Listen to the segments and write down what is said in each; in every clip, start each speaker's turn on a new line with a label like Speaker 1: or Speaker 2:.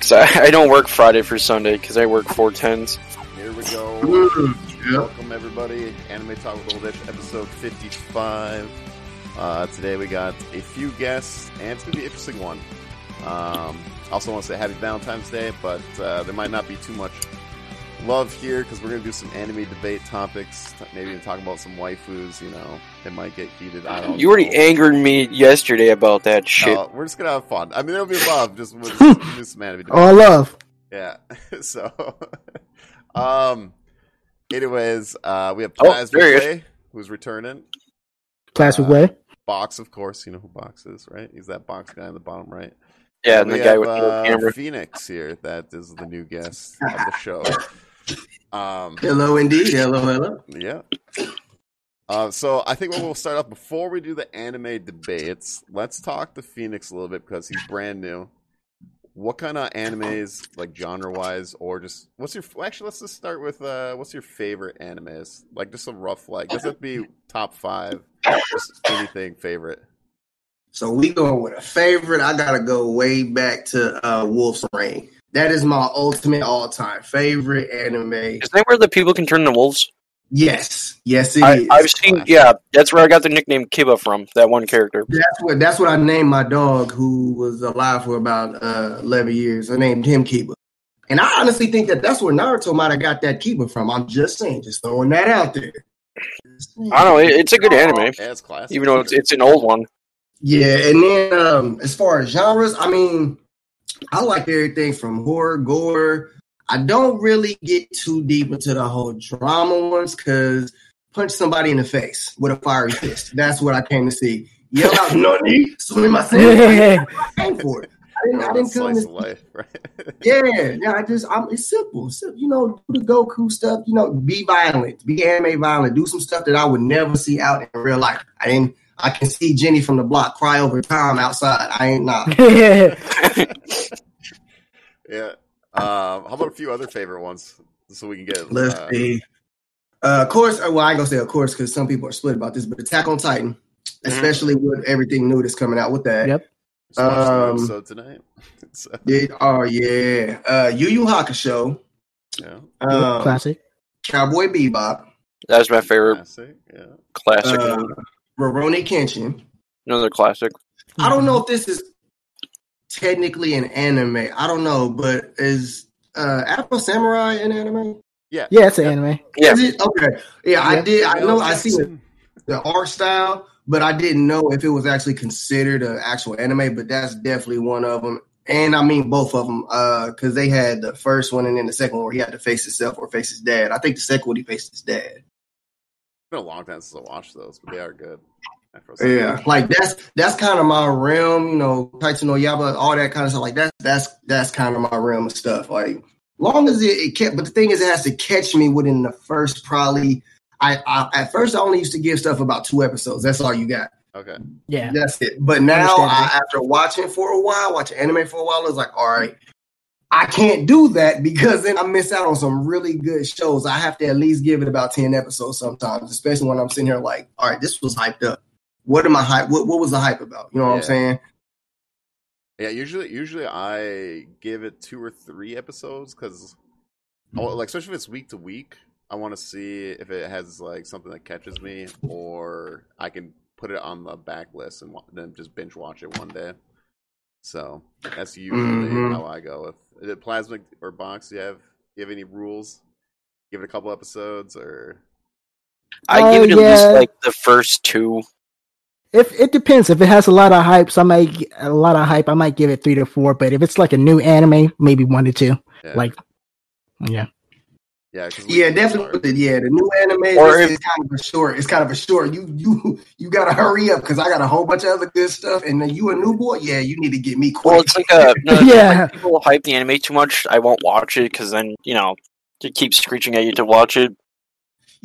Speaker 1: So I don't work Friday for Sunday because I work four tens.
Speaker 2: Here we go.
Speaker 3: yeah.
Speaker 2: Welcome everybody. to Anime Talk with Old Ish, episode fifty-five. Uh, today we got a few guests, and it's gonna be an interesting one. Um, also want to say Happy Valentine's Day, but uh, there might not be too much love here because we're gonna do some anime debate topics. Maybe even talk about some waifus. You know, it might get heated. I don't.
Speaker 1: You already
Speaker 2: know.
Speaker 1: angered me yesterday about that shit.
Speaker 2: Uh, we're just gonna have fun. I mean, there'll be love. Just we'll just do some anime debate.
Speaker 3: Oh, I love.
Speaker 2: Yeah. so, um, anyways, uh, we have
Speaker 1: Oh,
Speaker 2: Plaz
Speaker 1: there he is.
Speaker 2: Ripley, who's returning.
Speaker 3: Class with
Speaker 2: Uh,
Speaker 3: way.
Speaker 2: Box, of course, you know who Box is, right? He's that box guy in the bottom right.
Speaker 1: yeah, and the
Speaker 2: We
Speaker 1: guy
Speaker 2: have,
Speaker 1: with the
Speaker 2: uh,
Speaker 1: camera.
Speaker 2: Phoenix here. That is the new guest of the show. Um,
Speaker 4: Hello, indeed. Hello, hello.
Speaker 2: yeah. Uh, so I think what we'll start off before we do the anime debates, let's talk to Phoenix a little bit because he's brand new. What kind of animes, like genre wise, or just what's your? well, Actually, let's just start with uh, what's your favorite animes? Like just a rough like. Does it be top five? Just anything favorite?
Speaker 4: So we going with a favorite. I gotta go way back to uh, Wolf's Rain. That is my ultimate all-time favorite anime.
Speaker 1: Isn't that where the people can turn into wolves?
Speaker 4: Yes, yes, it
Speaker 1: I,
Speaker 4: is.
Speaker 1: I've seen. Yeah, that's where I got the nickname Kiba from. That one character.
Speaker 4: that's what that's what I named my dog, who was alive for about uh, eleven years. I named him Kiba, and I honestly think that that's where Naruto might have got that Kiba from. I'm just saying, just throwing that out there.
Speaker 1: I don't know. It, it's a good anime,
Speaker 2: Yeah, it's classic.
Speaker 1: even though it's, it's an old one.
Speaker 4: Yeah, and then um, as far as genres, I mean, I like everything from horror, gore. I don't really get too deep into the whole drama ones because punch somebody in the face with a fiery fist. That's what I came to see. Yell out, no need, swim myself. I came for it. I didn't, I didn't come
Speaker 2: slice of
Speaker 4: to,
Speaker 2: life, right?
Speaker 4: yeah, yeah. I just, I'm, it's simple. It's simple. You know, do the Goku stuff. You know, be violent, be anime violent. Do some stuff that I would never see out in real life. I didn't. I can see Jenny from the block cry over Tom outside. I ain't not.
Speaker 3: Uh,
Speaker 2: yeah. Um, how about a few other favorite ones so we can get?
Speaker 4: Let's
Speaker 2: uh,
Speaker 4: see. Uh, of course, well, I ain't gonna say of course because some people are split about this, but Attack on Titan, especially with everything new that's coming out with that.
Speaker 3: Mm. Yep.
Speaker 2: just watched the
Speaker 4: Um,
Speaker 2: episode tonight. So,
Speaker 4: Did- oh yeah, uh, Yu Yu Hakusho,
Speaker 2: yeah.
Speaker 4: um,
Speaker 3: Classic.
Speaker 4: Cowboy Bebop,
Speaker 1: That was my favorite
Speaker 2: Classic, yeah.
Speaker 1: classic.
Speaker 4: uh, Rurouni Kenshin.
Speaker 1: Another classic.
Speaker 4: I don't know if this is technically an anime. I don't know, but is uh, Afro Samurai an anime?
Speaker 3: Yeah, it's an anime.
Speaker 1: Yeah,
Speaker 4: Is it? Okay. Yeah, I
Speaker 3: Yeah.
Speaker 4: did. I know. I see it. the art style, but I didn't know if it was actually considered an actual anime. But that's definitely one of them, and I mean both of them, because they had the first one and then the second one where he had to face himself or face his dad. I think the second one he faced his dad.
Speaker 2: It's been a long time since I watched those, but they are good. Afro
Speaker 4: Yeah, like that's that's kind of my realm, you know, Titan no Yaba, all that kind of stuff. Like that's that's that's kind of my realm of stuff. Like long as it, it kept, but the thing is, it has to catch me within the first probably. I, I at first I only used to give stuff about two episodes. That's all you got.
Speaker 2: Okay.
Speaker 3: Yeah.
Speaker 4: That's it. But now,
Speaker 3: Understandable.
Speaker 4: I, after watching for a while, watching anime for a while, it's like, all right, I can't do that because then I miss out on some really good shows. I have to at least give it about ten episodes sometimes, especially when I'm sitting here like, all right, this was hyped up. What am I hype? What What was the hype about? You know what I'm
Speaker 2: Yeah.
Speaker 4: saying?
Speaker 2: Yeah. Usually, usually I give it two or three episodes because, like, especially if it's week to week, I want to see if it has like something that catches me, or I can put it on the backlist and wa- then just binge watch it one day. So that's usually
Speaker 4: Mhm.
Speaker 2: how I go with. Is it plasmic or box? Do you have you have any rules? Give it a couple episodes, or
Speaker 1: I give
Speaker 3: Oh,
Speaker 1: it at least
Speaker 3: yeah.
Speaker 1: like the first two.
Speaker 3: If it depends, if it has a lot of hype, so I might g- a lot of hype. I might give it three to four. But if it's like a new anime, maybe one to two.
Speaker 2: yeah,
Speaker 3: Like, yeah,
Speaker 2: yeah, 'cause week
Speaker 4: Yeah,
Speaker 2: to week's hard.
Speaker 4: definitely. Yeah, the new anime
Speaker 1: Or
Speaker 4: is kind of a short. It's kind of a short. You you you gotta hurry up because I got a whole bunch of other good stuff. And then you a new boy? Yeah, you need to get me quick.
Speaker 1: Well, it's like a no, it's
Speaker 3: Yeah.
Speaker 1: like people hype the anime too much. I won't watch it because then you know it keeps screeching at you to watch it.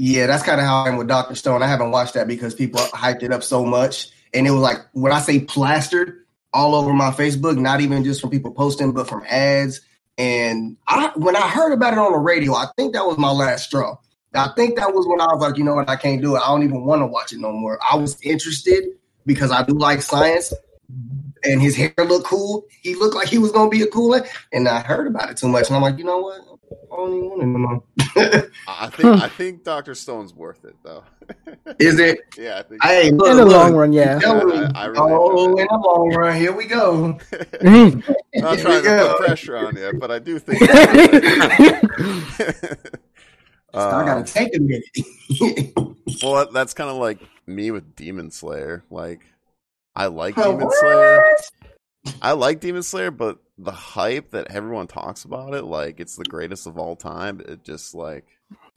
Speaker 4: Yeah, that's kind of how I am with Doctor Stone. I haven't watched that because people hyped it up so much, and it was like when I say plastered all over my Facebook, not even just from people posting, but from ads. And I, when I heard about it on the radio, I think that was my last straw. I think that was when I was like, you know what, I can't do it. I don't even want to watch it no more. I was interested because I do like science. and his hair looked cool. He looked like he was gonna be a cooler, and I heard about it too much, and I'm like, you know what? I don't even want it no more.
Speaker 2: I I
Speaker 3: Hmm.
Speaker 2: think I think Doctor Stone's worth it though.
Speaker 4: Is it?
Speaker 2: yeah, I think.
Speaker 4: Hey, look,
Speaker 3: in the
Speaker 4: look.
Speaker 3: long run, yeah.
Speaker 4: Tell me.
Speaker 2: I- I really
Speaker 4: oh,
Speaker 2: enjoyed
Speaker 4: in
Speaker 2: it.
Speaker 4: the long run, here we go.
Speaker 3: Mhm.
Speaker 2: I'm not
Speaker 4: Here
Speaker 2: trying
Speaker 4: we
Speaker 2: to
Speaker 4: go.
Speaker 2: put pressure on you, but I do think. it's worth it.
Speaker 4: I
Speaker 2: Uh,
Speaker 4: gotta take a minute.
Speaker 2: well, that's kind of like me with Demon Slayer. Like, I like
Speaker 4: Oh,
Speaker 2: Demon Slayer. I like Demon Slayer, but the hype that everyone talks about it, like it's the greatest of all time. It just like,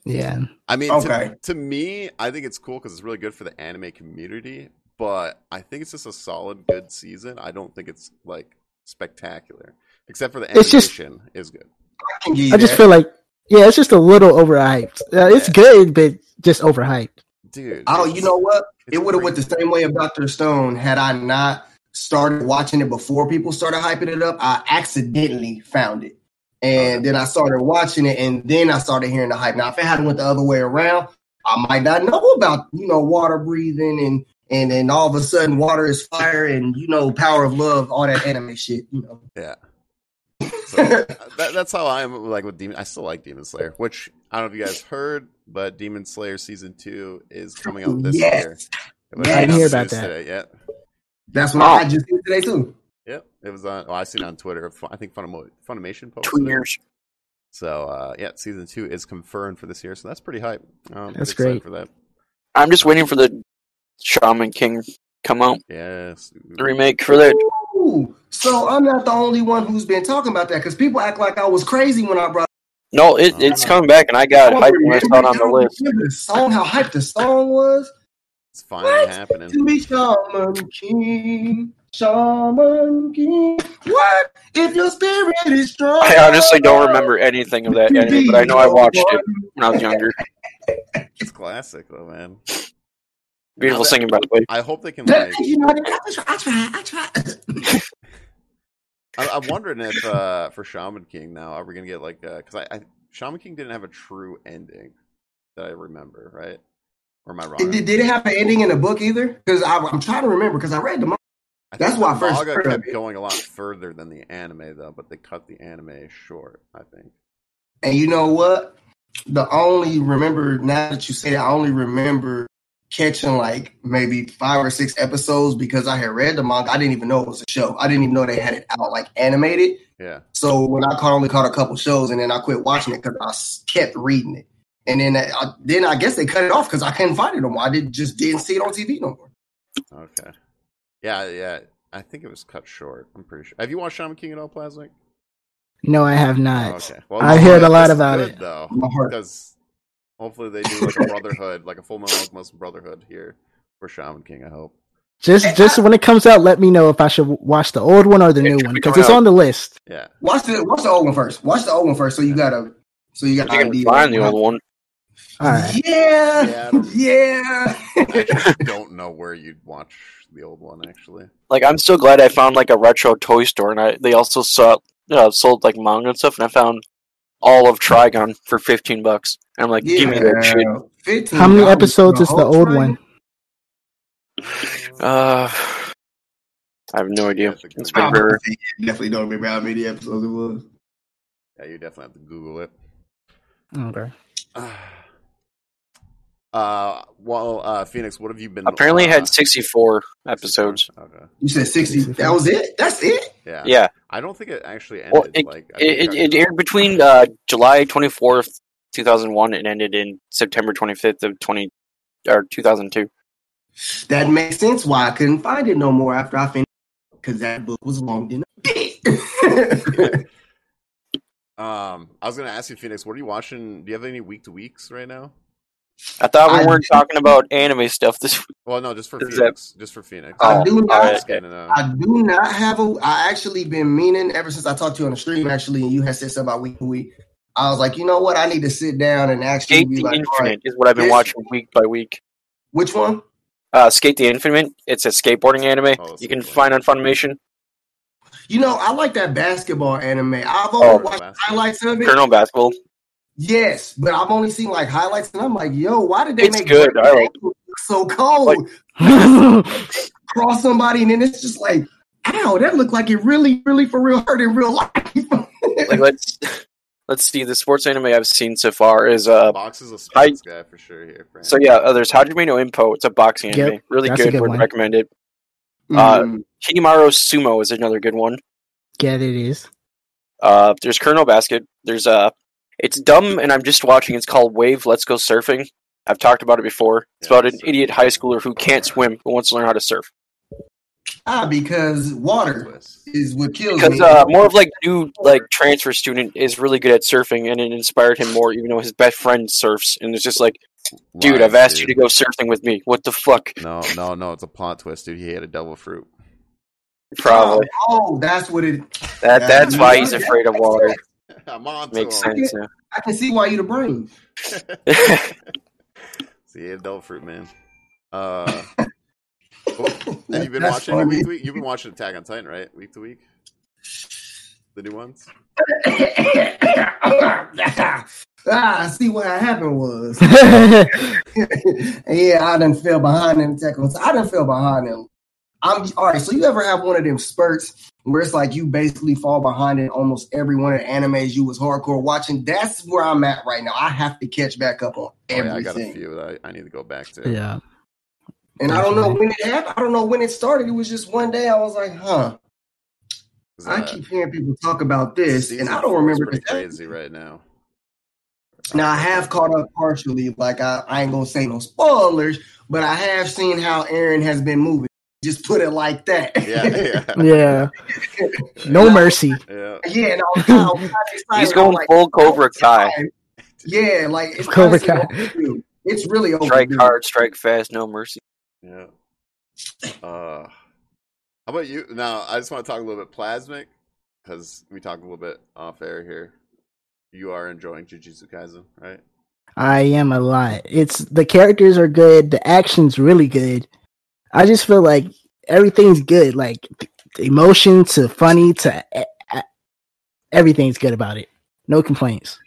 Speaker 3: yeah.
Speaker 2: I mean,
Speaker 4: Okay.
Speaker 2: to, to me, I think it's cool because it's really good for the anime community. But I think it's just a solid, good season. I don't think it's like spectacular, except for the
Speaker 3: It's just-
Speaker 2: animation is good.
Speaker 4: I can give you
Speaker 3: I just
Speaker 4: that.
Speaker 3: feel like yeah, it's just a little overhyped. Uh, it's
Speaker 2: Yeah.
Speaker 3: good, but just overhyped.
Speaker 2: Dude,
Speaker 4: Oh,
Speaker 2: it's-
Speaker 4: you know what?
Speaker 2: it's
Speaker 4: It would have went the
Speaker 2: crazy.
Speaker 4: same way of Doctor Stone had I not started watching it before people started hyping it up. I accidentally found it, and
Speaker 2: Okay.
Speaker 4: then I started watching it, and then I started hearing the hype. Now, if it had went the other way around, I might not know about you know water breathing and and then all of a sudden water is fire and you know power of love, all that anime shit. You know,
Speaker 2: Yeah. So, that, that's how I'm like with Demon. I still like Demon Slayer, which I don't know if you guys heard, but Demon Slayer season two is coming out this
Speaker 4: Yes.
Speaker 2: year. It was
Speaker 4: Yes. I didn't
Speaker 3: hear
Speaker 2: announced
Speaker 3: about
Speaker 2: news
Speaker 3: that.
Speaker 2: Today. Yeah,
Speaker 4: that's
Speaker 1: Oh.
Speaker 4: what I just did today too.
Speaker 2: Yep. It was on. Well, I seen it on Twitter. Fu- I think Funimo- Funimation posted.
Speaker 1: Two
Speaker 2: it.
Speaker 1: years.
Speaker 2: So uh, yeah, season two is confirmed for this year. So that's pretty hype. Um,
Speaker 3: That's
Speaker 2: excited
Speaker 3: great.
Speaker 2: for that.
Speaker 1: I'm just waiting for the Shaman King come out
Speaker 2: Yes.
Speaker 1: the remake for that.
Speaker 4: Ooh, so I'm not the only one who's been talking about that because people act like I was crazy when I brought.
Speaker 1: No, it,
Speaker 2: Ah.
Speaker 1: it's coming back, and I got hyped when I saw it on the list.
Speaker 4: Remember the song, how hyped the song was?
Speaker 2: It's finally
Speaker 4: What?
Speaker 2: happening.
Speaker 4: To be Shaman King, Shaman King. What if your spirit is strong?
Speaker 1: I honestly don't remember anything of that anime, but I know I watched it when I was younger.
Speaker 2: It's classic though, man.
Speaker 1: Beautiful singing, by the way.
Speaker 2: I hope they can like.
Speaker 4: You know, I tried, I tried, I tried.
Speaker 2: I, I'm wondering if uh, for Shaman King now, are we gonna get like because I, I Shaman King didn't have a true ending that I remember, right? Or am I wrong?
Speaker 4: Did, did it have an ending in the book either? Because I'm trying to remember because I read the. manga.
Speaker 2: I think
Speaker 4: that's why I
Speaker 2: the
Speaker 4: first
Speaker 2: manga
Speaker 4: heard of
Speaker 2: kept
Speaker 4: it.
Speaker 2: going a lot further than the anime though, but they cut the anime short. I think.
Speaker 4: And you know what? The only remember now that you say that, I only remember catching like maybe five or six episodes because I had read the manga. I didn't even know it was a show. I didn't even know they had it out like animated.
Speaker 2: Yeah,
Speaker 4: So when I caught, only caught a couple shows, and then I quit watching it because I s- kept reading it. And then I, I- then I guess they cut it off because I couldn't find it no more. I did, just didn't see it on TV no more.
Speaker 2: okay, yeah, yeah. I think it was cut short. I'm pretty sure. Have you watched Shaman King at all, Plasmic?
Speaker 3: No, I have not.
Speaker 2: Oh, Okay. Well,
Speaker 3: I
Speaker 2: you
Speaker 3: heard
Speaker 2: know what?
Speaker 3: a lot
Speaker 2: This is
Speaker 3: about
Speaker 2: good,
Speaker 3: it.
Speaker 2: though,
Speaker 4: My heart.
Speaker 2: because hopefully they do like a brotherhood, like a full metal Muslim brotherhood here for Shaman King. I hope.
Speaker 3: Just just when it comes out, let me know if I should watch the old one or the new
Speaker 1: It's
Speaker 3: one
Speaker 1: coming
Speaker 3: because it's
Speaker 1: out.
Speaker 3: on the list.
Speaker 2: Yeah.
Speaker 4: Watch the watch the old one first. Watch the old one first. So you gotta so you got
Speaker 1: I think I can find the old one.
Speaker 3: All right.
Speaker 4: Yeah, yeah.
Speaker 2: I actually don't know where you'd watch the old one actually.
Speaker 1: Like, I'm still glad I found like a retro toy store, and I they also saw uh, sold like manga and stuff, and I found all of Trigon for 15 bucks. And I'm like, give me that shit.
Speaker 4: $15
Speaker 3: How many episodes
Speaker 4: for
Speaker 3: is the
Speaker 4: whole
Speaker 3: old
Speaker 4: thing?
Speaker 3: one?
Speaker 1: Uh, I have no idea. It's been
Speaker 4: Probably.
Speaker 1: forever.
Speaker 4: Definitely don't remember how many episodes it was.
Speaker 2: Yeah, you definitely have to Google it.
Speaker 3: Okay.
Speaker 2: Uh, well, uh, Phoenix, what have you been?
Speaker 1: Apparently, it
Speaker 2: uh,
Speaker 1: had 64 episodes.
Speaker 2: Okay.
Speaker 4: You said sixty. That was it. That's it.
Speaker 2: Yeah.
Speaker 1: Yeah,
Speaker 2: I don't think it actually ended.
Speaker 1: Well, it-
Speaker 2: like I think
Speaker 1: it, it, it aired between uh, July 24th, 2001, and ended in September 25th of 20 or 2002.
Speaker 4: That makes sense. Why I couldn't find it no more after I finished because that book was long than a bitch.
Speaker 2: um, I was gonna ask you, Phoenix, what are you watching? Do you have any week to weeks right now?
Speaker 1: I thought we
Speaker 4: I-
Speaker 1: weren't talking about anime stuff. This
Speaker 2: Well, no, just for
Speaker 1: Is
Speaker 2: Phoenix. Just for Phoenix.
Speaker 4: I do
Speaker 2: I
Speaker 4: not.
Speaker 2: was gonna know.
Speaker 4: I do not have a. I actually been meaning ever since I talked to you on the stream. Actually, and you had said something about week to week. I was like, you know what? I need to sit down and actually
Speaker 1: Skate
Speaker 4: be
Speaker 1: the
Speaker 4: like, all right,
Speaker 1: Infinite is what I've been
Speaker 4: this-
Speaker 1: watching week by week.
Speaker 4: which one?
Speaker 1: Uh, Skate the Infinite. It's a skateboarding anime.
Speaker 2: Oh,
Speaker 1: you can
Speaker 2: skateboarding.
Speaker 1: find on Funimation.
Speaker 4: You know, I like that basketball anime. I've only
Speaker 1: Oh,
Speaker 4: watched
Speaker 2: basketball.
Speaker 4: highlights of it.
Speaker 1: Colonel Basketball.
Speaker 4: Yes, but I've only seen like highlights, and I'm like, yo, why did they
Speaker 1: It's
Speaker 4: make
Speaker 1: good, I like-
Speaker 4: look so cold?
Speaker 1: Like-
Speaker 3: yeah,
Speaker 4: Cross somebody, and then it's just like ow, that looked like it really, really for real hurt in real life.
Speaker 1: Like let's let's see the sports anime I've seen so far is uh
Speaker 2: Box is a sports guy for sure here. Brandon.
Speaker 1: so yeah uh, there's Hajime no Impo. It's a boxing
Speaker 3: Yep,
Speaker 1: anime, really
Speaker 3: that's a
Speaker 1: good.
Speaker 3: good
Speaker 1: Would
Speaker 3: one.
Speaker 1: recommend it.
Speaker 4: Mm,
Speaker 1: Kimaro Sumo is another good one.
Speaker 3: Yeah, it is.
Speaker 1: Uh, there's Colonel Basket. There's uh, it's dumb, and I'm just watching. It's called Wave. Let's go surfing. I've talked about it before. It's
Speaker 2: Yeah,
Speaker 1: about an
Speaker 2: surfing.
Speaker 1: idiot high schooler who can't swim who wants to learn how to surf.
Speaker 4: ah, because water
Speaker 2: Twist.
Speaker 4: is what kills
Speaker 1: Because
Speaker 4: me.
Speaker 1: uh, more of like new like transfer student is really good at surfing, and it inspired him more. Even though his best friend surfs, and it's just like, dude,
Speaker 2: Lies,
Speaker 1: I've asked you
Speaker 2: dude.
Speaker 1: to go surfing with me. What the fuck?
Speaker 2: No, no, no. It's a plot twist, dude. He ate a devil fruit.
Speaker 1: Probably
Speaker 4: Oh, oh, that's what it.
Speaker 1: that.
Speaker 4: Yeah.
Speaker 1: That's why he's
Speaker 4: Yeah,
Speaker 1: afraid of water.
Speaker 2: I'm on to
Speaker 1: Makes
Speaker 2: him.
Speaker 1: sense.
Speaker 4: I can see why you the brain.
Speaker 1: Yeah.
Speaker 2: So he ate a devil fruit, man. Uh, have you been
Speaker 4: That's
Speaker 2: watching
Speaker 4: funny.
Speaker 2: week to week? You've been watching Attack on Titan, right? Week to week, the new ones. Oh,
Speaker 4: ah, I see what happened was. yeah, I done fell behind them tackles. I done fell behind them. I'm all right. So you ever have one of them spurts where it's like you basically fall behind in almost every one of the animes you was hardcore watching? That's where I'm at right now. I have to catch back up on
Speaker 2: Oh, yeah, I got a
Speaker 4: everything,
Speaker 2: few that I, I need to go back to.
Speaker 3: yeah.
Speaker 4: and I don't
Speaker 2: Mm-hmm.
Speaker 4: know when it happened. I don't know when it started. It was just one day. I was like, huh.
Speaker 2: 'Cause,
Speaker 4: I
Speaker 2: uh,
Speaker 4: keep hearing people talk about this,
Speaker 2: season
Speaker 4: and I don't
Speaker 2: four is
Speaker 4: remember
Speaker 2: Pretty
Speaker 4: the
Speaker 2: crazy right now.
Speaker 4: Now I have caught up partially. Like I, I ain't gonna say no spoilers, but I have seen how Aaron has been moving. Just put it like that.
Speaker 2: Yeah, yeah,
Speaker 3: Yeah. No mercy.
Speaker 2: yeah.
Speaker 4: yeah. And I was, I was excited.
Speaker 1: He's
Speaker 4: I'm
Speaker 1: going
Speaker 4: like, "Oh,
Speaker 1: full Cobra Kai.
Speaker 4: yeah, like it's
Speaker 3: Cobra
Speaker 4: Cobra
Speaker 3: Kai.
Speaker 4: It's really over.
Speaker 1: Strike hard, strike fast, no mercy.
Speaker 2: Yeah. Uh, how about you? Now, I just want to talk a little bit plasmic because we talked a little bit off air here. You are enjoying Jujutsu Kaisen, right?
Speaker 3: I am a lot. It's the characters are good. The action's really good. I just feel like everything's good. Like th- emotion to funny to e- e- everything's good about it. No complaints.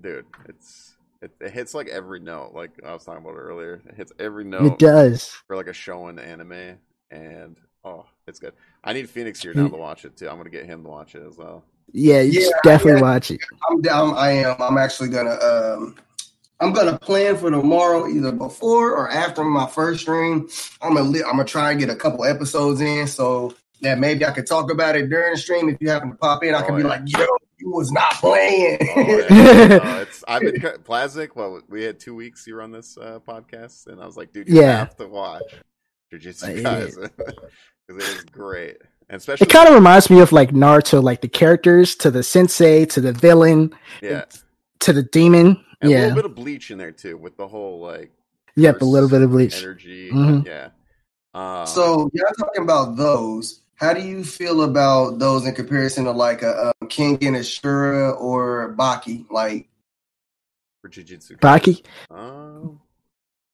Speaker 2: Dude, it's it, it hits like every note. Like I was talking about earlier, it hits every
Speaker 3: It
Speaker 2: note
Speaker 3: does.
Speaker 2: for like a show in anime, and oh, it's good. I need Phoenix here now to watch it too. I'm gonna get him to watch it as well.
Speaker 3: Yeah, you
Speaker 4: Yeah,
Speaker 3: should definitely watch it.
Speaker 4: I'm down. I am. I'm actually gonna. Um, I'm gonna plan for tomorrow, either before or after my first stream. I'm gonna. Li- I'm gonna try and get a couple episodes in, so that maybe I could talk about it during the stream. If you happen to pop in, I can
Speaker 2: Oh,
Speaker 4: be
Speaker 2: yeah.
Speaker 4: like, "Yo, you was not playing."
Speaker 2: Oh, yeah. No, it's, I've been Plasmic. Well, we had two weeks you were on this uh, podcast, and I was like, dude, you
Speaker 3: Yeah.
Speaker 2: have to watch Jujutsu
Speaker 3: I hate
Speaker 2: Kaisen because it is great, and especially
Speaker 3: It kind of reminds me of like Naruto, like the characters to the sensei to the villain
Speaker 2: yeah,
Speaker 3: to the demon.
Speaker 2: and a
Speaker 3: yeah,
Speaker 2: little bit of bleach in there too with the whole like
Speaker 3: yep, a little bit of bleach.
Speaker 2: energy,
Speaker 3: Mhm.
Speaker 2: yeah. Um,
Speaker 4: so y'all talking about those. How do you feel about those in comparison to like a, um King and Ashura or Baki? Like,
Speaker 2: for Jujutsu Kaisen,
Speaker 3: Baki,
Speaker 2: um,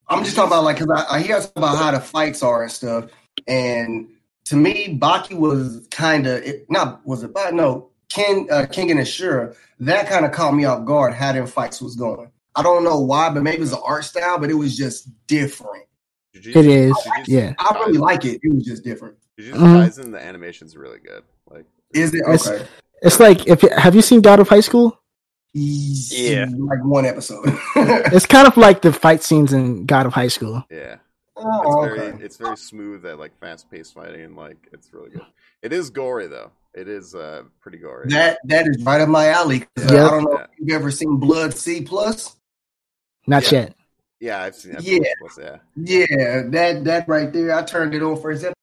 Speaker 4: I'm just talking about like because I, I hear us about how the fights are and stuff. And to me, Baki was kind of not was it? Baki? No, King uh, King and Ashura that kind of caught me off guard how them fights was going. I don't know why, but maybe it was the art style, but it was just different.
Speaker 2: Jujutsu-
Speaker 3: It is,
Speaker 2: Jujutsu
Speaker 3: yeah.
Speaker 4: I really
Speaker 2: Kaisen-
Speaker 4: like it. It was just different.
Speaker 2: Jujutsu
Speaker 3: Mhm.
Speaker 2: Kaisen. The animation's really good. Like
Speaker 4: Is it
Speaker 3: It's-
Speaker 4: okay?
Speaker 3: it's like if have you seen God of High School?
Speaker 1: Yeah.
Speaker 4: like one episode.
Speaker 3: It's kind of like the fight scenes in God of High School.
Speaker 2: yeah, it's
Speaker 4: oh,
Speaker 2: very
Speaker 4: okay.
Speaker 2: it's very smooth at like fast paced fighting and like it's really good. It is gory though. It is uh pretty gory.
Speaker 4: That that is right up my alley. 'Cause uh,
Speaker 3: Yeah.
Speaker 4: I don't know if you've ever seen Blood C plus.
Speaker 3: Not
Speaker 2: Yeah.
Speaker 3: yet.
Speaker 2: yeah, I've seen that.
Speaker 4: Yeah.
Speaker 2: Plus, yeah.
Speaker 4: Yeah, that that right there. I turned it on for a second.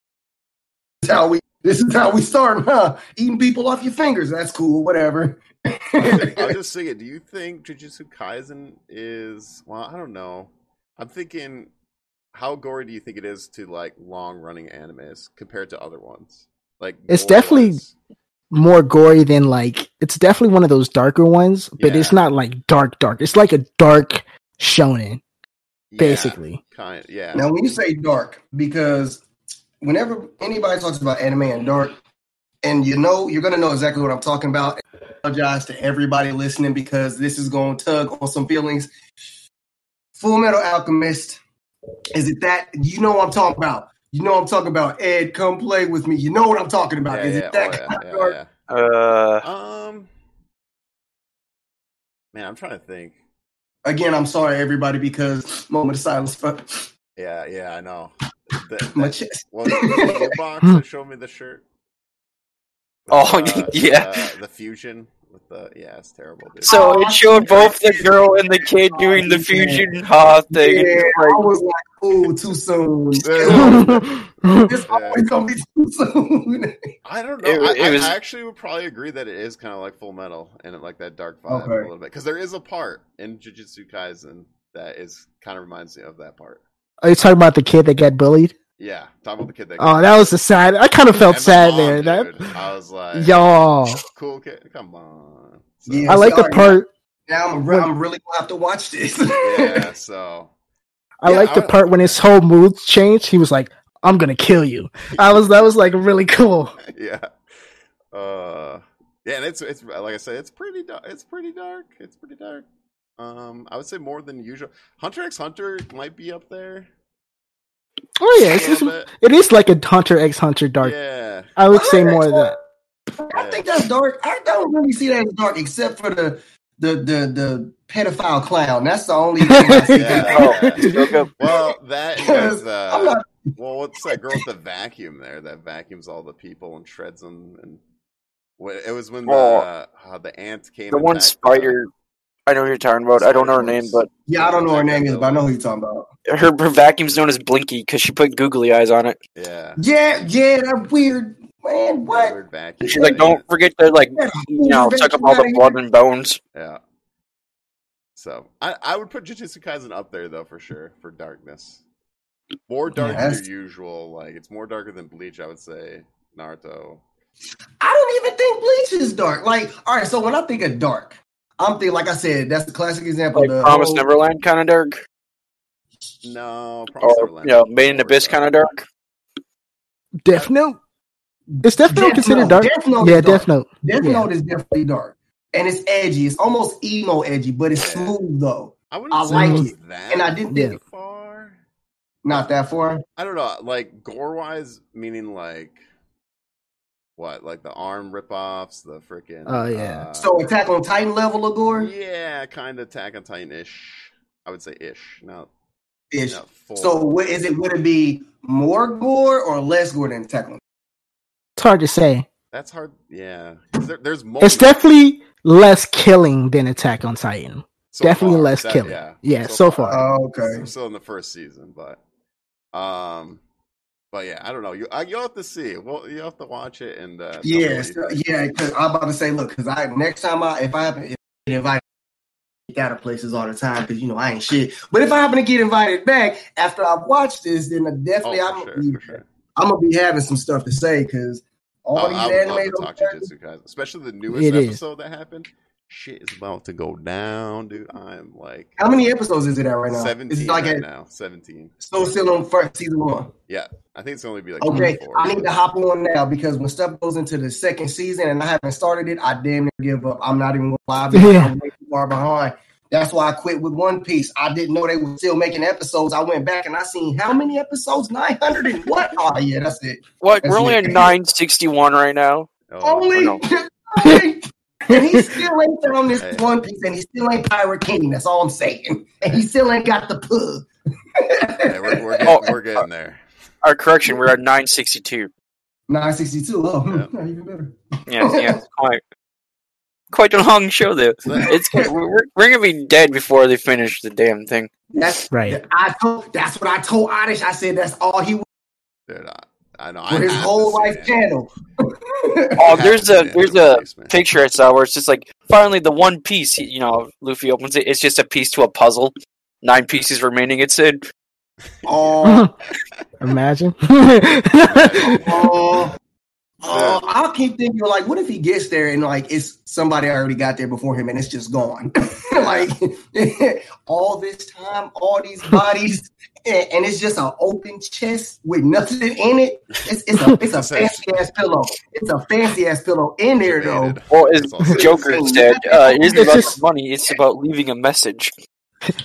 Speaker 4: This is how we this is how we start, huh? Eating people off your fingers. That's cool. Whatever.
Speaker 2: I was just thinking, do you think Jujutsu Kaisen is well, I don't know. I'm thinking how gory do you think it is to like long running animes compared to other ones? Like
Speaker 3: It's definitely-
Speaker 2: gore-wise?
Speaker 3: More gory than like it's definitely one of those darker ones, but it's
Speaker 2: Yeah.
Speaker 3: not like dark dark. It's like a dark shonen,
Speaker 2: Yeah,
Speaker 3: basically.
Speaker 2: kind yeah.
Speaker 4: now, when you say dark, because whenever anybody talks about anime and dark, and you know you're gonna know exactly what I'm talking about. I apologize to everybody listening because this is gonna tug on some feelings. Full Metal Alchemist. Is it that you know what I'm talking about? You know I'm talking about. Ed, come play with me. You know what I'm talking about.
Speaker 2: Yeah,
Speaker 4: Is
Speaker 2: yeah,
Speaker 4: it that
Speaker 2: oh,
Speaker 4: kind
Speaker 2: yeah,
Speaker 4: of
Speaker 2: yeah,
Speaker 4: dark?
Speaker 2: yeah.
Speaker 1: Uh,
Speaker 2: Um, man, I'm trying to think.
Speaker 4: Again, I'm sorry, everybody, because moment of silence. Fuck
Speaker 2: Yeah, yeah, I know. The,
Speaker 4: my
Speaker 2: that-
Speaker 4: chest.
Speaker 2: was it the box that showed me the shirt? With,
Speaker 1: Oh, yeah.
Speaker 2: uh, the fusion with the yeah, it's terrible. Dude.
Speaker 1: so
Speaker 4: Oh,
Speaker 1: it showed both the girl and the kid doing the fusion ha thing.
Speaker 4: Yeah,
Speaker 1: It's
Speaker 4: I was like, ooh, too soon.
Speaker 2: Yeah.
Speaker 4: It's
Speaker 2: Yeah.
Speaker 4: always gonna be too soon.
Speaker 2: I don't know.
Speaker 1: It-
Speaker 2: I,
Speaker 1: it
Speaker 2: I-
Speaker 1: was-
Speaker 2: I actually would probably agree that it is kind of like Full Metal and it, like that dark vibe a
Speaker 4: Okay.
Speaker 2: little bit because there is a part in Jujutsu Kaisen that is kind of reminds me of that part.
Speaker 3: Are you talking about the kid that got bullied?
Speaker 2: Yeah, talk about the kid that.
Speaker 3: Oh, that was a sad. I kind of felt
Speaker 2: And the
Speaker 3: sad
Speaker 2: mom,
Speaker 3: there.
Speaker 2: dude.
Speaker 3: That
Speaker 2: I was like,
Speaker 3: y'all.
Speaker 2: cool kid, come on. So,
Speaker 4: Yeah.
Speaker 3: I like the
Speaker 4: Sorry.
Speaker 3: part.
Speaker 4: Now I'm, re- I'm really gonna have to watch this.
Speaker 2: yeah, so
Speaker 3: I
Speaker 2: Yeah,
Speaker 3: like the
Speaker 2: I-
Speaker 3: part when his whole mood changed. He was like, "I'm gonna kill you." I was. That was like really cool.
Speaker 2: yeah, uh, yeah, and it's it's like I said, it's pretty dark. It's pretty dark. It's pretty dark. Um, I would say more than usual. Hunter x Hunter might be up there.
Speaker 3: Oh yeah,
Speaker 2: a
Speaker 3: it's just,
Speaker 2: little bit.
Speaker 3: it is like a Hunter X Hunter dark.
Speaker 2: Yeah,
Speaker 3: I would say more of that.
Speaker 4: I think that's dark. I don't really see that as dark, except for the the the the pedophile clown. That's the only. Thing I see.
Speaker 2: Yeah.
Speaker 1: Oh, like,
Speaker 2: Well, that is
Speaker 4: I'm
Speaker 2: uh,
Speaker 4: not-
Speaker 2: well, what's that girl with the vacuum there that vacuums all the people and shreds them? And when, it was when the
Speaker 1: Oh.
Speaker 2: uh, uh, the ant came.
Speaker 1: the
Speaker 2: and
Speaker 1: one
Speaker 2: attacked
Speaker 1: spider. I know what you're talking about. I don't know her name, but
Speaker 4: Yeah, I don't know her name is, but I know who you're talking about.
Speaker 1: her, her vacuum's known as Blinky because she put googly eyes on it.
Speaker 2: Yeah,
Speaker 4: Yeah, yeah, that weird man. What?
Speaker 2: Weird vacuum.
Speaker 1: And she's like, "Don't forget to like,
Speaker 4: That
Speaker 1: you know,
Speaker 4: weird
Speaker 1: suck up all the
Speaker 4: vacuum
Speaker 1: blood and bones."
Speaker 2: Yeah. So I I would put Jujutsu Kaisen up there though for sure for darkness. More dark than
Speaker 4: that's-
Speaker 2: your usual. Like it's more darker than Bleach. I would say Naruto.
Speaker 4: I don't even think bleach is dark. Like, all right, so when I think of dark, I'm thinking, like I said, that's the classic example.
Speaker 1: Like
Speaker 4: the
Speaker 1: Promise
Speaker 4: whole-
Speaker 1: Neverland kind of dark,
Speaker 2: No, Promise
Speaker 1: or
Speaker 2: Neverland
Speaker 1: Oh, you know,
Speaker 2: is
Speaker 1: Made in
Speaker 2: more
Speaker 1: Abyss kind of dark.
Speaker 3: Death Note. Is Death Note
Speaker 4: Death
Speaker 3: considered
Speaker 4: Note-
Speaker 3: dark?
Speaker 4: Death Note
Speaker 3: yeah,
Speaker 4: is dark.
Speaker 3: Death Note.
Speaker 4: Death
Speaker 3: Yeah.
Speaker 4: Note is definitely dark, and it's edgy. It's almost emo edgy, but it's
Speaker 2: Yeah.
Speaker 4: smooth though.
Speaker 2: I wouldn't
Speaker 4: I
Speaker 2: say
Speaker 4: like
Speaker 2: it was
Speaker 4: it,
Speaker 2: that
Speaker 4: and I didn't
Speaker 3: think-
Speaker 2: far.
Speaker 4: Not that far.
Speaker 2: I don't know, like gore wise, meaning like what, like the arm ripoffs, the freaking.
Speaker 3: Oh, yeah.
Speaker 2: uh,
Speaker 4: So Attack on Titan level of gore.
Speaker 2: yeah, kind of Attack on Titan ish. I would say ish, not
Speaker 4: Ish.
Speaker 2: not full.
Speaker 4: So what is it? Would it be more gore or less gore than Attack on?
Speaker 3: It's hard to say.
Speaker 2: That's hard. Yeah, 'Cause there, there's more.
Speaker 3: It's definitely less killing than Attack on Titan. definitely less killing.
Speaker 2: Yeah,
Speaker 3: Yeah, so
Speaker 2: Uh,
Speaker 3: far.
Speaker 4: Oh,
Speaker 2: We're
Speaker 4: okay.
Speaker 2: still in the first season, but um, but yeah, I don't know. You I, you'll have to see. Well, you will have to watch it and uh, tell me
Speaker 4: Yeah,
Speaker 2: what you
Speaker 4: so-
Speaker 2: think.
Speaker 4: yeah. Because I'm about to say, look, because I next time I if I happen if I get invited out of places all the time because you know I ain't shit. But if I happen to get invited back after I watch this, then I definitely
Speaker 2: Oh,
Speaker 4: I'm
Speaker 2: for
Speaker 4: gonna
Speaker 2: sure,
Speaker 4: be
Speaker 2: for sure.
Speaker 4: I'm gonna be having some stuff to say because all
Speaker 2: Oh,
Speaker 4: these
Speaker 2: I would love to
Speaker 4: animes.
Speaker 2: talk
Speaker 4: I'm
Speaker 2: to
Speaker 4: watching-
Speaker 2: Jujutsu Kaisen, especially the newest
Speaker 3: It is.
Speaker 2: episode that happened. Shit is about to go down, dude. I'm like
Speaker 4: How many episodes is it at right now?
Speaker 2: seventeen
Speaker 4: It's like
Speaker 2: right
Speaker 4: a,
Speaker 2: now. Seventeen.
Speaker 4: still still on first season one.
Speaker 2: Yeah, I think it's only be like
Speaker 4: Okay,
Speaker 2: 24.
Speaker 4: I need to hop on now because when stuff goes into the second season and I haven't started it, I damn near give up. I'm not even gonna lie because
Speaker 3: Yeah.
Speaker 4: I'm way too far behind. That's why I quit with One Piece. I didn't know they were still making episodes. I went back and I seen how many episodes? Nine hundred and what? Oh yeah, that's it.
Speaker 1: What?
Speaker 4: That's
Speaker 1: We're only
Speaker 4: me.
Speaker 1: at nine sixty one right now.
Speaker 2: Oh,
Speaker 4: Only,
Speaker 1: no.
Speaker 4: only- and he still ain't found this
Speaker 2: Hey.
Speaker 4: One Piece, and he still ain't Pirate King. That's all I'm saying. And he still ain't got the pug.
Speaker 2: yeah, we're, we're, getting,
Speaker 1: Oh,
Speaker 2: we're getting there.
Speaker 1: Our correction, we're at nine sixty two.
Speaker 4: Nine sixty two. Oh, hmm,
Speaker 2: Yeah.
Speaker 4: not even better.
Speaker 1: Yeah, yeah, it's quite quite a long show though. It's we're, we're- we're gonna be dead before they finish the damn thing.
Speaker 4: That's
Speaker 3: Right.
Speaker 4: I told. That's what I told Oddish. I said that's all he was
Speaker 2: Dude, I, I know. I
Speaker 4: for his
Speaker 2: have to
Speaker 4: whole
Speaker 2: see
Speaker 4: life
Speaker 2: it.
Speaker 4: channel.
Speaker 2: I
Speaker 1: Oh,
Speaker 2: have
Speaker 1: there's
Speaker 2: to
Speaker 1: a
Speaker 2: see it
Speaker 1: there's
Speaker 2: in
Speaker 1: a
Speaker 2: release, man.
Speaker 1: picture I saw where it's just like finally the one piece. You know, Luffy opens it. It's just a piece to a puzzle. Nine pieces remaining. It said,
Speaker 4: Oh,
Speaker 3: Imagine.
Speaker 4: oh, oh, I'll keep thinking like, what if he gets there and like it's somebody already got there before him and it's just gone. like all this time, all these bodies, and, and it's just an open chest with nothing in it. It's, it's a it's a fancy ass pillow. It's a fancy ass pillow in there though.
Speaker 2: Debated.
Speaker 1: "Well, as
Speaker 2: That's awesome.
Speaker 1: Joker said, uh, it isn't
Speaker 3: It's
Speaker 1: about
Speaker 3: just-
Speaker 1: the money. It's about leaving a message."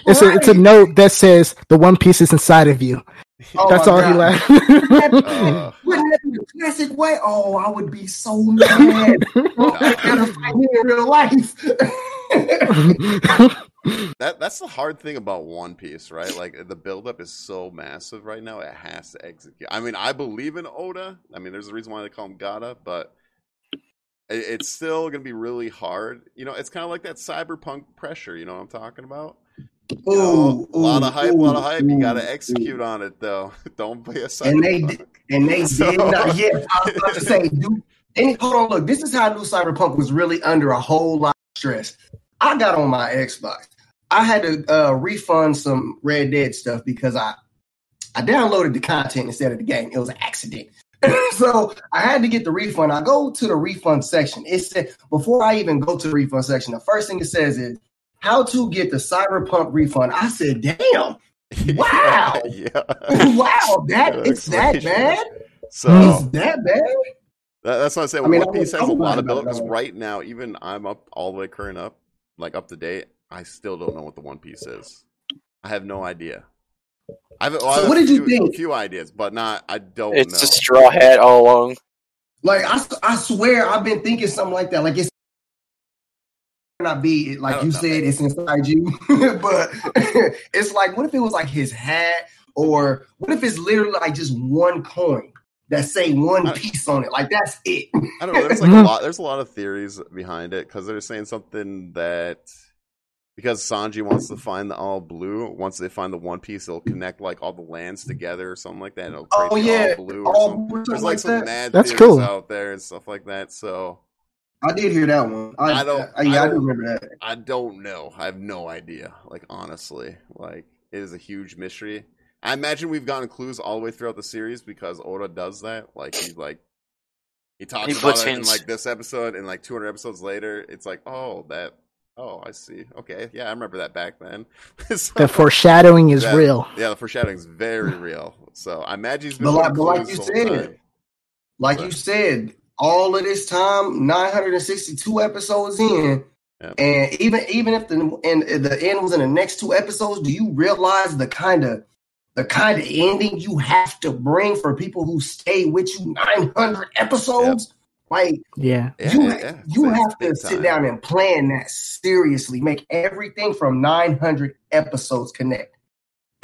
Speaker 3: it's, a, it's a note that says the One Piece is inside of you.
Speaker 4: Oh
Speaker 3: That's
Speaker 4: my
Speaker 3: all he
Speaker 4: God.
Speaker 3: laughed.
Speaker 2: Uh,
Speaker 4: Wouldn't that be the classic way? Oh, I would be so mad. Oh, I gotta fight him in real life.
Speaker 2: that that's the hard thing about One Piece, right? Like the buildup is so massive right now; it has to execute. I mean, I believe in Oda. I mean, there's a reason why they call him Gata, but it, it's still gonna be really hard. You know, it's kind of like that cyberpunk pressure. You know what I'm talking about? You know, a lot of hype, a lot of hype. you got to execute on it, though. Don't be a cyberpunk.
Speaker 4: And they did- And they
Speaker 2: So-
Speaker 4: did not. Yeah, I was about to say, dude. And hold on, look. This is how new Cyberpunk was really under a whole lot of stress. I got on my Xbox. I had to uh, refund some Red Dead stuff because I I downloaded the content instead of the game. It was an accident. so I had to get the refund. I go to the refund section. It said before I even go to the refund section, the first thing it says is how to get the Cyberpunk refund. I said, damn, Wow.
Speaker 2: yeah.
Speaker 4: wow, that it's that
Speaker 2: Explanation.
Speaker 4: bad.
Speaker 2: So
Speaker 4: It's that bad.
Speaker 2: That, that's what I'm saying.
Speaker 4: I mean,
Speaker 2: One
Speaker 4: I
Speaker 2: Piece
Speaker 4: was- I
Speaker 2: has a
Speaker 4: was
Speaker 2: lot
Speaker 4: glad
Speaker 2: of build
Speaker 4: about
Speaker 2: because
Speaker 4: that.
Speaker 2: right now, even I'm up all the way current up, like up to date. I still don't know what the One Piece is. I have no idea. I have, well, I
Speaker 4: So
Speaker 2: have
Speaker 4: what
Speaker 2: a
Speaker 4: did
Speaker 2: few-
Speaker 4: you think?
Speaker 2: A few ideas, but not. I don't
Speaker 1: It's
Speaker 2: know.
Speaker 1: a straw hat all along.
Speaker 4: Like I, s- I swear I've been thinking something like that. Like it's not be
Speaker 2: I
Speaker 4: like
Speaker 2: don't
Speaker 4: you
Speaker 2: know.
Speaker 4: said, it's inside you. but it's like, what if it was like his hat, or what if it's literally like just one coin that say one
Speaker 2: I-
Speaker 4: piece on it? Like that's it.
Speaker 2: I don't know. There's like a lot. There's a lot of theories behind it because they're saying something that because Sanji wants to find the all blue. Once they find the One Piece, they'll connect like all the lands together or something like that. And it'll create
Speaker 4: Oh,
Speaker 2: the
Speaker 4: yeah.
Speaker 2: all blue. Or something.
Speaker 4: All
Speaker 2: There's
Speaker 4: something
Speaker 2: like
Speaker 4: like
Speaker 2: some
Speaker 4: that.
Speaker 2: mad
Speaker 3: That's
Speaker 2: theories
Speaker 3: cool.
Speaker 2: out there and stuff like that. So
Speaker 4: I did hear that one. I,
Speaker 2: I don't-
Speaker 4: I,
Speaker 2: I
Speaker 4: yeah, I,
Speaker 2: don't-
Speaker 4: do remember that.
Speaker 2: I don't know. I have no idea. Like honestly, like it is a huge mystery. I imagine we've gotten clues all the way throughout the series because Oda does that. Like he like he talks
Speaker 1: He
Speaker 2: about
Speaker 1: puts
Speaker 2: it in
Speaker 1: hints.
Speaker 2: like this episode and like 200 episodes later, it's like oh that oh I see okay yeah I remember that back then. So-
Speaker 3: the foreshadowing is
Speaker 2: Yeah.
Speaker 3: real.
Speaker 2: yeah, the foreshadowing is very real. So I imagine he's been
Speaker 4: But like-
Speaker 2: putting
Speaker 4: but like
Speaker 2: clues
Speaker 4: you
Speaker 2: the
Speaker 4: said,
Speaker 2: whole time.
Speaker 4: Like you said, all of this time, nine hundred and sixty-two episodes in.
Speaker 2: Yep.
Speaker 4: And even even if the and the end was in the next two episodes, do you realize the kind of the kind of ending you have to bring for people who stay with you 900 episodes? Like
Speaker 3: Yeah.
Speaker 2: Yeah,
Speaker 4: you,
Speaker 2: yeah, yeah.
Speaker 4: you
Speaker 2: It's-
Speaker 4: have to
Speaker 2: it's big
Speaker 4: sit
Speaker 2: time.
Speaker 4: down and plan that seriously. Make everything from 900 episodes connect.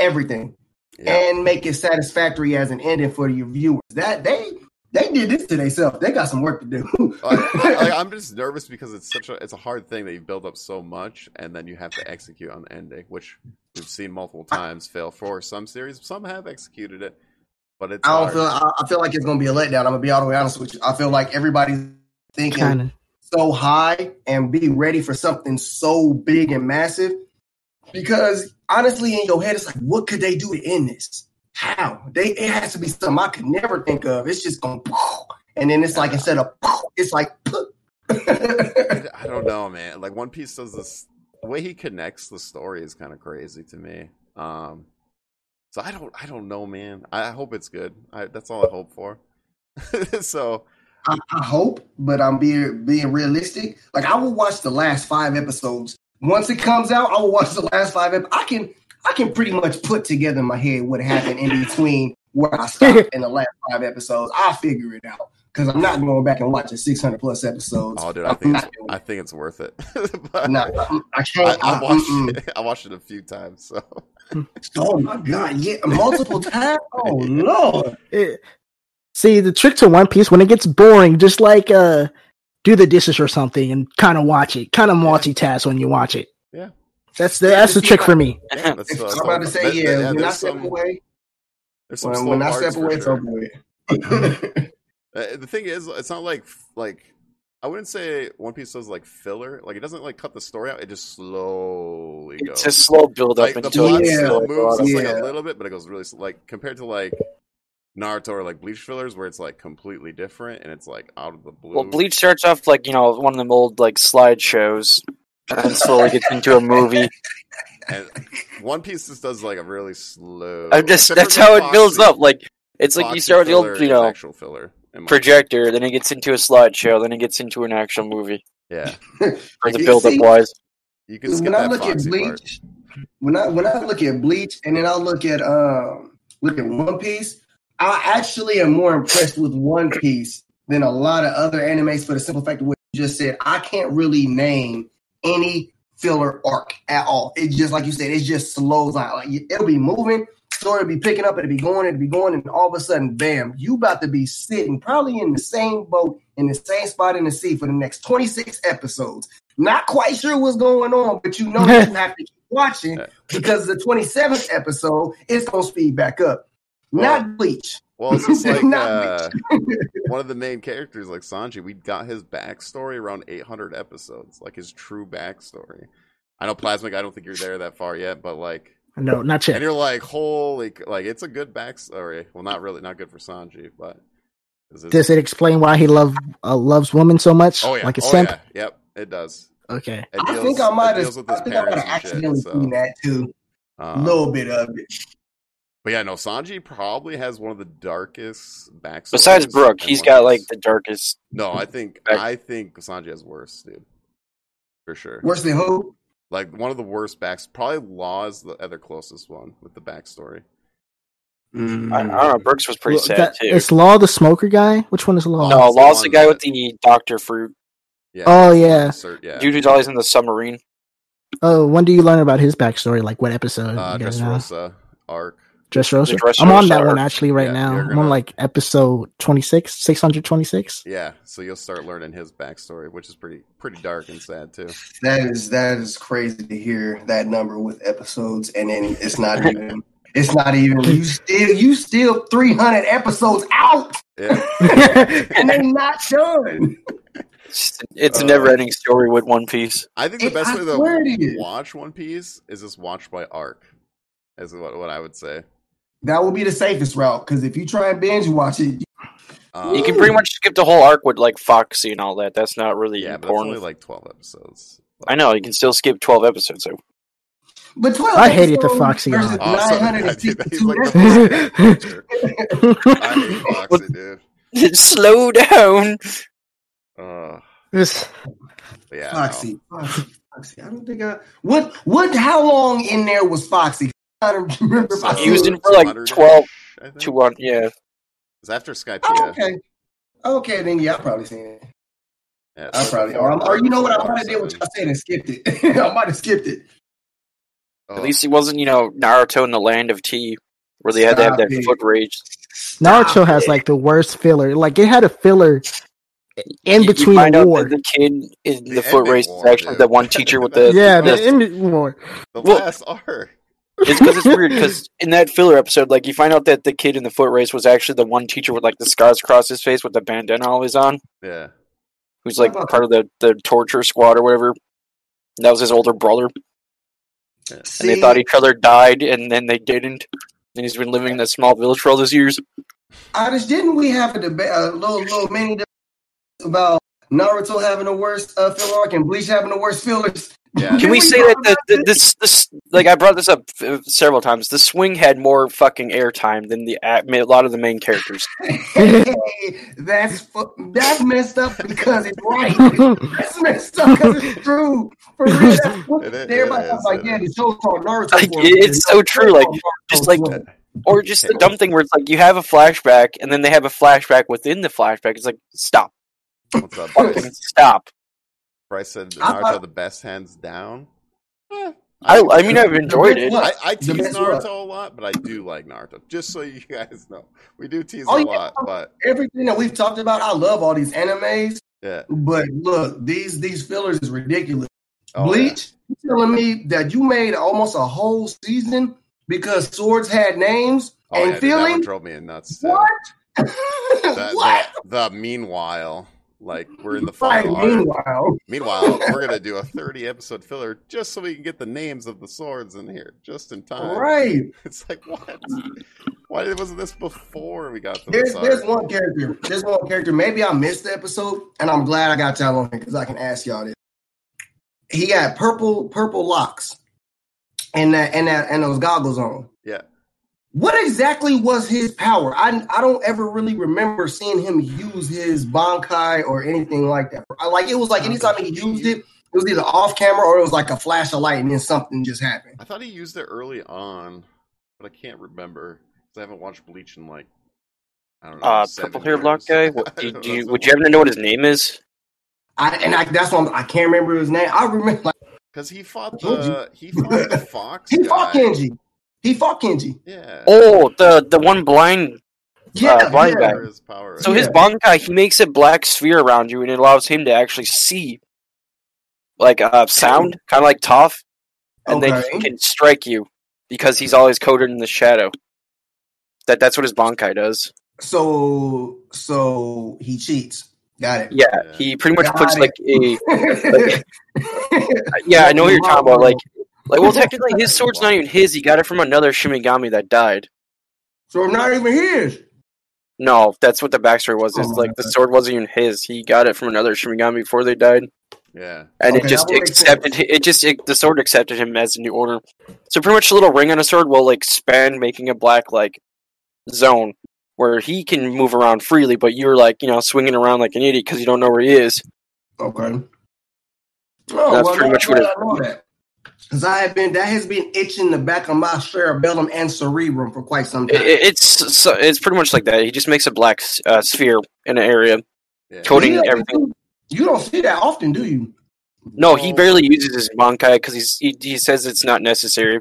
Speaker 4: Everything.
Speaker 2: Yeah.
Speaker 4: And make it satisfactory as an ending for your viewers. That they they did this to themselves. They got some work to do.
Speaker 2: like, like, I'm just nervous because it's such a it's a hard thing that you build up so much and then you have to execute on the ending, which we've seen multiple times fail for some series. Some have executed it, but it's
Speaker 4: I don't
Speaker 2: hard.
Speaker 4: feel. I, I feel like it's gonna be a letdown. I'm gonna be all the way honest with you. I feel like everybody's thinking
Speaker 3: Kind of.
Speaker 4: so high and be ready for something so big and massive. Because honestly, in your head, it's like, what could they do to end this? How? They it has to be something I could never think of. It's just going, and then it's like instead of, it's like,
Speaker 2: I- I don't know, man. Like One Piece does this the way he connects the story is kind of crazy to me. Um so I don't I don't know, man. I I hope it's good. I that's all I hope for. so
Speaker 4: I, I hope, but I'm being being realistic. Like I will watch the last five episodes. Once it comes out, I will watch the last five. Ep- I can I can pretty much put together in my head what happened in between where I stopped in the last five episodes. I'll figure it out because I'm not going back and watching 600 plus episodes.
Speaker 2: Oh dude, I
Speaker 4: I'm
Speaker 2: think
Speaker 4: not
Speaker 2: it's,
Speaker 4: doing
Speaker 2: I
Speaker 4: it.
Speaker 2: think it's worth it. But
Speaker 4: Nah, I'm- I
Speaker 2: I,
Speaker 4: can't. I,
Speaker 2: I watched
Speaker 4: mm-mm.
Speaker 2: it I watched it a few times, so
Speaker 4: Oh my god! Yeah, multiple times. Oh lord!
Speaker 3: It- Eh, see, the trick to One Piece when it gets boring, just like uh, do the dishes or something and kind of watch it, kind of multitask when you watch it.
Speaker 2: Yeah.
Speaker 3: That's the that's the trick for me.
Speaker 2: Yeah, that's what I was
Speaker 4: I'm about to
Speaker 2: talking
Speaker 4: say
Speaker 2: about. That-
Speaker 4: yeah.
Speaker 2: that-
Speaker 4: when I
Speaker 2: there's
Speaker 4: step
Speaker 2: some-
Speaker 4: away,
Speaker 2: there's some
Speaker 4: when,
Speaker 2: slow
Speaker 4: when I
Speaker 2: parts
Speaker 4: step
Speaker 2: for
Speaker 4: away, it's
Speaker 2: sure.
Speaker 4: over with.
Speaker 2: Uh, the thing is, it's not like like I wouldn't say One Piece does like filler. Like it doesn't like cut the story out. It just slowly
Speaker 1: It's
Speaker 2: goes.
Speaker 1: a slow build up
Speaker 2: Like the
Speaker 1: until
Speaker 2: plot
Speaker 1: it's uh,
Speaker 4: Yeah.
Speaker 2: still
Speaker 1: like,
Speaker 2: moves just like
Speaker 4: Yeah.
Speaker 2: a little bit, but it goes really s- like compared to like Naruto or like Bleach fillers, where it's like completely different and it's like out of the blue.
Speaker 1: Well, Bleach starts off like you know one of them old like slideshows, and then slowly gets into a movie.
Speaker 2: And One Piece just does like a really slow.
Speaker 1: I'm just
Speaker 2: except for
Speaker 1: that's
Speaker 2: the
Speaker 1: how it builds
Speaker 2: Foxy-
Speaker 1: up. Like it's like you
Speaker 2: Foxy
Speaker 1: start with the
Speaker 2: filler
Speaker 1: old you
Speaker 2: is
Speaker 1: know
Speaker 2: actual filler. in my-
Speaker 1: projector, then it gets into a slideshow, then it gets into an actual movie.
Speaker 2: Yeah,
Speaker 1: For the
Speaker 4: You
Speaker 1: build up
Speaker 4: see-
Speaker 1: wise,
Speaker 2: you can skip
Speaker 4: when I
Speaker 2: that
Speaker 4: look at
Speaker 2: Foxy part.
Speaker 4: bleach, when I when I look at bleach, and then I look at um, look at One Piece, I actually am more impressed with One Piece than a lot of other animes for the simple fact of what you just said. I can't really name any filler arc at all. It's just like you said, it's just slows out. Like it'll be moving, story will be picking up, it'll be going, it'll be going, and all of a sudden, bam, you about to be sitting probably in the same boat in the same spot in the sea for the next 26 episodes. Not quite sure what's going on, but you know you have to keep watching because the 27th episode it's gonna speed back up.
Speaker 2: Well-
Speaker 4: Not bleach.
Speaker 2: Well, it's just like
Speaker 4: Not
Speaker 2: uh, one of the main characters, like Sanji. We got his backstory around 800 episodes, like his true backstory. I know Plasmic. I don't think you're there that far yet, but like,
Speaker 3: No, not
Speaker 2: and
Speaker 3: yet.
Speaker 2: you're like, holy, c- like it's a good backstory. Well, not really, not good for Sanji, but is it-
Speaker 3: Does it explain why he love uh, loves women so much?
Speaker 2: oh yeah,
Speaker 3: Like a
Speaker 2: oh,
Speaker 3: simp.
Speaker 2: yeah, yep, it does.
Speaker 3: Okay.
Speaker 2: It
Speaker 4: I think I
Speaker 2: deals-
Speaker 4: might
Speaker 2: it deals
Speaker 4: have.
Speaker 2: with
Speaker 4: I
Speaker 2: his
Speaker 4: think I
Speaker 2: parents
Speaker 4: might have
Speaker 2: and shit,
Speaker 4: accidentally
Speaker 2: so,
Speaker 4: seen that too. A
Speaker 2: um,
Speaker 4: little bit of it.
Speaker 2: But yeah, no, Sanji probably has one of the darkest backstories.
Speaker 1: Besides Brooke,
Speaker 2: and
Speaker 1: he's
Speaker 2: one of
Speaker 1: got like
Speaker 2: those-
Speaker 1: the darkest.
Speaker 2: No, I think
Speaker 1: Back-
Speaker 2: I think Sanji has worse, dude. For sure.
Speaker 4: Worse than who?
Speaker 2: Like one of the worst backs probably Law is the other closest one with the backstory.
Speaker 1: I, I
Speaker 2: mm.
Speaker 1: don't know. Brooks was pretty
Speaker 3: Well,
Speaker 1: sad
Speaker 3: that-
Speaker 1: too.
Speaker 3: It's Law the smoker guy. Which one is Law?
Speaker 1: No,
Speaker 2: it's the
Speaker 1: Law's the
Speaker 2: one
Speaker 1: guy
Speaker 2: that-
Speaker 1: with the doctor for
Speaker 2: Yeah.
Speaker 3: Oh,
Speaker 2: it's the
Speaker 3: yeah.
Speaker 2: insert- yeah.
Speaker 1: dude who's always in the submarine.
Speaker 3: Oh, when do you learn about his backstory? Like what episode?
Speaker 2: uh
Speaker 3: you guys
Speaker 2: Dressrosa arc.
Speaker 3: Dress
Speaker 1: The
Speaker 3: Rosa.
Speaker 1: Dressrosa
Speaker 3: I'm on that one
Speaker 1: arc.
Speaker 3: actually right
Speaker 2: Yeah,
Speaker 3: now.
Speaker 2: you're
Speaker 3: I'm
Speaker 2: gonna-
Speaker 3: on like episode 26, 626.
Speaker 2: Yeah, so you'll start learning his backstory, which is pretty pretty dark and sad too.
Speaker 4: That is that is crazy to hear that number with episodes, and then it's not even. It's not even. You still you still three hundred episodes out,
Speaker 2: Yeah.
Speaker 4: and they're not done.
Speaker 1: It's, it's
Speaker 2: Uh,
Speaker 1: a never-ending story with One Piece.
Speaker 2: I think the
Speaker 4: It-
Speaker 2: best
Speaker 4: I
Speaker 2: way
Speaker 4: swear it
Speaker 2: to
Speaker 4: is.
Speaker 2: watch One Piece is just watch by arc. Is what what I would say.
Speaker 4: That would be the safest route because if you try and binge watch it,
Speaker 2: Um,
Speaker 1: you can pretty much skip the whole arc with like Foxy and all that. That's not really
Speaker 2: Yeah, but that's
Speaker 1: important.
Speaker 2: only like twelve episodes.
Speaker 1: I know you can still skip twelve episodes. So.
Speaker 4: but twelve.
Speaker 3: I hated the
Speaker 4: episodes
Speaker 3: Foxy
Speaker 4: versus
Speaker 3: arc.
Speaker 2: Oh, sorry,
Speaker 4: nine hundred
Speaker 2: I
Speaker 4: and
Speaker 2: did that. He's like,
Speaker 4: fifty-two.
Speaker 2: the most character. I hate Foxy, dude.
Speaker 1: Slow down.
Speaker 2: Ugh.
Speaker 3: This-
Speaker 2: Uh, But yeah, no.
Speaker 4: Foxy, Foxy, Foxy. I don't think I. What? What? How long in there was Foxy? I don't remember.
Speaker 2: So,
Speaker 1: I
Speaker 4: Foxy.
Speaker 1: used it for, like,
Speaker 2: 200-ish,
Speaker 1: 12
Speaker 2: I think.
Speaker 1: Two one. Yeah,
Speaker 2: It's after Skype.
Speaker 4: Oh, okay. Okay, then yeah, I probably seen it.
Speaker 2: Yeah,
Speaker 4: I
Speaker 2: so
Speaker 4: probably.
Speaker 2: before
Speaker 4: Or, I'm- or you know what? I
Speaker 2: Water
Speaker 4: might have did what
Speaker 2: Seven.
Speaker 4: y'all said and skipped it. I might have skipped it.
Speaker 2: Oh,
Speaker 1: at least he wasn't you know Naruto in the land of tea, where they had to have
Speaker 4: Stop
Speaker 1: that
Speaker 4: it.
Speaker 1: foot rage.
Speaker 3: Naruto
Speaker 4: Stop
Speaker 3: has
Speaker 4: it.
Speaker 3: like the worst filler. Like it had a filler
Speaker 1: You-
Speaker 3: in
Speaker 1: you
Speaker 3: between
Speaker 1: find
Speaker 3: a
Speaker 1: out
Speaker 3: war.
Speaker 1: that the kid in
Speaker 2: The
Speaker 1: the, foot
Speaker 2: epic
Speaker 1: race
Speaker 2: war,
Speaker 1: is actually
Speaker 2: dude.
Speaker 1: the one teacher with the
Speaker 3: yeah,
Speaker 1: the-
Speaker 3: the end war.
Speaker 2: the
Speaker 1: well-
Speaker 2: last arc.
Speaker 1: It's because it's weird. Because in that filler episode, like you find out that the kid in the foot race was actually the one teacher with like the scars across his face with the bandana always on,
Speaker 2: Yeah,
Speaker 1: who's like part of the the torture squad or whatever. And That was his older brother, and they
Speaker 4: See,
Speaker 1: thought each other died, and then they didn't. And he's been living in that small village for all those years.
Speaker 4: I just didn't we have a debate, a little, little mini debate about Naruto having the worst uh, filler arc and Bleach having the worst fillers?
Speaker 2: yeah.
Speaker 1: Can we say
Speaker 4: talk
Speaker 1: that the, the, this this like I brought this up uh, several times? The swing had more fucking airtime than the a a lot of the main characters.
Speaker 4: Hey, that's fu- that's messed up because it's right. That's messed up because it's true. For real, that's what-
Speaker 2: It is,
Speaker 4: everybody
Speaker 2: it
Speaker 4: was
Speaker 2: is,
Speaker 4: like,
Speaker 2: it
Speaker 4: "Yeah, the
Speaker 2: is.
Speaker 4: show's called Naruto."
Speaker 1: Like,
Speaker 4: for a
Speaker 1: it-
Speaker 4: reason.
Speaker 1: it's so true, like, just like- Or just the dumb thing where it's like you have a flashback and then they have a flashback within the flashback. It's like stop,
Speaker 2: What's up,
Speaker 1: fucking
Speaker 2: Bryce?
Speaker 1: stop.
Speaker 2: Bryce said
Speaker 4: I thought-
Speaker 2: Naruto the best hands down. Eh,
Speaker 1: I I mean I've enjoyed it.
Speaker 2: I, I tease
Speaker 4: The best
Speaker 2: Naruto
Speaker 4: what?
Speaker 2: a lot, but I do like Naruto. Just so you guys know, we do tease
Speaker 4: Oh,
Speaker 2: a
Speaker 4: yeah.
Speaker 2: lot, but
Speaker 4: everything that we've talked about. I love all these animes,
Speaker 2: yeah.
Speaker 4: but look, these these fillers is ridiculous.
Speaker 2: Oh,
Speaker 4: Bleach, you telling me that you made almost a whole season because swords had names
Speaker 2: Yeah. Oh,
Speaker 4: and
Speaker 2: yeah, dude, that one
Speaker 4: feelings?
Speaker 2: drove me nuts. Too.
Speaker 4: What?
Speaker 2: That-
Speaker 4: what?
Speaker 2: The, the meanwhile, like we're in the
Speaker 4: Right,
Speaker 2: final arc.
Speaker 4: meanwhile,
Speaker 2: Meanwhile, we're gonna do a 30 episode filler just so we can get the names of the swords in here just in time.
Speaker 4: right.
Speaker 2: It's like what? Why wasn't this before we got to
Speaker 4: There's
Speaker 2: this?
Speaker 4: there's
Speaker 2: arc?
Speaker 4: one character. There's one character. Maybe I missed the episode, and I'm glad I got y'all on here because I can ask y'all this. He had purple purple locks, and that and that and those goggles on.
Speaker 2: Yeah.
Speaker 4: What exactly was his power? I I don't ever really remember seeing him use his bankai or anything like that. I, like it was like anytime he used it, it was either off camera or it was like a flash of light, and then something just happened.
Speaker 2: I thought he used it early on, but I can't remember. I haven't watched Bleach in like I don't know.
Speaker 1: Uh,
Speaker 2: seven
Speaker 1: purple hair block guy.
Speaker 2: years.
Speaker 1: What, do, you- do you,
Speaker 2: That's
Speaker 1: would you happen to know what his name is?
Speaker 4: I and I that's why I'm, I can't remember his name. I remember like,
Speaker 2: Because he fought
Speaker 4: told
Speaker 2: the he fought the fox.
Speaker 4: he
Speaker 2: guy.
Speaker 4: fought Kenji. He fought Kenji.
Speaker 2: Uh, Yeah.
Speaker 1: Oh, the the one blind.
Speaker 4: Yeah,
Speaker 1: Blind
Speaker 4: yeah.
Speaker 1: Guy.
Speaker 2: Power is power.
Speaker 1: So
Speaker 2: right?
Speaker 1: his bankai, he makes a black sphere around you, and it allows him to actually see, like uh, sound, kind of like Toph, and then
Speaker 4: Okay.
Speaker 1: he can strike you because he's always coated in the shadow. That that's what his bankai does.
Speaker 4: So so he cheats. Got it.
Speaker 1: Yeah,
Speaker 2: Yeah.
Speaker 1: he pretty much
Speaker 4: Got
Speaker 1: puts
Speaker 4: it.
Speaker 1: like a yeah. I know what you're talking about. Like like well, technically his sword's not even his. He got it from another Shimigami that died.
Speaker 4: so I'm not even his.
Speaker 1: No, that's what the backstory was. It's
Speaker 4: Oh my
Speaker 1: like the sword wasn't even his. He got it from another Shimigami before they died,
Speaker 2: Yeah.
Speaker 1: and
Speaker 4: Okay,
Speaker 1: it just
Speaker 4: that would make
Speaker 1: accepted. It just it, the sword accepted him as a new order. So pretty much, the little ring on a sword will like span, making a black like zone where he can move around freely, but you're like you know swinging around like an idiot because you don't know where he is.
Speaker 4: Okay. Oh,
Speaker 1: That's pretty much what it-
Speaker 4: Because I have been that has been itching the back of my cerebellum and cerebrum for quite some
Speaker 1: It,
Speaker 4: time.
Speaker 1: it- it's so, it's pretty much like that. He just makes a black s- uh, sphere in an area. Cody-
Speaker 2: yeah.
Speaker 1: putting
Speaker 4: You don't-
Speaker 1: everything-
Speaker 4: You don't see that often, do you?
Speaker 1: No, he
Speaker 2: Well,
Speaker 4: Oh.
Speaker 1: barely uses his bankai because he he says it's not necessary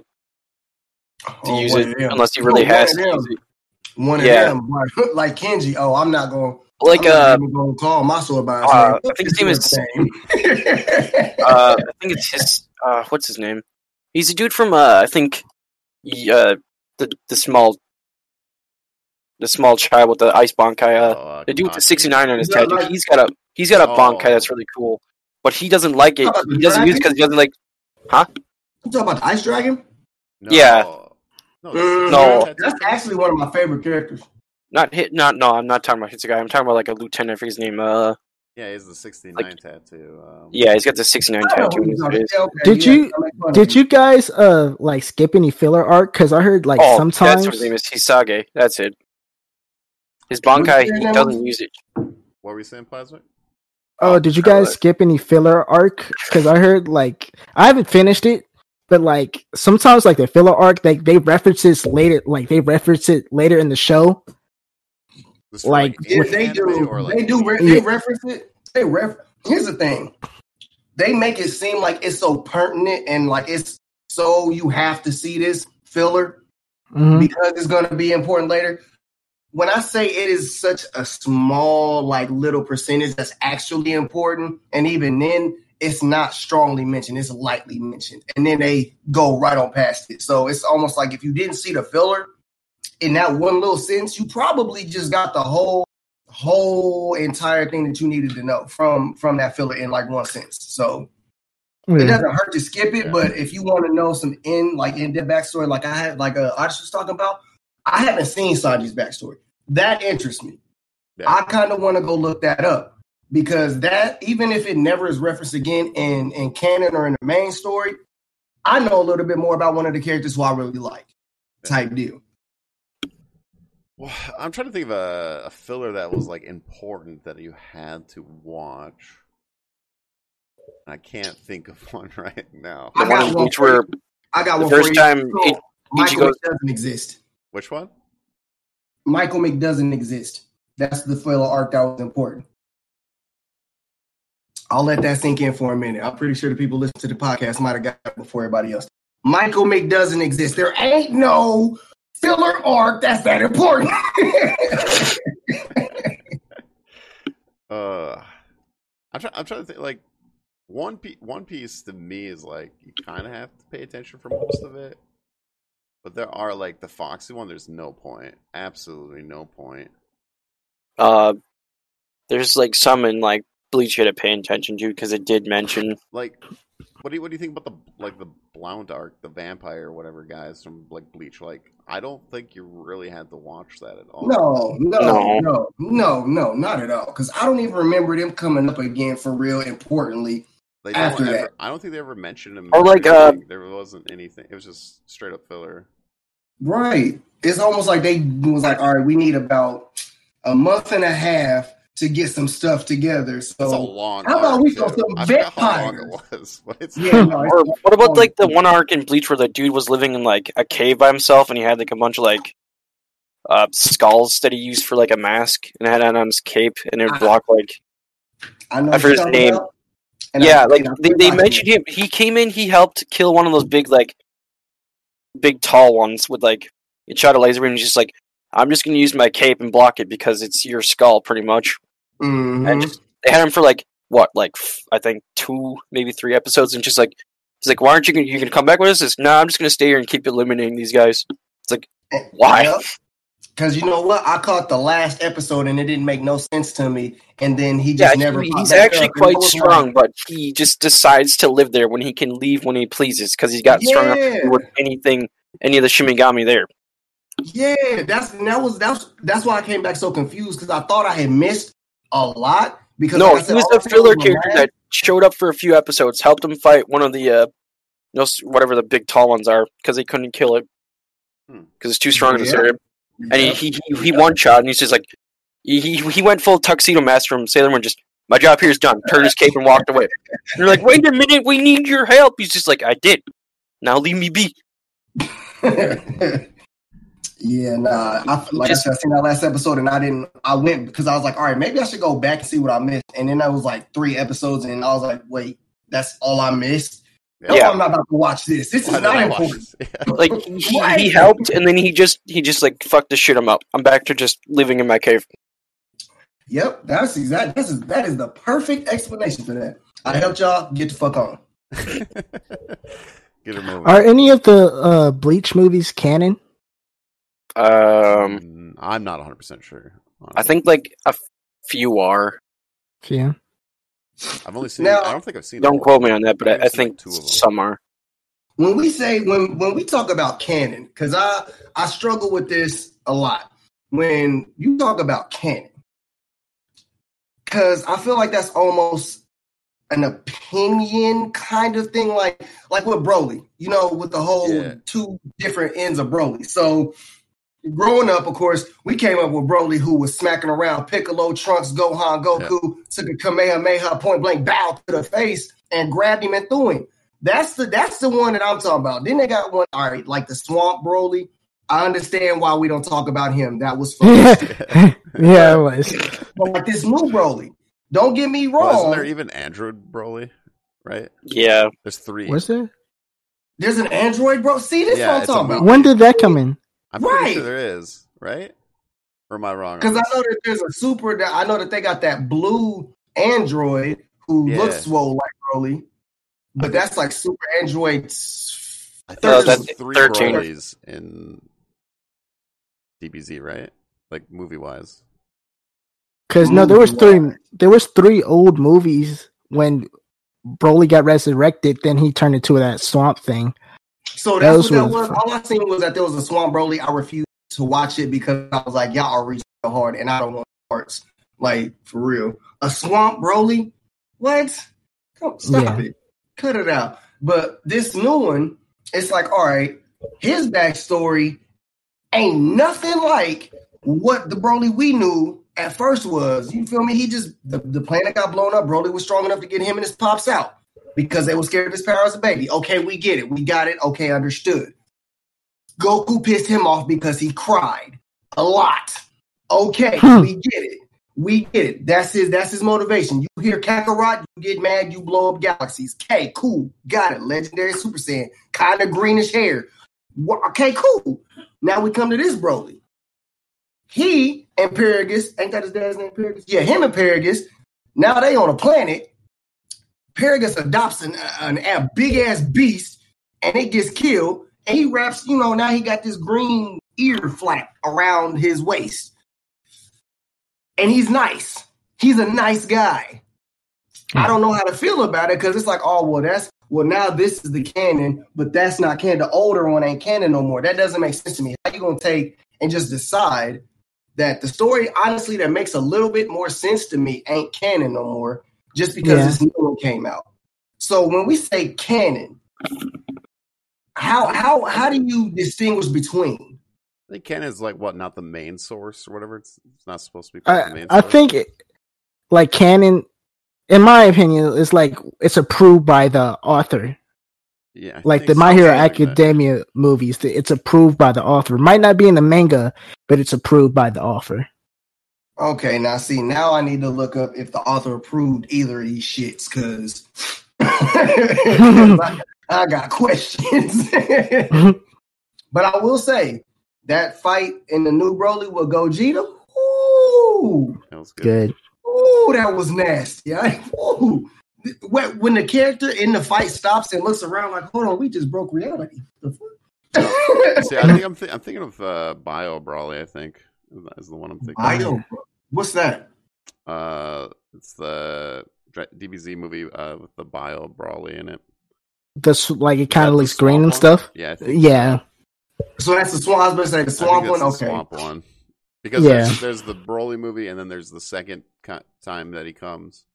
Speaker 1: to
Speaker 4: Oh,
Speaker 1: use
Speaker 4: one
Speaker 1: it
Speaker 4: of them.
Speaker 1: unless he
Speaker 4: You
Speaker 1: really
Speaker 4: know, one
Speaker 1: has
Speaker 4: of
Speaker 1: to
Speaker 4: them-
Speaker 1: use it.
Speaker 4: One of
Speaker 1: Yeah.
Speaker 4: them, like, like Kenji. Oh, I'm not going.
Speaker 1: Like
Speaker 4: I'm not
Speaker 1: uh,
Speaker 4: even gonna call my sword by his
Speaker 1: uh,
Speaker 4: name.
Speaker 1: I think his name is-
Speaker 4: name.
Speaker 1: uh, I think it's his. Uh, what's his name? He's a dude from uh, I think, y- uh, the the small, the small child with the ice bankai. Uh,
Speaker 2: uh,
Speaker 1: the dude with the
Speaker 2: Kaki.
Speaker 1: sixty nine on his
Speaker 4: Yeah,
Speaker 1: tattoo.
Speaker 4: like-
Speaker 1: He's got a he's got a
Speaker 2: Oh.
Speaker 1: bankai that's really cool, but he doesn't like it.
Speaker 4: about the
Speaker 1: He doesn't use it
Speaker 4: Oh,
Speaker 1: because
Speaker 4: dragon?
Speaker 1: he doesn't like.
Speaker 4: You talking about the Ice Dragon?
Speaker 2: No.
Speaker 1: Yeah.
Speaker 2: No.
Speaker 1: No.
Speaker 2: that's-
Speaker 4: that's actually one of my favorite characters.
Speaker 1: Not hit, not no. I'm not talking about Hitsugai. I'm talking about like a lieutenant. For his name, uh,
Speaker 2: Yeah, he's the 69 tattoo. Um,
Speaker 1: yeah, he's got the sixty nine
Speaker 4: I don't
Speaker 1: tattoo.
Speaker 4: know
Speaker 1: on
Speaker 4: who
Speaker 1: his
Speaker 4: you're
Speaker 1: face.
Speaker 4: talking about. Okay,
Speaker 3: Did
Speaker 4: yeah,
Speaker 3: you-
Speaker 4: I make fun of
Speaker 3: Did you guys uh like skip any filler arc? Because I heard like
Speaker 1: oh,
Speaker 3: sometimes
Speaker 1: that's what his name is. Hisage. That's it. His bankai,
Speaker 4: his
Speaker 1: he
Speaker 4: name
Speaker 1: doesn't use it.
Speaker 2: What were you saying, Plasmic?
Speaker 3: Oh, did you guys skip any filler arc? Because I heard like I haven't finished it, but like sometimes like the filler arc, like they reference this later, like they reference it later in the show.
Speaker 2: This
Speaker 3: Like,
Speaker 2: in
Speaker 4: Yeah, they
Speaker 2: anime
Speaker 4: do.
Speaker 2: or, like,
Speaker 4: they do. Re-
Speaker 3: Yeah.
Speaker 4: They reference it. They ref. Here's the thing. They make it seem like it's so pertinent and like it's so you have to see this filler
Speaker 3: Mhm.
Speaker 4: because it's going to be important later. When I say it is such a small, like little percentage that's actually important, and even then, it's not strongly mentioned. It's lightly mentioned, and then they go right on past it. So it's almost like if you didn't see the filler, in that one little sentence, you probably just got the whole whole entire thing that you needed to know from from that filler in like one sentence. So
Speaker 1: Hmm.
Speaker 4: it
Speaker 3: Yeah.
Speaker 4: doesn't hurt to skip it, but if you want to know some in like in depth backstory, like I had like uh, I was talking about, I haven't seen Sanji's backstory. That interests me.
Speaker 2: Yeah.
Speaker 4: I kind of want to go look that up because that even if it never is referenced again in in canon or in the main story, I know a little bit more about one of the characters who I really like. Type deal.
Speaker 2: Well, I'm trying to think of a, a filler that was like important that you had to watch. I can't think of one right now.
Speaker 1: The
Speaker 4: I got
Speaker 1: one in
Speaker 4: one
Speaker 1: Bleach
Speaker 4: for you.
Speaker 1: where
Speaker 4: I got
Speaker 1: The
Speaker 4: one
Speaker 1: first
Speaker 4: for you.
Speaker 1: time
Speaker 4: So,
Speaker 1: it-
Speaker 4: Michael
Speaker 1: Ichigo-
Speaker 4: Mc doesn't exist.
Speaker 2: Which one?
Speaker 4: Michael Mc doesn't exist. That's the filler arc that was important. I'll let that sink in for a minute. I'm pretty sure the people listening to the podcast might have got it before everybody else. Michael Mc doesn't exist. There ain't no filler arc that's that important.
Speaker 2: Uh, I'm, try- I'm trying to think. Like one piece. One piece to me is like you kind of have to pay attention for most of it. But there are like the Foxy one. There's no point. Absolutely no point.
Speaker 1: uh, there's like some in like Bleach you had to pay attention to because it did mention
Speaker 2: Like, what do you what do you think about the like the Blound arc, the vampire, whatever guys from like Bleach? Like, I don't think you really had to watch that at all.
Speaker 4: no,
Speaker 1: No.
Speaker 4: no, no, no, no, not at all. Because I don't even remember them coming up again for real. Importantly,
Speaker 2: They
Speaker 4: After
Speaker 2: don't
Speaker 4: that.
Speaker 2: ever, I don't think they ever mentioned him.
Speaker 1: Or
Speaker 2: in
Speaker 1: like, uh,
Speaker 2: anything. there wasn't anything. It was just straight up filler.
Speaker 4: Right. It's almost like they was like, all right, we need about a month and a half to get some stuff together.
Speaker 2: That's a
Speaker 4: So
Speaker 2: long.
Speaker 4: How about
Speaker 2: arc,
Speaker 4: we
Speaker 2: too.
Speaker 4: go to
Speaker 2: I forgot how long
Speaker 4: vampires?
Speaker 2: it was, but it's
Speaker 4: yeah, no,
Speaker 1: Or
Speaker 4: it's-
Speaker 1: what about like the one arc in Bleach where the dude was living in like a cave by himself and he had like a bunch of like uh, skulls that he used for like a mask and had on his cape, and
Speaker 4: Ah.
Speaker 1: it would block like
Speaker 4: I know
Speaker 1: I forget
Speaker 4: what
Speaker 1: his
Speaker 4: you're
Speaker 1: name.
Speaker 4: talking about, and
Speaker 1: yeah,
Speaker 4: I-
Speaker 1: like
Speaker 4: and I
Speaker 1: they,
Speaker 4: think
Speaker 1: they
Speaker 4: I-
Speaker 1: mentioned him. He came in. He helped kill one of those big, like, big tall ones with like it shot a laser beam. and He's just like, I'm just gonna use my cape and block it because it's your skull, pretty much.
Speaker 4: Mhm.
Speaker 1: And just, they had him for like what, like f- I think two, maybe three episodes, and just like he's like, why aren't you gonna you gonna come back with us? It's, nah, I'm just gonna stay here and keep eliminating these guys. It's like why?
Speaker 4: Yep. Eh, Cause you know what? I caught the last episode and it didn't make no sense to me. And then he
Speaker 1: Yeah,
Speaker 4: just
Speaker 1: he-
Speaker 4: never. popped
Speaker 1: he's
Speaker 4: back
Speaker 1: actually
Speaker 4: up. And I
Speaker 1: quite
Speaker 4: was like,
Speaker 1: strong, but he just decides to live there when he can leave when he pleases because he's gotten strong enough to
Speaker 4: Yeah.
Speaker 1: do with anything, any of the Shimigami there.
Speaker 4: yeah, that's and that was that's that's why I came back so confused because I thought I had missed a lot. Because
Speaker 1: No,
Speaker 4: like I
Speaker 1: he
Speaker 4: said,
Speaker 1: was
Speaker 4: all
Speaker 1: the
Speaker 4: I saw
Speaker 1: filler
Speaker 4: was
Speaker 1: character
Speaker 4: Malav.
Speaker 1: that showed up for a few episodes, helped him fight one of the, uh, no, s- whatever the big tall ones are, because he couldn't kill it
Speaker 2: Hmm.
Speaker 1: because it's too strong in this
Speaker 4: Yeah.
Speaker 1: area. And he
Speaker 4: Yep.
Speaker 1: he, he, he one shot, and he's just like, he, he he went full tuxedo master from Sailor Moon. Just my job here is done. Turned his cape and walked away. And you're like, wait a minute, we need your help. He's just like, I did. Now leave me be.
Speaker 4: yeah, nah. I, like
Speaker 1: Just-
Speaker 4: I said, I seen that last episode and I didn't. I went because I was like, all right, maybe I should go back and see what I missed. And then I was like three episodes and I was like, wait, that's all I missed. No,
Speaker 1: Yeah.
Speaker 4: I'm not about to watch this. This
Speaker 2: Why
Speaker 4: is
Speaker 2: did
Speaker 4: not
Speaker 2: I watch
Speaker 4: important.
Speaker 2: this? Yeah.
Speaker 1: Like he,
Speaker 4: Why?
Speaker 1: he helped, and then he just he just like fucked the shit him up. I'm back to just living in my cave.
Speaker 4: Yep, that's exact. This is that is the perfect explanation for that. I helped y'all get the fuck on.
Speaker 2: Get her moving.
Speaker 3: Are any of the uh, Bleach movies canon?
Speaker 1: Um.
Speaker 2: Mm, I'm not 100 percent sure.
Speaker 1: I
Speaker 2: honestly.
Speaker 1: think like a f- few are.
Speaker 3: Yeah.
Speaker 2: I've only seen.
Speaker 4: Now-
Speaker 2: I don't think I've seen.
Speaker 1: Don't quote me on that, but I, I
Speaker 2: I've seen,
Speaker 1: think
Speaker 2: like, two of 'em.
Speaker 1: some are.
Speaker 4: When we say when when we talk about canon, because I I struggle with this a lot. When you talk about canon, because I feel like that's almost an opinion kind of thing, like like with Broly, you know, with the whole
Speaker 2: Yeah.
Speaker 4: two different ends of Broly. So growing up, of course, we came up with Broly who was smacking around Piccolo, Trunks, Gohan, Goku, took a Kamehameha point blank bow to the face and grabbed him and threw him. That's the that's the one that I'm talking about. Then they got one, all right, like the Swamp Broly. I understand why we don't talk about him. That was fun.
Speaker 3: yeah,
Speaker 1: Uh,
Speaker 3: it was.
Speaker 4: but like this new Broly, don't get me
Speaker 2: Well,
Speaker 4: wrong.
Speaker 2: isn't there even Android Broly? Right?
Speaker 1: Yeah,
Speaker 2: There's three.
Speaker 3: Was there?
Speaker 4: There's an Android bro. See, this
Speaker 2: Yeah,
Speaker 4: is
Speaker 2: it's a
Speaker 4: what I'm talking about.
Speaker 3: When did that come in?
Speaker 2: I'm pretty sure
Speaker 4: Right.
Speaker 2: there is. Right? Or am I wrong? on
Speaker 4: Because I
Speaker 2: this?
Speaker 4: know that there's a super. that- I know that they got that blue Android who
Speaker 2: Yeah.
Speaker 4: looks swole like Broly, but that's like super Android. s-
Speaker 2: I think
Speaker 1: No,
Speaker 2: there's
Speaker 1: that's
Speaker 2: three
Speaker 1: 13.
Speaker 2: Brolys in DBZ, right? Like movie wise.
Speaker 3: Because no, there was three. There was three old movies when Broly got resurrected. Then he turned into that swamp thing.
Speaker 4: So
Speaker 3: That
Speaker 4: that's
Speaker 3: was
Speaker 4: what that
Speaker 3: what-
Speaker 4: was. All I seen was that there was a Swamp Broly. I refused to watch it because I was like, y'all are reaching so hard, and I don't want parts. Like for real, a Swamp Broly. What? Come stop
Speaker 3: Yeah.
Speaker 4: it. Cut it out. But this new one, it's like, all right, his backstory ain't nothing like what the Broly we knew at first was. You feel me? He just the, the planet got blown up. Broly was strong enough to get him and his pops out because they were scared of his power as a baby. Okay, we get it. We got it. Okay, understood. Goku pissed him off because he cried a lot. Okay,
Speaker 3: Hmm.
Speaker 4: we get it. We get it. That's his. That's his motivation. You hear Kakarot, you get mad, you blow up galaxies. Okay, cool, got it. Legendary Super Saiyan, kind of greenish hair. Wha- Okay, cool. Now we come to this Broly. He and Paragus, ain't that his dad's name? Paragus. Yeah, him and Paragus. Now they on a planet. Paragus adopts an, an, a big ass beast, and it gets killed. And he wraps, you know, now he got this green ear flap around his waist, and he's nice. He's a nice guy. I don't know how to feel about it because it's like, oh well, that's well now this is the canon, but that's not canon. The older one ain't canon no more. That doesn't make sense to me. How you gonna take and just decide that the story, honestly, that makes a little bit more sense to me ain't canon no more just because
Speaker 3: Yeah.
Speaker 4: this new one came out. So when we say canon, how how how do you distinguish between?
Speaker 2: I think Ken is like what, not the main source or whatever. It's, it's not supposed to be called the
Speaker 3: I
Speaker 2: main
Speaker 3: I
Speaker 2: source.
Speaker 3: think it, like canon, in my opinion, is like it's approved by the author.
Speaker 2: Yeah, I
Speaker 3: like the
Speaker 2: think
Speaker 3: My
Speaker 2: something
Speaker 3: Hero
Speaker 2: like that.
Speaker 3: Academia movies. th- It's approved by the author. Might not be in the manga, but it's approved by the author.
Speaker 4: Okay, now see, now I need to look up if the author approved either of these shits, cause 'cause I, I got questions. but I will say that fight in the new Broly with Gogeta, ooh,
Speaker 2: That was good.
Speaker 3: Good.
Speaker 4: ooh, that was nasty. I, ooh. When when the character in the fight stops and looks around like, hold on, we just broke reality. The fuck?
Speaker 2: See, I think I'm, th- I'm thinking of uh, Bio Brawley. I think is- is the one I'm thinking. of.
Speaker 4: Bio, what's that?
Speaker 2: Uh, it's the Dra- DBZ movie uh, with the Bio Brawley in it.
Speaker 3: That's like it
Speaker 2: Is that
Speaker 3: kind
Speaker 2: the
Speaker 3: of looks
Speaker 2: swamp
Speaker 3: green and
Speaker 2: one?
Speaker 3: stuff.
Speaker 2: Yeah, I think,
Speaker 3: Yeah,
Speaker 4: So that's the swamp. I was about to say the
Speaker 2: I think
Speaker 4: swamp
Speaker 2: that's
Speaker 4: one.
Speaker 2: the
Speaker 4: Okay.
Speaker 2: Swamp one. Because there's, there's the Broly movie, and then there's the second co- time that he comes,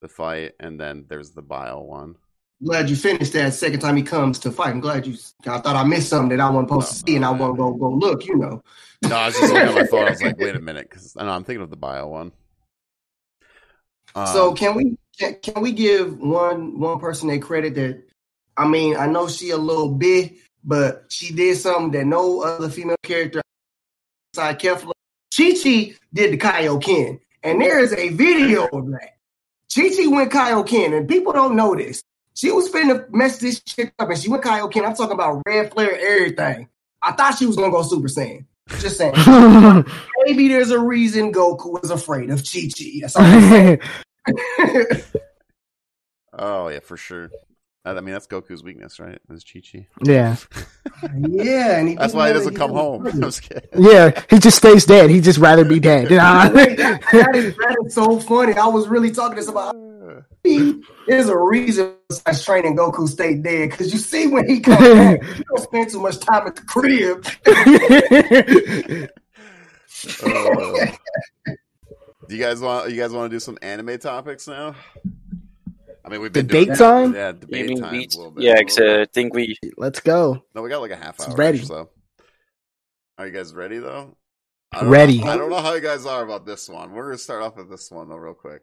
Speaker 2: the fight, and then there's the Bio one.
Speaker 4: Glad you finished that second time he comes to fight. I'm glad you. I thought I missed something that I wasn't supposed to
Speaker 2: No,
Speaker 4: see, and I
Speaker 2: no,
Speaker 4: wasn't
Speaker 2: no.
Speaker 4: gonna go look. You know.
Speaker 2: No, I was just looking at my phone. I was like, wait a minute, because no, I'm thinking of the Bio one. Um,
Speaker 4: so can we can, can we give one one person a credit that? I mean, I know she a little bit, but she did something that no other female character side Kefla. Chi Chi did the Kaioken, and there is a video of that. Chi Chi went Kaioken, and people don't know this. She was finna mess this chick up, and she went Kaioken. I'm talking about red flare, everything. I thought she was gonna go Super Saiyan. Just saying, maybe there's a reason Goku was afraid of Chi Chi. That's all I'm saying.
Speaker 2: Oh yeah, for sure. I I mean, that's Goku's weakness, right? Is Chi Chi.
Speaker 3: yeah,
Speaker 4: yeah, and he
Speaker 2: That's
Speaker 4: didn't
Speaker 2: why he
Speaker 4: know
Speaker 2: doesn't
Speaker 4: that
Speaker 2: come
Speaker 4: was
Speaker 2: home. I'm
Speaker 4: afraid.
Speaker 2: just kidding.
Speaker 3: yeah. He just stays dead. He just rather be dead.
Speaker 4: that, is, that is so funny. I was really talking to somebody. There's a reason that's training Goku stay dead because you see when he comes back, he don't spend too much time at the crib.
Speaker 2: Uh, do you guys want? You guys want to do some anime topics now? I mean, we've been doing
Speaker 3: Debate time?
Speaker 2: Yeah,
Speaker 1: You
Speaker 2: debate
Speaker 1: mean
Speaker 2: time.
Speaker 1: beats?
Speaker 2: A little bit,
Speaker 1: Yeah,
Speaker 2: a
Speaker 1: because
Speaker 2: little
Speaker 1: uh,
Speaker 2: bit.
Speaker 1: I think we.
Speaker 3: Let's go.
Speaker 2: No, we got like a half
Speaker 3: It's
Speaker 2: hour.
Speaker 3: ready.
Speaker 2: Ready. So, are you guys ready though? I
Speaker 3: Ready.
Speaker 2: I don't know how you guys are about this one. We're gonna start off with this one though, real quick.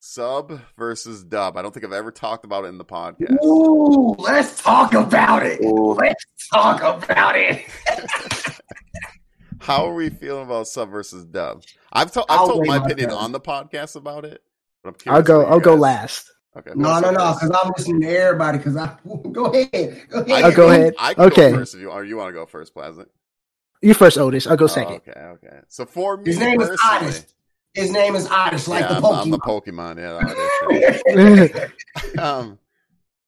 Speaker 2: Sub versus dub. I don't think I've ever talked about it in the podcast.
Speaker 4: Ooh, let's talk about it.
Speaker 1: Ooh.
Speaker 4: Let's talk about it.
Speaker 2: How are we feeling about sub versus dub? I've, to- I've
Speaker 4: I'll
Speaker 2: told
Speaker 4: weigh
Speaker 2: my
Speaker 4: my
Speaker 2: opinion
Speaker 4: dub.
Speaker 2: on the podcast about it. But I'm
Speaker 3: I'll
Speaker 2: curious
Speaker 3: go.
Speaker 2: what you
Speaker 3: I'll go
Speaker 2: guys-
Speaker 3: last.
Speaker 2: Okay. who
Speaker 4: No,
Speaker 2: wants
Speaker 4: no,
Speaker 2: to go
Speaker 4: no,
Speaker 2: first?
Speaker 4: because I'm listening to everybody. Because I go ahead,
Speaker 2: Oh,
Speaker 4: go ahead.
Speaker 3: I'll oh, go
Speaker 4: man.
Speaker 3: ahead.
Speaker 2: I can
Speaker 3: Okay.
Speaker 2: go first if you or you want to go first, Pleasant.
Speaker 3: You first, Otis. I'll go
Speaker 2: Oh,
Speaker 3: second.
Speaker 2: okay, okay. So for me
Speaker 4: His name is
Speaker 2: personally,
Speaker 4: Honest. His name is Oddish, like
Speaker 2: yeah,
Speaker 4: the
Speaker 2: I'm, I'm the
Speaker 4: Pokemon.
Speaker 2: Pokemon. Yeah, the audition. um,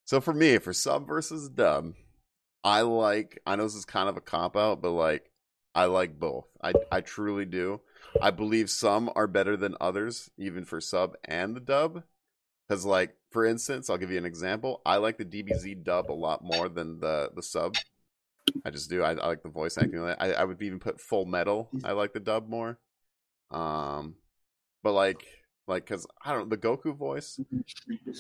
Speaker 2: so for me, for sub versus dub, I like. I know this is kind of a cop out, but like, I like both. I I truly do. I believe some are better than others, even for sub and the dub. Because, like, for instance, I'll give you an example. I like the DBZ dub a lot more than the the sub. I just do. I, I like the voice acting. I I would even put Full Metal. I like the dub more. Um, but like like because I don't the Goku voice.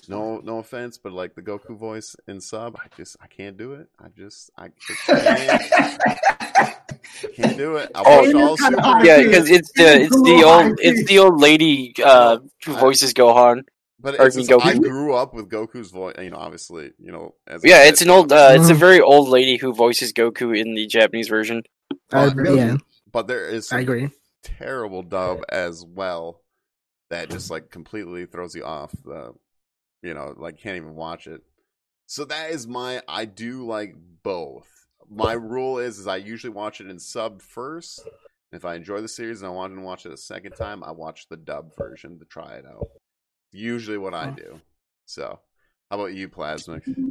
Speaker 2: No, no offense, but like the Goku voice in sub, I just I can't do it. I just I just can't, can't do it. I
Speaker 1: Oh,
Speaker 2: watched all
Speaker 4: it's kinda
Speaker 2: Super.
Speaker 4: hard.
Speaker 1: Yeah, because it's the it's the old it's the old lady uh, who
Speaker 2: I-
Speaker 1: voices Gohan.
Speaker 2: But
Speaker 1: Or
Speaker 2: it's
Speaker 1: you
Speaker 2: just,
Speaker 1: mean
Speaker 2: I
Speaker 1: Goku?
Speaker 2: grew up with Goku's voice. You know, obviously, you know. As a
Speaker 1: Yeah,
Speaker 2: kid,
Speaker 1: it's an old uh, it's a very old lady who voices Goku in the Japanese version.
Speaker 3: I, yeah,
Speaker 2: But there is
Speaker 3: I
Speaker 2: some
Speaker 3: agree.
Speaker 2: terrible dub as well that
Speaker 1: Mm-hmm.
Speaker 2: just like completely throws you off the you know like can't even watch it so that is my i do like both my rule is is i usually watch it in sub first if i enjoy the series and i want to watch it a second time i watch the dub version to try it out usually what i do so how about you plasmic
Speaker 1: Mm-hmm.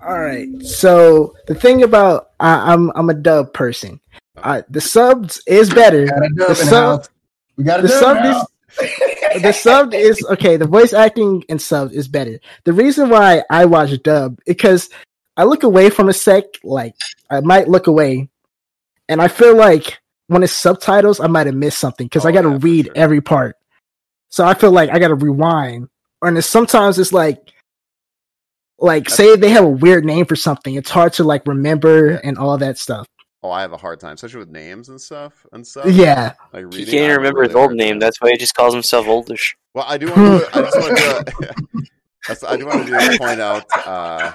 Speaker 3: All right. So the thing about I, I'm I'm a dub person.
Speaker 2: Oh.
Speaker 3: I, the subs is better.
Speaker 4: Got a dub
Speaker 3: The
Speaker 4: in the
Speaker 3: sub
Speaker 4: house. We got a
Speaker 3: the
Speaker 4: dub
Speaker 3: sub
Speaker 4: now.
Speaker 3: the sub is okay. The voice acting and sub is better. The reason why I watch dub because I look away from a sec, like I might look away, and I feel like when it's subtitles, I might have missed something because
Speaker 2: Oh,
Speaker 3: I got to
Speaker 2: yeah, for
Speaker 3: read
Speaker 2: sure.
Speaker 3: every part. So I feel like I got to rewind, or and it's, sometimes it's like, like say they have a weird name for something, it's hard to like remember and all that stuff.
Speaker 2: oh i have a hard time especially with names and stuff and stuff
Speaker 3: Yeah,
Speaker 2: like reading,
Speaker 1: He
Speaker 2: I
Speaker 1: can't
Speaker 2: have a
Speaker 1: remember
Speaker 2: really
Speaker 1: his old
Speaker 2: hard
Speaker 1: name.
Speaker 2: time.
Speaker 1: That's why he just calls himself Oldish.
Speaker 2: Well, I do want to. I just want to. That's, I do want to do point out uh,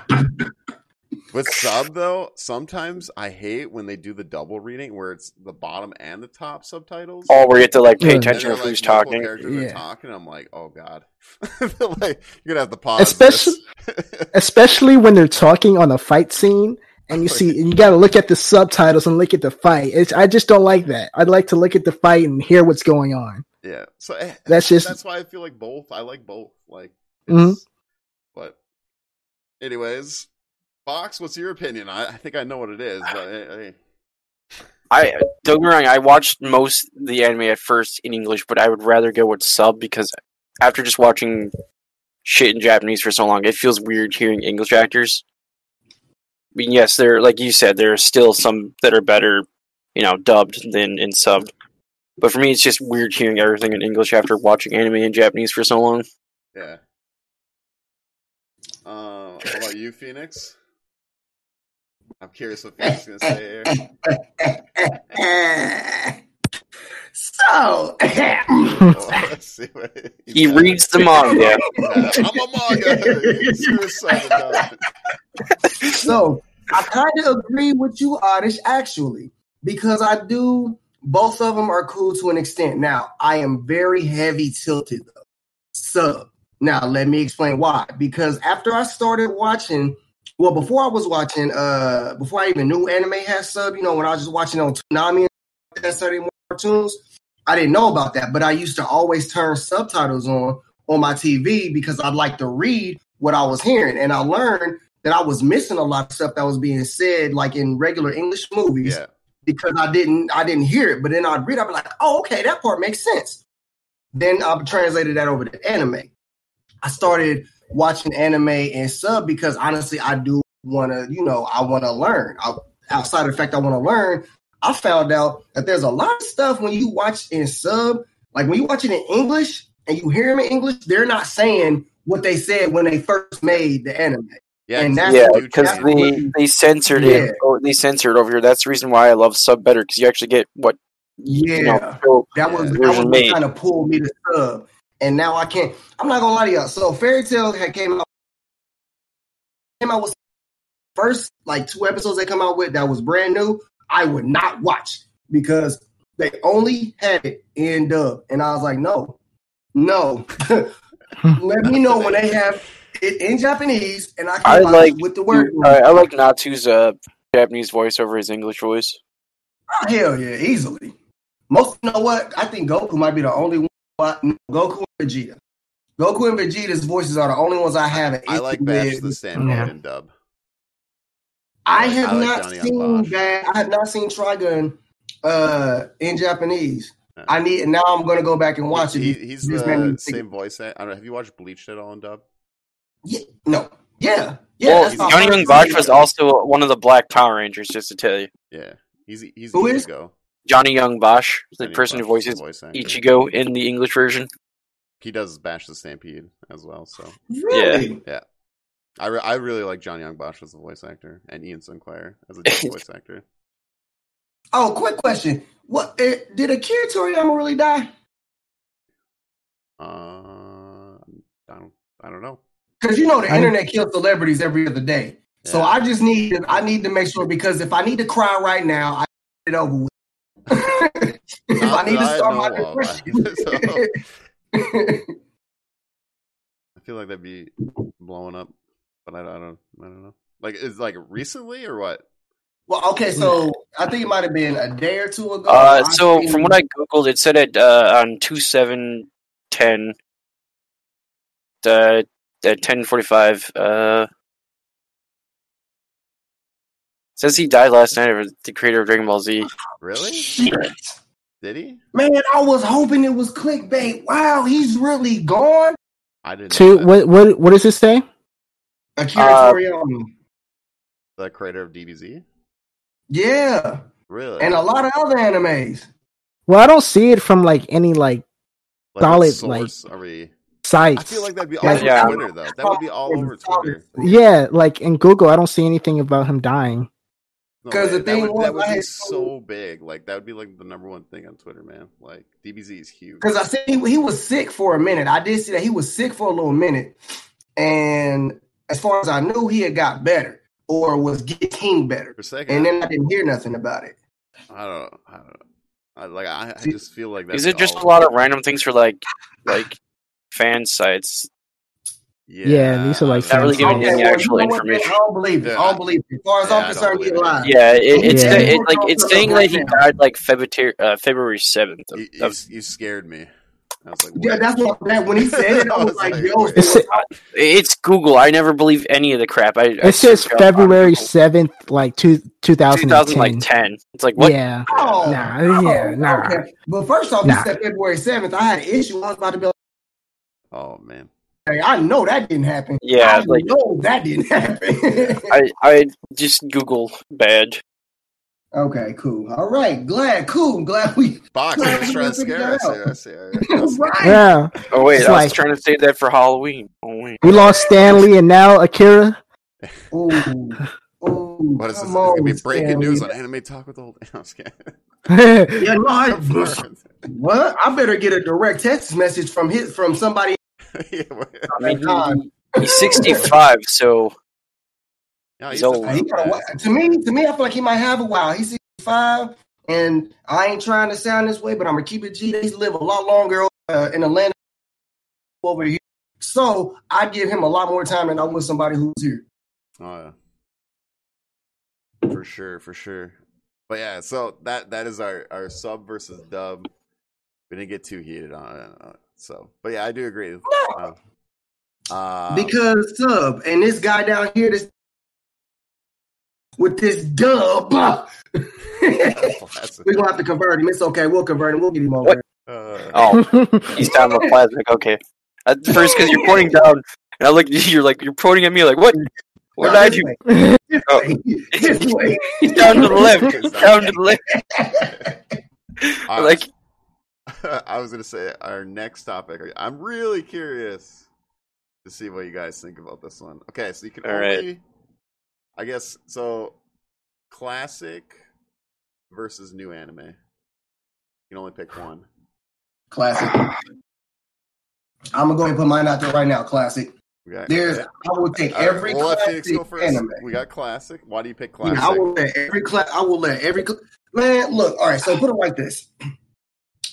Speaker 2: with sub though. Sometimes I hate when they do the double reading where it's the bottom and the top subtitles.
Speaker 1: Oh, where you have to like pay
Speaker 3: Yeah.
Speaker 2: And
Speaker 1: attention
Speaker 2: they're,
Speaker 1: to who's
Speaker 2: multiple
Speaker 1: talking.
Speaker 2: Characters are
Speaker 3: Yeah.
Speaker 2: talking. I'm like, oh god, like you're gonna have to pause.
Speaker 3: Especially-
Speaker 2: this.
Speaker 3: especially when they're talking on a fight scene and you see you got to look at the subtitles and look at the fight it's, i just don't like that i'd like to look at the fight and hear what's going on
Speaker 2: yeah. So eh,
Speaker 3: That's just-
Speaker 2: that's why I feel like both. I like both. Like,
Speaker 3: Mhm.
Speaker 2: it's- but anyways, Fox, what's your opinion? I, I think I know what it is, but eh, eh.
Speaker 1: I don't get me wrong. I watched most the anime at first in English, but I would rather go with sub because after just watching shit in Japanese for so long, it feels weird hearing English actors. I mean, yes, there, like you said, there are still some that are better, you know, dubbed than in subbed. But for me, it's just weird hearing everything in English after watching anime in Japanese for so long.
Speaker 2: Yeah. Uh, how about you, Phoenix? I'm curious what Phoenix is gonna say here.
Speaker 4: so
Speaker 2: Oh, let's see what
Speaker 1: He reads the manga.
Speaker 2: Yeah, I'm a manga. Suicide Down.
Speaker 4: so I kind of agree with you, Oddish, actually, because I do. Both of them are cool to an extent. Now, I am very heavy tilted though. Sub. Now, let me explain why. Because after I started watching, well, before I was watching, uh, before I even knew anime has sub, you know, when I was just watching on Toonami and that Saturday morning cartoons, I didn't know about that. But I used to always turn subtitles on on my TV because I'd like to read what I was hearing, and I learned that I was missing a lot of stuff that was being said, like in regular English movies
Speaker 2: Yeah.
Speaker 4: because I didn't I didn't hear it. But then I'd read, I'd be like, oh, okay, that part makes sense. Then I translated that over to anime. I started watching anime and sub because honestly, I do want to, you know, I want to learn. I, outside of the fact I want to learn, I found out that there's a lot of stuff when you watch in sub, like when you watch it in English and you hear them in English, they're not saying what they said when they first made the anime.
Speaker 2: Yeah,
Speaker 4: And
Speaker 2: it's
Speaker 4: that's-
Speaker 1: Yeah,
Speaker 2: a huge
Speaker 1: because
Speaker 2: change.
Speaker 1: they they censored it.
Speaker 4: Yeah.
Speaker 1: Or they censored over here. That's the reason why I love sub better because you actually get what. You know,
Speaker 4: Yeah.
Speaker 1: so
Speaker 4: That was
Speaker 1: Yeah,
Speaker 4: that
Speaker 1: there's
Speaker 4: was
Speaker 1: a
Speaker 4: what
Speaker 1: maid.
Speaker 4: kind of pulled me to sub, and now I can't. I'm not gonna lie to y'all. So fairy tale had came out came out with first like two episodes they come out with that was brand new. I would not watch because they only had it in dub, and I was like, no, no. Let me know when they have it in Japanese, and I can
Speaker 1: I
Speaker 4: watch
Speaker 1: like uh,
Speaker 4: it with the word.
Speaker 1: I, I like Natsu's uh, Japanese voice over his English voice.
Speaker 4: Oh, hell yeah, easily. Most you know what? I think Goku might be the only one. no, Goku and Vegeta. Goku and Vegeta's voices are the only ones I have. an
Speaker 2: I like
Speaker 4: issue
Speaker 2: Bash
Speaker 4: with.
Speaker 2: the Sandman in dub.
Speaker 4: I have
Speaker 2: I like
Speaker 4: not
Speaker 2: Johnny on
Speaker 4: seen
Speaker 2: Bosch.
Speaker 4: that. I have not seen Trigun uh, in Japanese.
Speaker 2: Yeah.
Speaker 4: I need now. I'm gonna go back and watch
Speaker 2: He,
Speaker 4: it.
Speaker 2: he- he's
Speaker 4: You just made me
Speaker 2: the
Speaker 4: think.
Speaker 2: same voice. act- I don't know. Have you watched Bleach at all in dub?
Speaker 4: Ye- no, yeah, yeah.
Speaker 1: well,
Speaker 4: that's my
Speaker 1: Johnny
Speaker 4: first
Speaker 1: Young Bosch
Speaker 4: thing.
Speaker 1: was also one of the Black Power Rangers, just to tell you.
Speaker 2: Yeah, he's he's
Speaker 4: Who
Speaker 2: Ichigo.
Speaker 4: is-
Speaker 1: Johnny Young Bosch, the
Speaker 2: Johnny
Speaker 1: person who
Speaker 2: Bosch is
Speaker 1: voices
Speaker 2: the voice actor.
Speaker 1: Ichigo in the English version.
Speaker 2: He does Bash the Stampede as well. So
Speaker 4: really.
Speaker 2: I, re- I really like John Young Bosch as a voice actor and Ian Sinclair as a different voice actor.
Speaker 4: Oh, quick question. What eh, did Akira Toriyama really die?
Speaker 2: Uh, I don't I don't know.
Speaker 4: Because you know the
Speaker 3: I-
Speaker 4: internet kills celebrities every other day. So
Speaker 2: Yeah.
Speaker 4: I just need I need to make sure because if I need to cry right now, I get it over with. if
Speaker 2: Not
Speaker 4: I need to
Speaker 2: that I
Speaker 4: start my
Speaker 2: know of.
Speaker 4: depression.
Speaker 2: I feel like that'd be blowing up, but I, I don't I don't know. Like is like recently or what?
Speaker 4: well, okay, so I think it might have been a day or two ago.
Speaker 1: Uh,
Speaker 4: I
Speaker 1: so
Speaker 4: Oh, seen-
Speaker 1: from what I googled, it said it uh, on two seven ten. Uh, at ten forty five. Uh, says he died last night of the creator of Dragon Ball Z.
Speaker 2: Really?
Speaker 4: Shit.
Speaker 2: Did he?
Speaker 4: man, I was hoping it was clickbait. Wow, he's really gone.
Speaker 2: I didn't. know
Speaker 3: two
Speaker 2: that.
Speaker 3: what what what does it say
Speaker 4: Akira
Speaker 1: Uh,
Speaker 4: Toriyama.
Speaker 2: the creator of DBZ.
Speaker 4: Yeah.
Speaker 2: Really?
Speaker 4: And a lot of other animes.
Speaker 3: well i don't see it from like any like
Speaker 2: like,
Speaker 3: solid,
Speaker 2: what source are we?
Speaker 3: sites
Speaker 2: I feel like that'd be all
Speaker 4: Yeah.
Speaker 2: over
Speaker 1: Yeah.
Speaker 2: Twitter though. That would be all over Twitter.
Speaker 3: yeah like in google i don't see anything about him dying
Speaker 2: No
Speaker 4: 'Cause the
Speaker 2: way. that
Speaker 4: thing
Speaker 2: would,
Speaker 4: was,
Speaker 2: that would
Speaker 4: I
Speaker 2: be
Speaker 4: had-
Speaker 2: so big. Like that would be like the number one thing on Twitter, man. Like DBZ is huge.
Speaker 4: Because I see he, he was sick for a minute. I did see that he was sick for a little minute. And as far as I knew, he had got better or was getting better.
Speaker 2: For a second,
Speaker 4: And then I didn't hear nothing about it.
Speaker 2: I don't know. I don't know. I, like I, I just feel like that's
Speaker 1: Is it just
Speaker 2: all-
Speaker 1: a lot of random things for like like fan sites?
Speaker 2: Yeah,
Speaker 3: Yeah, these are like
Speaker 2: I
Speaker 1: Not
Speaker 2: don't
Speaker 1: really
Speaker 2: know.
Speaker 1: giving
Speaker 4: Okay,
Speaker 1: any
Speaker 4: well, you
Speaker 1: actual
Speaker 4: know what, man?
Speaker 1: information.
Speaker 4: I don't believe it. I
Speaker 2: Yeah.
Speaker 4: don't believe it. As far as
Speaker 2: Yeah, I
Speaker 4: I'm
Speaker 2: don't
Speaker 4: concerned, he
Speaker 2: believe it.
Speaker 4: lied.
Speaker 1: Yeah, it, it's
Speaker 3: Uh, Yeah.
Speaker 1: it, like it's saying that he died like February uh, February seventh.
Speaker 2: You,
Speaker 1: of-
Speaker 2: you,
Speaker 1: of-
Speaker 2: you scared me. I was like,
Speaker 4: Yeah,
Speaker 2: wait.
Speaker 4: that's what that when he said it, I was like, yo,
Speaker 2: wait.
Speaker 3: It's,
Speaker 1: It's Google. I never believe any of the crap. I, I
Speaker 3: it says
Speaker 1: search up on
Speaker 3: February
Speaker 1: Google.
Speaker 3: seventh, like two two thousand
Speaker 1: 2000 like
Speaker 3: ten.
Speaker 1: 10. It's like what?
Speaker 3: Yeah,
Speaker 4: oh,
Speaker 3: Nah,
Speaker 4: oh,
Speaker 3: yeah, nah.
Speaker 4: But first off,
Speaker 3: Nah.
Speaker 4: you said February 7th. I had an issue. I was about to be like,
Speaker 2: Oh man,
Speaker 4: hey, I know that didn't happen.
Speaker 1: Yeah,
Speaker 4: I
Speaker 1: like
Speaker 4: know that didn't happen.
Speaker 1: I I just Google bad.
Speaker 4: okay, cool. All right, glad, cool, glad we.
Speaker 2: Fox
Speaker 4: Well,
Speaker 2: was trying to
Speaker 4: figure
Speaker 2: scare us.
Speaker 4: out.
Speaker 2: I see. I see. I see.
Speaker 4: right.
Speaker 3: yeah.
Speaker 1: Oh wait,
Speaker 3: It's
Speaker 1: I was
Speaker 3: like-
Speaker 1: trying to save that for Halloween. Oh wait.
Speaker 3: We lost Stanley and now Akira.
Speaker 4: Ooh, ooh,
Speaker 2: What is this? It's
Speaker 4: come
Speaker 2: gonna be
Speaker 4: on,
Speaker 2: breaking
Speaker 4: Stanley.
Speaker 2: news on Anime Talk with Old. I'm just kidding.
Speaker 4: Yeah, no, I,
Speaker 2: yeah,
Speaker 4: What? I better get a direct text message from his from somebody.
Speaker 2: what-
Speaker 1: I mean,
Speaker 4: God.
Speaker 1: he- he's 65, so
Speaker 2: no,
Speaker 1: He's
Speaker 2: he's a
Speaker 1: old.
Speaker 4: He
Speaker 2: fun
Speaker 4: got a
Speaker 2: guy.
Speaker 4: wh- to me, to me, I feel like he might have a while. He's sixty five, and I ain't trying to sound this way, but I'm gonna keep it G. They live a lot longer uh, in Atlanta over here, so I give him a lot more time than I would somebody who's here.
Speaker 2: Oh yeah. For sure, for sure. But yeah, so that that is our our sub versus dub. We didn't get too heated on it. uh, So, but yeah, I do agree. Uh, uh,
Speaker 4: because sub and this guy down here, this with this dub, we're
Speaker 2: that's-
Speaker 4: gonna have to convert him. It's okay, we'll convert him. We'll get him over.
Speaker 1: What?
Speaker 2: uh,
Speaker 1: oh, he's down the plasmic. Okay. At first, because you're pointing down, and I look at you, you're like you're pointing at me, like what? What did
Speaker 4: No,
Speaker 1: I
Speaker 4: this
Speaker 1: do?
Speaker 4: way.
Speaker 1: Oh.
Speaker 4: This way.
Speaker 1: He's down to the left. He's down to the left.
Speaker 2: I was-
Speaker 1: Like
Speaker 2: I was gonna say our next topic. I'm really curious to see what you guys think about this one. Okay, so you can
Speaker 1: All right.
Speaker 2: only, I guess, so classic versus new anime. You can only pick one.
Speaker 4: Classic. I'm gonna go ahead and put mine out there right now. Classic.
Speaker 2: We got,
Speaker 4: There's,
Speaker 2: okay.
Speaker 4: I will take
Speaker 2: All right,
Speaker 4: every
Speaker 2: we'll let
Speaker 4: classic
Speaker 2: Phoenix go first.
Speaker 4: anime.
Speaker 2: We got classic. Why do you pick
Speaker 4: Yeah,
Speaker 2: classic?
Speaker 4: I will let every class. I will let every cl- man look. All right, so put it like this.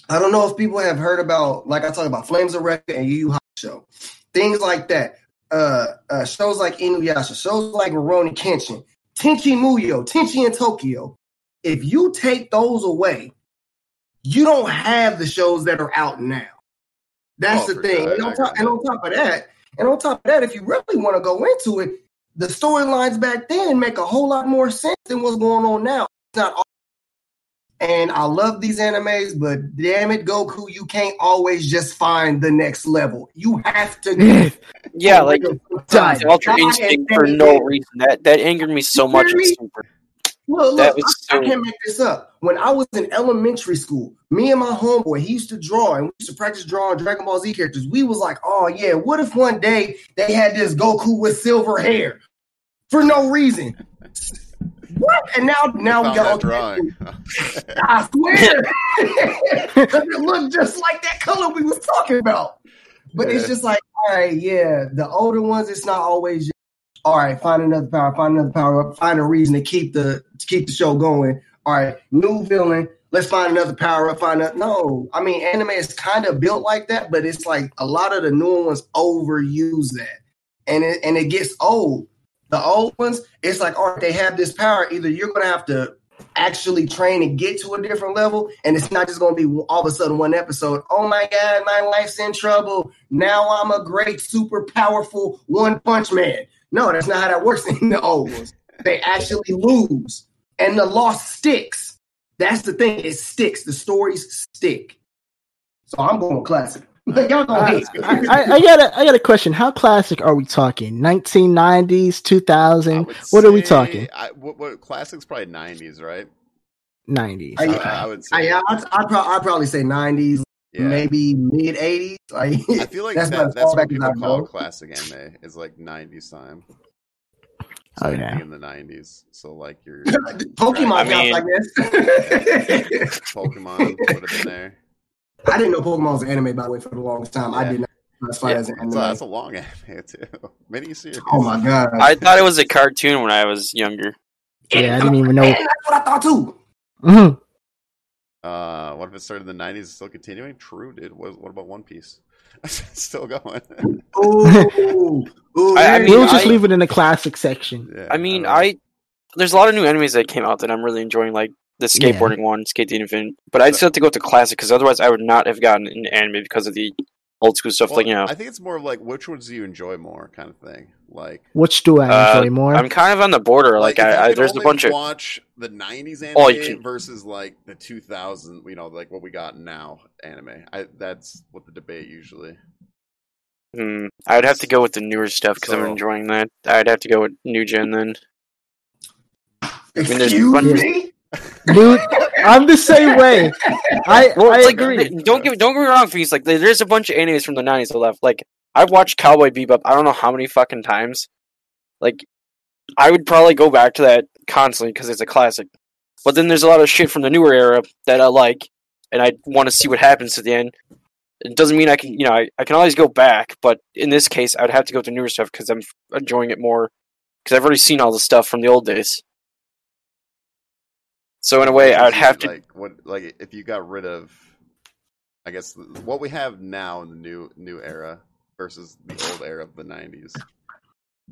Speaker 4: I don't know if people have heard about, like I talked about, Flames of Record and Yu Yu Show, things like that. Uh, uh, shows like Inuyasha, shows like Rurouni Kenshin, Tenchi Muyo, Tenchi in Tokyo. If you take those away, you don't have the shows that are out now. That's
Speaker 2: Oh,
Speaker 4: the
Speaker 2: for
Speaker 4: thing.
Speaker 2: sure.
Speaker 4: And,
Speaker 2: I- I
Speaker 4: on
Speaker 2: agree
Speaker 4: top, and on top of that, and on top of that, if you really want to go into it, the storylines back then make a whole lot more sense than what's going on now. It's not all- and I love these animes, but damn it, Goku, you can't always just find the next level. You have to go
Speaker 1: yeah, like
Speaker 3: done.
Speaker 1: it's Ultra
Speaker 4: Die
Speaker 1: Instinct
Speaker 4: and
Speaker 1: for
Speaker 4: then
Speaker 1: no
Speaker 4: again.
Speaker 1: reason. That that angered me so much. in
Speaker 4: Really?
Speaker 1: Super.
Speaker 4: Look,
Speaker 1: That
Speaker 4: look,
Speaker 1: was
Speaker 4: I, I
Speaker 1: so-
Speaker 4: can't make this up. When I was in elementary school, me and my homeboy, he used to draw and we used to practice drawing Dragon Ball Z characters. We was like, oh yeah, what if one day they had this Goku with silver hair for no reason? what? And now, now
Speaker 2: Found
Speaker 4: we
Speaker 2: that
Speaker 4: got
Speaker 2: drawing.
Speaker 4: I swear, does it look just like that color we was talking about? But it's
Speaker 2: Yeah.
Speaker 4: just like, all right, yeah, the older ones, it's not always. Just, all right, find another power, find another power up, find a reason to keep the to keep the show going. All right, new villain, let's find another power up. Find another. No, I mean, anime is kind of built like that, but it's like a lot of the newer ones overuse that, and it and it gets old. The old ones, it's like, all right, they have this power. Either you're gonna have to actually train and get to a different level. And it's not just going to be all of a sudden one episode. Oh my God, my life's in trouble. Now I'm a great, super powerful one punch man. No, that's not how that works in the old ones. They actually lose, and the loss sticks. That's the thing; it sticks. The stories stick. So I'm going classic. Y'all gonna hate.
Speaker 3: I, I, I got a I got a question. How classic are we talking? Nineteen nineties, two
Speaker 2: I
Speaker 3: thousand,
Speaker 2: would
Speaker 3: What are we
Speaker 2: say-
Speaker 3: talking?
Speaker 2: I, what, what, classic's probably 90s, right?
Speaker 3: nineties.
Speaker 4: I-
Speaker 2: I,
Speaker 4: Yeah.
Speaker 2: I would say.
Speaker 4: I, I, I'd, pro- I'd probably say 90s,
Speaker 2: yeah.
Speaker 4: maybe mid 80s. Like,
Speaker 2: I feel like
Speaker 4: That's
Speaker 2: that-
Speaker 4: about as
Speaker 2: that's
Speaker 4: far
Speaker 2: what
Speaker 4: back as
Speaker 2: people
Speaker 4: I
Speaker 2: call
Speaker 4: go.
Speaker 2: classic anime is like '90s time. It's
Speaker 3: Oh,
Speaker 2: like
Speaker 3: yeah.
Speaker 2: being in the '90s, so like your
Speaker 4: Pokemon
Speaker 1: I mean-
Speaker 4: counts, I guess.
Speaker 2: Pokemon would have been there.
Speaker 4: I didn't know Pokemon was an anime, by the way, for the longest time. I
Speaker 2: Yeah.
Speaker 4: did not. classified as an
Speaker 2: That's a,
Speaker 4: anime.
Speaker 2: that's a long anime too. Mini series.
Speaker 4: oh my god!
Speaker 1: I thought it was a cartoon when I was younger.
Speaker 3: Yeah, I didn't even know.
Speaker 4: And that's what I thought too.
Speaker 3: Mhm.
Speaker 2: Uh, what if it started in the '90s? It's still continuing. True, dude. What, what about One Piece? still going.
Speaker 4: Ooh, ooh,
Speaker 1: I- I
Speaker 4: there
Speaker 1: mean,
Speaker 3: We'll
Speaker 4: you go.
Speaker 3: just leave it in the classic section.
Speaker 2: Yeah,
Speaker 1: I mean,
Speaker 2: don't know.
Speaker 1: I there's a lot of new animes that came out that I'm really enjoying, like the
Speaker 3: Yeah.
Speaker 1: skateboarding one, Skate the Infinite. But I'd still have to go with the classic because otherwise I would not have gotten an anime because of the old school stuff.
Speaker 2: Well,
Speaker 1: like you know,
Speaker 2: I think it's more of like which ones do you enjoy more, kind of thing. Like,
Speaker 3: Which do I enjoy
Speaker 1: Uh,
Speaker 3: more?
Speaker 1: I'm kind of on the border. Like,
Speaker 2: if you
Speaker 1: I, I
Speaker 2: could
Speaker 1: there's a
Speaker 2: only
Speaker 1: bunch of
Speaker 2: watch the '90s anime
Speaker 1: Oh, you can-
Speaker 2: versus like the 2000, you know, like what we got now anime. I, that's what the debate usually.
Speaker 1: Hmm. I'd have to go with the newer stuff because I'm
Speaker 2: So-
Speaker 1: enjoying that. I'd have to go with new gen then. mean, there's
Speaker 4: Excuse
Speaker 1: bunch of-
Speaker 4: me.
Speaker 3: Dude, I'm the same way. I,
Speaker 1: Well,
Speaker 3: I
Speaker 1: it's like,
Speaker 3: agree.
Speaker 1: th- Don't get don't get me wrong, Feast. Like, there's a bunch of animes from the '90s that left. Like, I've watched Cowboy Bebop. I don't know how many fucking times. Like, I would probably go back to that constantly because it's a classic. But then there's a lot of shit from the newer era that I like, and I want to see what happens to the end. It doesn't mean I can, you know, I, I can always go back, but in this case, I'd have to go with the newer stuff because I'm f- enjoying it more because I've already seen all the stuff from the old days. So in a way, I'd
Speaker 2: Usually,
Speaker 1: have to
Speaker 2: like what like if you got rid of, I guess what we have now in the new new era versus the old era of the '90s.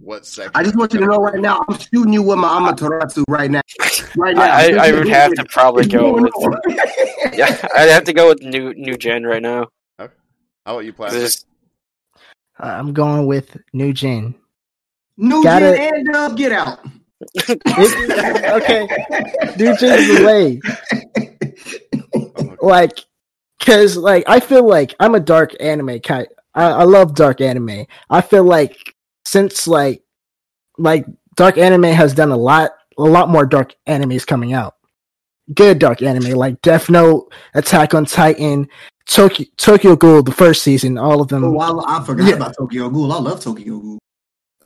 Speaker 2: What section?
Speaker 4: I just want you to know right now, I'm shooting you with my Amaterasu right now. Right now,
Speaker 1: I, I I would have to probably go with yeah, I'd have to go with new new gen right now.
Speaker 2: How about you,
Speaker 1: 'Cause
Speaker 2: plastic?
Speaker 1: it's-
Speaker 3: Uh, I'm going with New Gen.
Speaker 4: New
Speaker 3: Gotta-
Speaker 4: Gen and Dub, get out.
Speaker 3: It- okay, New Gen is the way.
Speaker 2: Oh,
Speaker 3: Like, cause like I feel like I'm a dark anime kind. I, I love dark anime. I feel like since like like dark anime has done a lot, a lot more dark animes coming out. Good dark anime like Death Note, Attack on Titan, Tokyo Tokyo Ghoul, the first season, all of them.
Speaker 4: Oh, I, I forgot
Speaker 3: Yeah.
Speaker 4: about Tokyo Ghoul. I love Tokyo Ghoul.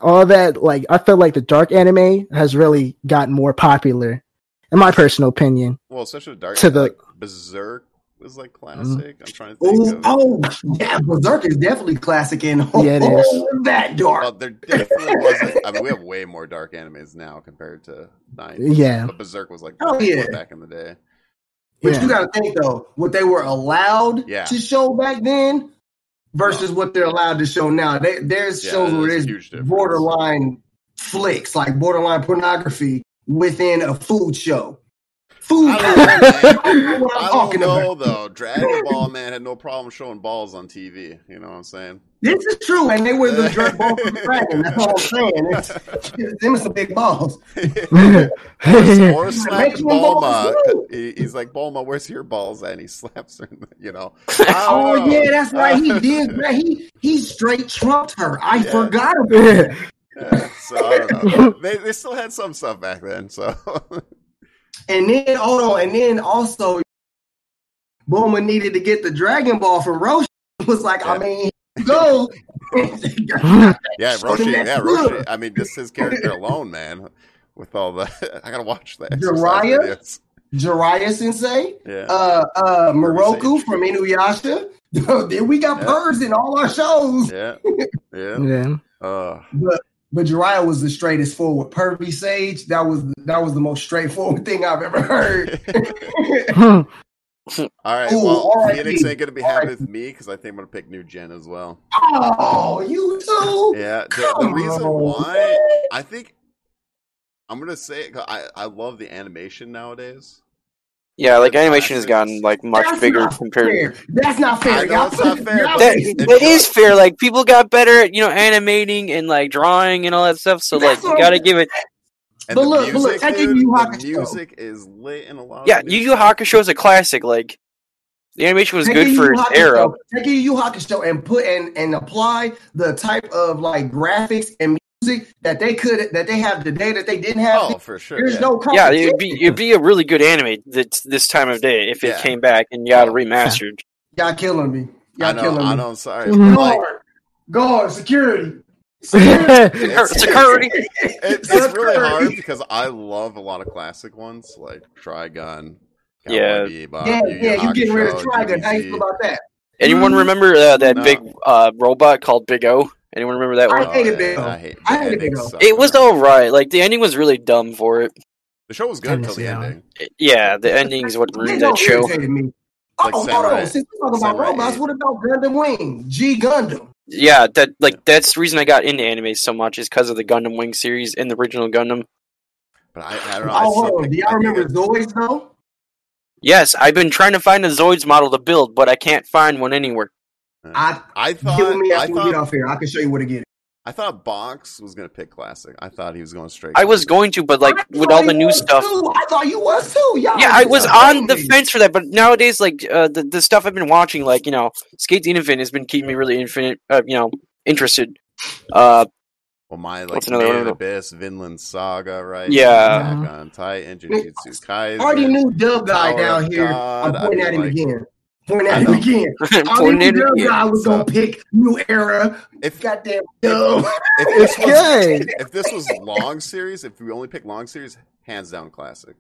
Speaker 3: all that like I feel like the dark anime has really gotten more popular, in my personal opinion.
Speaker 2: Well, especially with dark
Speaker 3: To the-
Speaker 2: like, Berserk was like classic. I'm trying to think. of,
Speaker 4: Oh, oh, yeah, Berserk is definitely classic and oh,
Speaker 3: Yeah, it is.
Speaker 2: Well,
Speaker 4: that dark.
Speaker 2: there definitely wasn't. I mean, we have way more dark animes now compared to nine.
Speaker 3: Yeah,
Speaker 2: But Berserk was like
Speaker 4: Oh, yeah.
Speaker 2: back in the day.
Speaker 4: But
Speaker 3: yeah.
Speaker 4: you gotta think though, what they were allowed
Speaker 2: Yeah.
Speaker 4: to show back then versus what they're allowed to show now. They, there's
Speaker 2: Yeah,
Speaker 4: shows where
Speaker 2: there's
Speaker 4: there's
Speaker 2: a huge difference.
Speaker 4: borderline flicks, like borderline pornography within a food show. Food.
Speaker 2: I don't know, man.
Speaker 4: I don't know what I'm
Speaker 2: I
Speaker 4: talking
Speaker 2: don't
Speaker 4: about.
Speaker 2: know though. Dragon Ball man had no problem showing balls on TV. You know what I'm saying?
Speaker 4: This is true, and they were the jerk balls of the dragon. That's all I'm saying. It's, them is some big balls.
Speaker 2: or
Speaker 4: Make
Speaker 2: slapping
Speaker 4: them balls
Speaker 2: Bulma.
Speaker 4: too.
Speaker 2: He- He's like Bulma, where's your balls? And he slaps her. You know.
Speaker 4: Oh yeah, that's right. He
Speaker 2: Uh,
Speaker 4: did. Right. He he straight trumped her. I
Speaker 2: Yeah.
Speaker 4: forgot about that.
Speaker 3: yeah,
Speaker 2: Yeah, so I don't know. They, they still had some stuff back then. So
Speaker 4: And then hold on. And then also, Boomer needed to get the Dragon Ball from Roshi. Was like, I
Speaker 2: Yeah.
Speaker 4: mean, go.
Speaker 2: yeah,
Speaker 4: Something
Speaker 2: Roshi.
Speaker 4: that's
Speaker 2: Yeah, Roshi.
Speaker 4: good.
Speaker 2: I mean, just his character alone, man. With all the, I gotta watch that.
Speaker 4: Jiraiya? Jiraiya Sensei,
Speaker 2: Yeah.
Speaker 4: uh, uh, Moroku
Speaker 2: Sage.
Speaker 4: from Inuyasha. then we got
Speaker 2: Yeah.
Speaker 4: Purs in all our shows.
Speaker 2: yeah. Yeah.
Speaker 3: yeah.
Speaker 2: Uh,
Speaker 4: But but Jiraiya was the straightest forward. Pervy Sage, that was that was the most straightforward thing I've ever heard.
Speaker 3: Hmm.
Speaker 2: all right.
Speaker 4: Ooh,
Speaker 2: well,
Speaker 4: RIP.
Speaker 2: Phoenix ain't gonna be happy
Speaker 4: RIP.
Speaker 2: with me because I think I'm gonna pick New Gen as well.
Speaker 4: oh, you too.
Speaker 2: Yeah. The, the
Speaker 4: Come
Speaker 2: reason
Speaker 4: on.
Speaker 2: why I think I'm gonna say it, 'cause I I love the animation nowadays.
Speaker 1: yeah, like
Speaker 2: The
Speaker 1: animation has
Speaker 2: classics.
Speaker 1: gotten like much
Speaker 4: That's
Speaker 1: bigger
Speaker 4: not
Speaker 1: compared.
Speaker 4: fair. That's not fair.
Speaker 2: I know
Speaker 4: Y'all
Speaker 2: it's not fair,
Speaker 4: y'all-
Speaker 2: but
Speaker 1: That
Speaker 2: It's
Speaker 1: that is
Speaker 2: just-
Speaker 1: fair. Like people got better at you know animating and like drawing and all that stuff. So like
Speaker 4: That's
Speaker 1: you
Speaker 4: what
Speaker 1: gotta
Speaker 4: I'm-
Speaker 1: give it.
Speaker 2: And
Speaker 4: But
Speaker 2: the
Speaker 4: look, but
Speaker 2: music,
Speaker 4: look, I think
Speaker 2: dude,
Speaker 4: Yu
Speaker 2: the
Speaker 4: Hakusho-
Speaker 2: music is lit in a lot.
Speaker 1: Yeah,
Speaker 2: of
Speaker 1: Yu Yu Hakusho is a classic. Like the animation was
Speaker 4: Take
Speaker 1: good
Speaker 4: a
Speaker 1: for
Speaker 4: Yu
Speaker 1: its
Speaker 4: Hakusho-
Speaker 1: era.
Speaker 4: Take a Yu Hakusho and put and and apply the type of like graphics and music that they could that they have today that they didn't have.
Speaker 2: Oh, for sure.
Speaker 4: There's
Speaker 2: yeah.
Speaker 4: no
Speaker 1: Yeah,
Speaker 4: competition.
Speaker 1: it'd be it'd be a really good anime this, this time of day if it
Speaker 2: Yeah.
Speaker 1: came back and got
Speaker 2: Oh.
Speaker 1: remastered.
Speaker 4: Y'all killing me. Y'all
Speaker 2: I know.
Speaker 4: killing me.
Speaker 2: I know. I'm sorry.
Speaker 3: Mhm.
Speaker 2: but, Like,
Speaker 4: Guard, guard, security.
Speaker 1: Security.
Speaker 2: it, it's really hard because I love a lot of classic ones like Trigun. Cowboy
Speaker 1: Yeah.
Speaker 2: Bebop,
Speaker 4: Yeah,
Speaker 2: Yu Yu
Speaker 4: yeah, you getting rid of
Speaker 2: Hakusho,
Speaker 4: Trigon. How you
Speaker 2: DBZ.
Speaker 4: feel about that?
Speaker 1: Anyone remember uh, that
Speaker 2: No.
Speaker 1: big uh, robot called Big O? Anyone remember that one?
Speaker 4: I hated Big O.
Speaker 2: Oh, I hate
Speaker 4: I
Speaker 2: the
Speaker 4: hated
Speaker 2: ending
Speaker 4: Big O.
Speaker 2: sucked,
Speaker 1: It was
Speaker 2: man.
Speaker 1: all right. Like the ending was really dumb for it.
Speaker 2: The show was good
Speaker 3: I
Speaker 2: until the
Speaker 3: miss it,
Speaker 2: ending.
Speaker 1: It- Yeah, the ending is what ruined
Speaker 4: They
Speaker 1: that
Speaker 4: don't
Speaker 1: show.
Speaker 4: irritate me. Oh,
Speaker 2: Like
Speaker 4: hold
Speaker 2: Samurai-
Speaker 4: on. Since we're talking about
Speaker 2: Samurai
Speaker 4: robots,
Speaker 2: eight.
Speaker 4: what about Gundam Wing? G Gundam.
Speaker 1: Yeah, that like that's the reason I got into anime so much is because of the Gundam Wing series and the original Gundam.
Speaker 2: But I, I don't know.
Speaker 4: Oh,
Speaker 2: I still
Speaker 4: hold on.
Speaker 2: think-
Speaker 4: Do
Speaker 2: I
Speaker 4: y'all
Speaker 2: think
Speaker 4: remember
Speaker 2: it-
Speaker 4: Zoids though?
Speaker 1: Yes, I've been trying to find a Zoids model to build, but I can't find one anywhere.
Speaker 4: I
Speaker 2: I
Speaker 4: kill
Speaker 2: thought
Speaker 4: oh, me
Speaker 2: I
Speaker 4: after we get
Speaker 2: thought
Speaker 4: off here. I can show you where to get it.
Speaker 2: I thought Box was gonna pick classic. I thought he was going straight.
Speaker 1: I was going to, but like
Speaker 4: I
Speaker 1: with
Speaker 4: thought
Speaker 1: all
Speaker 4: you
Speaker 1: the new
Speaker 4: was
Speaker 1: stuff.
Speaker 4: too. I thought you was too. Y'all
Speaker 1: Yeah, I was
Speaker 4: just
Speaker 1: on the
Speaker 4: crazy.
Speaker 1: fence for that, but nowadays, like uh, the the stuff I've been watching, like you know, Skate the Infinite has been keeping me really infinite, uh, you know, interested. Uh,
Speaker 2: Well, my like
Speaker 1: What's another
Speaker 2: Man of
Speaker 1: one?
Speaker 2: Abyss, Vinland Saga, right?
Speaker 1: Yeah.
Speaker 2: Attack on Titan, Jujutsu Kaisen.
Speaker 4: Uh-huh. I already knew Dub Guy
Speaker 2: Tower
Speaker 4: down
Speaker 2: of
Speaker 4: here.
Speaker 2: God,
Speaker 4: I'm pointing
Speaker 2: I
Speaker 4: at him
Speaker 2: mean, like-
Speaker 4: again. Pointing
Speaker 2: I
Speaker 4: at him
Speaker 2: know.
Speaker 4: again. I already knew
Speaker 1: coordinated-
Speaker 4: Dub
Speaker 1: yeah.
Speaker 4: Guy was
Speaker 2: so-
Speaker 4: gonna pick new era.
Speaker 2: If, if,
Speaker 4: Goddamn Dub.
Speaker 2: this
Speaker 3: It's
Speaker 2: was,
Speaker 3: good.
Speaker 2: if this was long series, if we only pick long series, hands down classic.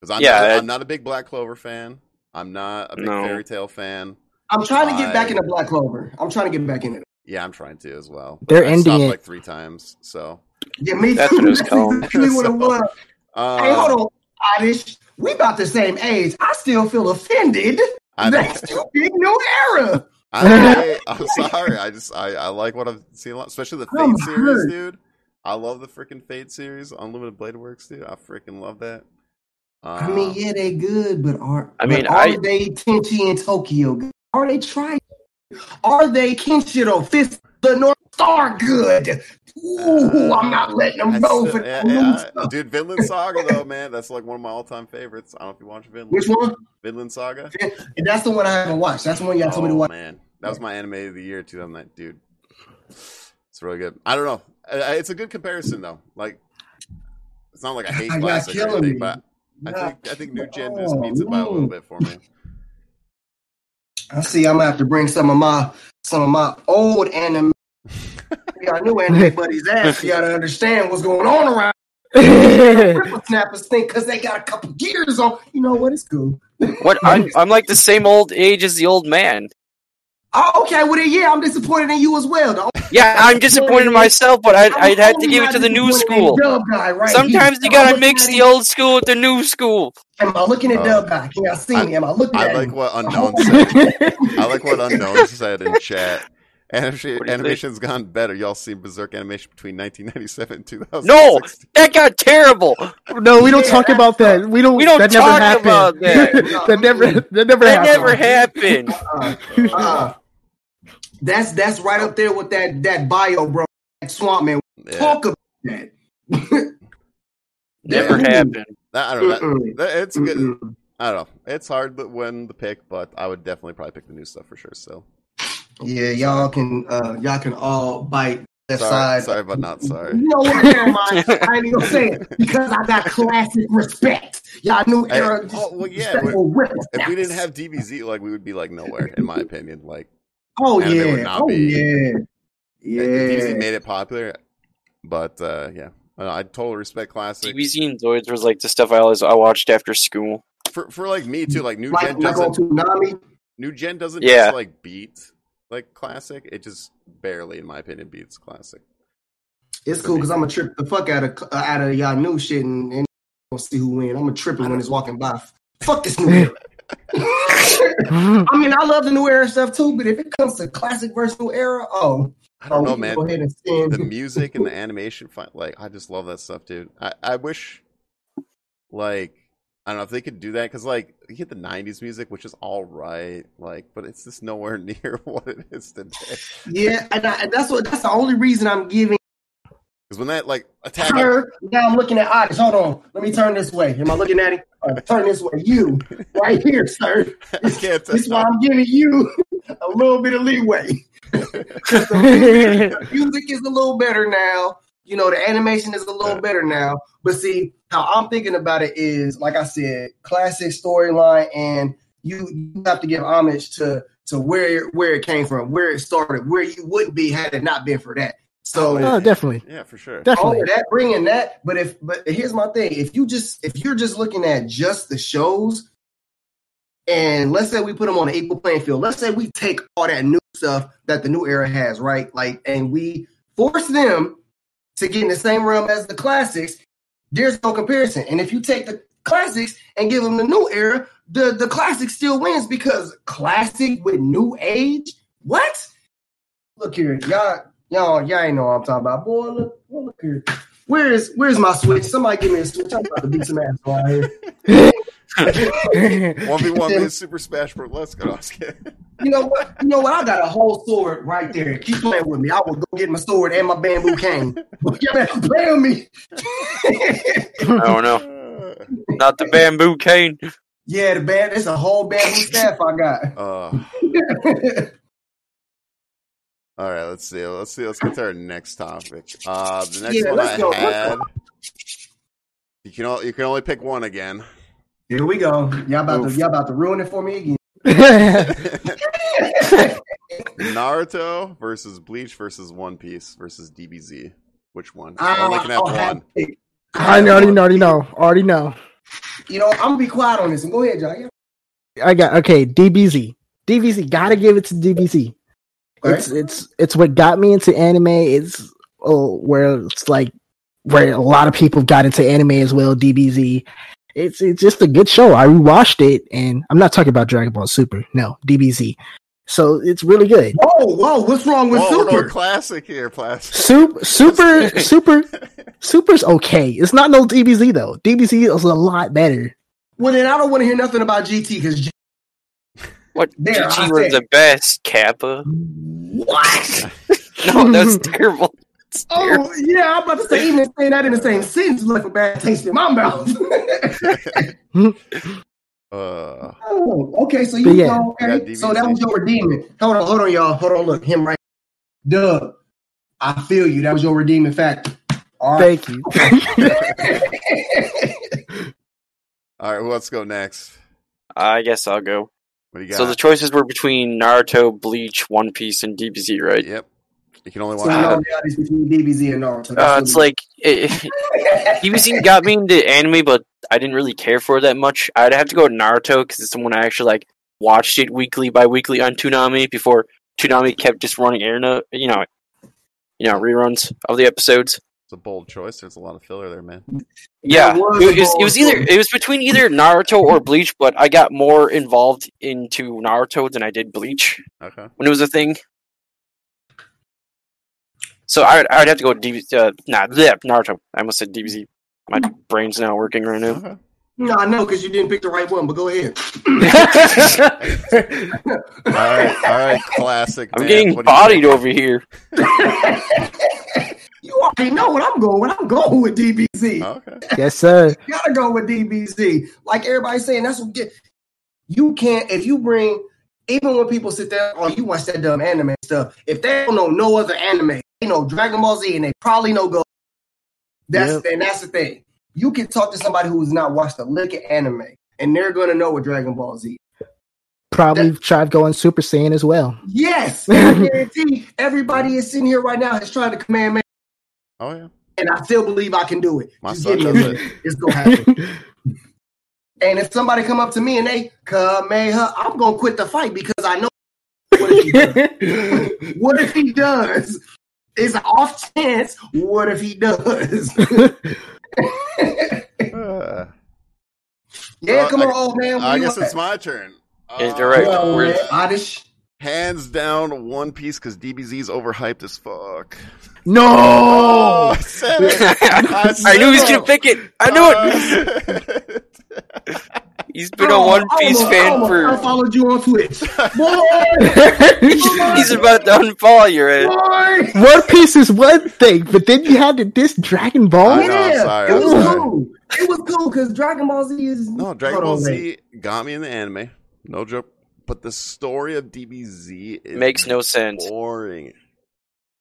Speaker 2: Because I'm,
Speaker 1: Yeah,
Speaker 2: not,
Speaker 1: it-
Speaker 2: I'm not a big Black Clover fan. I'm not a big
Speaker 1: No.
Speaker 2: Fairy Tale fan.
Speaker 4: I'm trying to get back
Speaker 2: I-
Speaker 4: into Black Clover. I'm trying to get back in it.
Speaker 2: Yeah, I'm trying to as well.
Speaker 3: They're
Speaker 2: I
Speaker 3: ending
Speaker 2: stopped
Speaker 3: it.
Speaker 2: like three times. So,
Speaker 4: Yeah, me
Speaker 1: That's
Speaker 4: too.
Speaker 1: what it was
Speaker 4: That's
Speaker 1: called.
Speaker 4: exactly what it
Speaker 2: So-
Speaker 4: was.
Speaker 2: uh,
Speaker 4: Hey, hold on, Oddish. We about the same age. I still feel offended.
Speaker 2: I don't-
Speaker 4: That's too big new era.
Speaker 2: I, am sorry. I just I, I like what I've seen a lot, especially the Fate
Speaker 4: I'm
Speaker 2: series,
Speaker 4: hurt.
Speaker 2: dude. I love the freaking Fate series, Unlimited Blade Works, dude. I freaking love that. Um,
Speaker 4: I mean, yeah, they good, but are
Speaker 1: I
Speaker 4: but
Speaker 1: mean,
Speaker 4: are
Speaker 1: I-
Speaker 4: they Tenchi and Tokyo good? Are they trying? Are they Kenshiro Fist of the North Star good? Ooh, I'm not letting
Speaker 2: I
Speaker 4: them go
Speaker 2: still-
Speaker 4: for
Speaker 2: Uh, yeah,
Speaker 4: that new
Speaker 2: yeah, I-
Speaker 4: stuff.
Speaker 2: dude. Vinland Saga, though, man, that's like one of my all-time favorites. I don't know if you watch Vinland.
Speaker 4: Which one?
Speaker 2: Vinland Saga.
Speaker 4: That's the one I haven't watched. That's the one y'all told me to
Speaker 2: Oh,
Speaker 4: watch.
Speaker 2: man, that was my anime of the year 2009, dude. It's really good. I don't know. I- I- It's a good comparison though. Like, it's not like I hate
Speaker 4: Y'all
Speaker 2: classic or
Speaker 4: killing
Speaker 2: anything,
Speaker 4: me.
Speaker 2: but I
Speaker 4: Nah.
Speaker 2: think I think New Gen just beats it by a
Speaker 4: Oh,
Speaker 2: little
Speaker 4: man.
Speaker 2: bit for me.
Speaker 4: I see. I'm gonna have to bring some of my some of my old anime. Y'all new anime buddies ass. You gotta understand what's going on around. Snappers think because they got a couple gears on. You know what? It's cool.
Speaker 1: what I'm I'm like the same old age as the old man.
Speaker 4: Oh, okay. Well, then, yeah, I'm disappointed in you as well. though.
Speaker 1: Yeah, I'm disappointed in myself, but I'd,
Speaker 4: I'm
Speaker 1: I'd have to
Speaker 4: only
Speaker 1: give it
Speaker 4: not
Speaker 1: to the new
Speaker 4: disappointed in
Speaker 1: school.
Speaker 4: Dub guy, right?
Speaker 1: Sometimes
Speaker 4: He-
Speaker 1: you
Speaker 4: am I
Speaker 1: gotta
Speaker 4: looking
Speaker 1: mix
Speaker 4: at
Speaker 1: the
Speaker 4: him?
Speaker 1: old school with the new school.
Speaker 4: Am I looking at
Speaker 2: Oh.
Speaker 4: Dub guy? Can y'all see me? Am Uh, I looking
Speaker 2: I
Speaker 4: at
Speaker 2: like
Speaker 4: him?
Speaker 2: what unknown
Speaker 4: Oh,
Speaker 2: said. I like what unknown said in chat.
Speaker 1: What do you
Speaker 2: Animation,
Speaker 1: think?
Speaker 2: animation's gone better. Y'all seen Berserk animation between 1997 and 2000.
Speaker 1: No, that got terrible.
Speaker 3: No, we don't talk about that. We don't.
Speaker 1: We don't
Speaker 3: that never
Speaker 1: talk
Speaker 3: happened.
Speaker 1: about that.
Speaker 3: that never. That never
Speaker 1: That
Speaker 3: happened.
Speaker 1: never happened.
Speaker 4: Uh, uh, that's that's right up there with that that bio, bro. That swamp man. Talk about that.
Speaker 1: Never
Speaker 4: Yeah.
Speaker 1: happened.
Speaker 2: I don't know. That,
Speaker 4: Mm-mm.
Speaker 2: that- it's a good.
Speaker 4: Mm-mm.
Speaker 2: I don't know. It's hard to win the pick, but I would definitely probably pick the new stuff for sure. So
Speaker 4: Yeah, y'all can uh, y'all can all bite left
Speaker 2: sorry,
Speaker 4: side.
Speaker 2: sorry, but not sorry.
Speaker 4: You know what? Never mind. I ain't even gonna say it because I got classic respect. Y'all knew
Speaker 2: Hey,
Speaker 4: era.
Speaker 2: oh, well, yeah,
Speaker 4: respect
Speaker 2: we-
Speaker 4: for whippers.
Speaker 2: If we didn't have DBZ, like we would be like nowhere, in my opinion. Like
Speaker 4: oh
Speaker 2: anime would
Speaker 4: yeah,
Speaker 2: not
Speaker 4: oh
Speaker 2: be-
Speaker 4: yeah,
Speaker 2: yeah.
Speaker 4: yeah.
Speaker 2: DBZ made it popular, but uh, yeah, I, don't know, I totally respect classic.
Speaker 1: DBZ and Zoids was like the stuff I always I watched after school.
Speaker 2: for for like me too. Like new
Speaker 4: like
Speaker 2: gen
Speaker 4: like on
Speaker 2: doesn't
Speaker 4: tsunami.
Speaker 2: new gen doesn't
Speaker 1: Yeah.
Speaker 2: just like beat like classic. It just barely, in my opinion, beats classic.
Speaker 4: It's cool because I'm gonna trip the fuck out of uh, out of y'all new shit and, and gonna see who win. I'm gonna trip it when it's walking by. Fuck this new era. I mean, I love the new era stuff too, but if it comes to classic versus new era, oh,
Speaker 2: I don't know,
Speaker 4: oh, we can
Speaker 2: man.
Speaker 4: Go ahead and stand.
Speaker 2: The music and the animation, fi- like I just love that stuff, dude. I I wish, like. I don't know if they could do that because, like, you get the '90s music, which is all right, like, but it's just nowhere near what it is today.
Speaker 4: Yeah, and, I, and that's what that's the only reason I'm giving
Speaker 2: Because when that like attack, on-
Speaker 4: her. Now I'm looking at Otis. Hold on, let me turn this way. Am I looking at it? Uh, turn this way. You right here, sir.
Speaker 2: I can't
Speaker 4: This is
Speaker 2: tell.
Speaker 4: why I'm giving you a little bit of leeway. Music is a little better now. You know, the animation is a little better now. But see, how I'm thinking about it is, like I said, classic storyline, and you you have to give homage to to where where it came from, where it started, where you would be had it not been for that. So
Speaker 3: oh, definitely,
Speaker 2: yeah, for sure.
Speaker 4: all
Speaker 3: definitely.
Speaker 4: of Oh, that bringing that but if but here's my thing if you just if you're just looking at just the shows and let's say we put them on an equal playing field. Let's say we take all that new stuff that the new era has, right? Like, and we force them to get in the same realm as the classics. There's no comparison. And if you take the classics and give them the new era, the the classic still wins because classic with new age. What? Look here, y'all, y'all, y'all ain't know what I'm talking about. Boy, look, boy, look here. Where is where's my switch? Somebody give me a switch. I'm about to beat some ass out here.
Speaker 2: One v one is Super Smash Bros. Let's go. I'm just kidding.
Speaker 4: You know what? You know what? I got a whole sword right there. Keep playing with me. I will go get my sword and my bamboo cane. you better play with me.
Speaker 1: Oh no, not the bamboo cane.
Speaker 4: yeah, the band. It's a whole bamboo staff I got.
Speaker 2: Uh, all right, let's see. Let's see. Let's get to our next topic. Uh, the next
Speaker 4: Yeah,
Speaker 2: one
Speaker 4: let's
Speaker 2: I
Speaker 4: go, let's
Speaker 2: had. You can all, you can only pick one again.
Speaker 4: Here we go. Y'all about
Speaker 2: Oof.
Speaker 4: to y'all about to ruin it for me again.
Speaker 2: Naruto versus Bleach versus One Piece versus DBZ. Which one?
Speaker 4: I
Speaker 2: only can have
Speaker 4: I'll
Speaker 2: one.
Speaker 4: to pick.
Speaker 3: I already know, already know, already know.
Speaker 4: You know, I'm gonna be quiet on this. And go ahead, y'all. Yeah.
Speaker 3: I got okay. DBZ, DBZ. Gotta give it to DBZ.
Speaker 4: Okay.
Speaker 3: It's it's it's what got me into anime. It's oh, where it's like where a lot of people got into anime as well. DBZ. It's it's just a good show. I rewatched it, and I'm not talking about Dragon Ball Super. No, DBZ. So it's really good.
Speaker 4: Whoa, whoa! What's wrong with
Speaker 2: Whoa,
Speaker 4: Super?
Speaker 2: no classic here, plastic.
Speaker 3: Super, super, super, super's okay. It's not no DBZ though. DBZ is a lot better.
Speaker 4: Well, then I don't want to hear nothing about GT because
Speaker 1: What?
Speaker 4: There, I
Speaker 1: GT was
Speaker 4: said-
Speaker 1: the best, Kappa.
Speaker 4: what?
Speaker 1: No, that's terrible. That's terrible.
Speaker 4: Oh yeah, I'm about to say even saying that in the same sentence left a bad taste in my mouth.
Speaker 2: Uh,
Speaker 4: oh, okay, so
Speaker 3: But
Speaker 4: you
Speaker 3: yeah.
Speaker 4: know,
Speaker 2: I got
Speaker 4: okay,
Speaker 2: DVD.
Speaker 4: so that was your redeeming. Hold on, hold on, y'all. Hold on, look him right. Doug, I feel you. That was your redeeming factor. All right.
Speaker 3: Thank you.
Speaker 2: all right, who wants to go next?
Speaker 1: I guess I'll go.
Speaker 2: What do you got?
Speaker 1: So the choices were between Naruto, Bleach, One Piece, and DBZ, right?
Speaker 2: yep. You can only
Speaker 4: so
Speaker 2: watch
Speaker 4: you know,
Speaker 2: one.
Speaker 4: the reality is between DBZ and Naruto. That's
Speaker 1: Uh,
Speaker 4: what
Speaker 1: it's
Speaker 4: we-
Speaker 1: like it, DBZ got me into anime, but I didn't really care for it that much. I'd have to go with Naruto because it's the one I actually like watched it weekly, bi-weekly on Toonami before Toonami kept just running air no, you know, you know reruns of the episodes.
Speaker 2: It's a bold choice. There's a lot of filler there, man.
Speaker 1: Yeah,
Speaker 4: That was
Speaker 1: it was,
Speaker 4: the
Speaker 1: it was
Speaker 4: whole
Speaker 1: either it was between either Naruto or Bleach, but I got more involved into Naruto than I did Bleach
Speaker 2: Okay.
Speaker 1: when it was a thing. So I would, I would have to go with DBZ. Uh, nah, bleh, Naruto. I almost said DBZ. My brain's not working right now.
Speaker 2: Okay.
Speaker 4: No, I know because you didn't pick the right one, but go ahead.
Speaker 2: All right. All right. Classic.
Speaker 1: I'm
Speaker 2: man.
Speaker 1: getting
Speaker 2: What do you
Speaker 1: bodied
Speaker 2: think?
Speaker 1: over here.
Speaker 4: you already know what I'm going with. I'm going with DBZ.
Speaker 1: Oh,
Speaker 2: Oh, Okay.
Speaker 3: yes, sir.
Speaker 4: Gotta go with DBZ. Like everybody's saying, that's what get you can't if you bring even when people sit there, oh, you watch that dumb anime stuff. If they don't know no other anime, they know Dragon Ball Z and they probably know Go. That's and that's the thing. You can talk to somebody who's not watched a lick of anime, and they're gonna know what Dragon Ball Z
Speaker 3: Probably tried going Super Saiyan as well.
Speaker 4: Yes, I guarantee everybody is sitting here right now has tried to command me,
Speaker 2: Oh yeah.
Speaker 4: and I still believe I can do it.
Speaker 2: My
Speaker 4: Just
Speaker 2: son
Speaker 4: give me
Speaker 2: does
Speaker 4: a minute. It's gonna happen. and if somebody come up to me and they command her, I'm gonna quit the fight because I know what if he does? what if he does? It's an off chance. What if he does?
Speaker 2: Uh,
Speaker 4: yeah,
Speaker 2: Uh,
Speaker 4: come
Speaker 2: I-
Speaker 4: on, old man. where
Speaker 2: I
Speaker 4: you
Speaker 2: guess
Speaker 4: at?
Speaker 2: it's my turn. Uh,
Speaker 1: Yeah, you're right.
Speaker 4: Come on,
Speaker 1: We're-
Speaker 4: man. Oddish.
Speaker 2: Hands down, One Piece because DBZ's overhyped as fuck. Oh,
Speaker 3: no.
Speaker 4: Oh!
Speaker 2: I said it.
Speaker 1: I knew he was gonna pick it. I knew it.
Speaker 2: it.
Speaker 1: He's been a One Piece fan
Speaker 4: Oh,
Speaker 1: for.
Speaker 4: I followed you on Twitch. Boy,
Speaker 1: He's about to unfollow your ass.
Speaker 4: boy.
Speaker 3: One Piece is one thing, but then you had to diss Dragon Ball.
Speaker 2: I know, I'm sorry,
Speaker 4: it
Speaker 2: I'm
Speaker 4: was
Speaker 2: sorry.
Speaker 4: cool. It was cool because Dragon Ball Z is
Speaker 2: No, Dragon
Speaker 4: Hold
Speaker 2: Ball
Speaker 4: on, wait.
Speaker 2: Z got me in the anime. No joke. But the story of DBZ is
Speaker 1: Makes no sense.
Speaker 2: boring.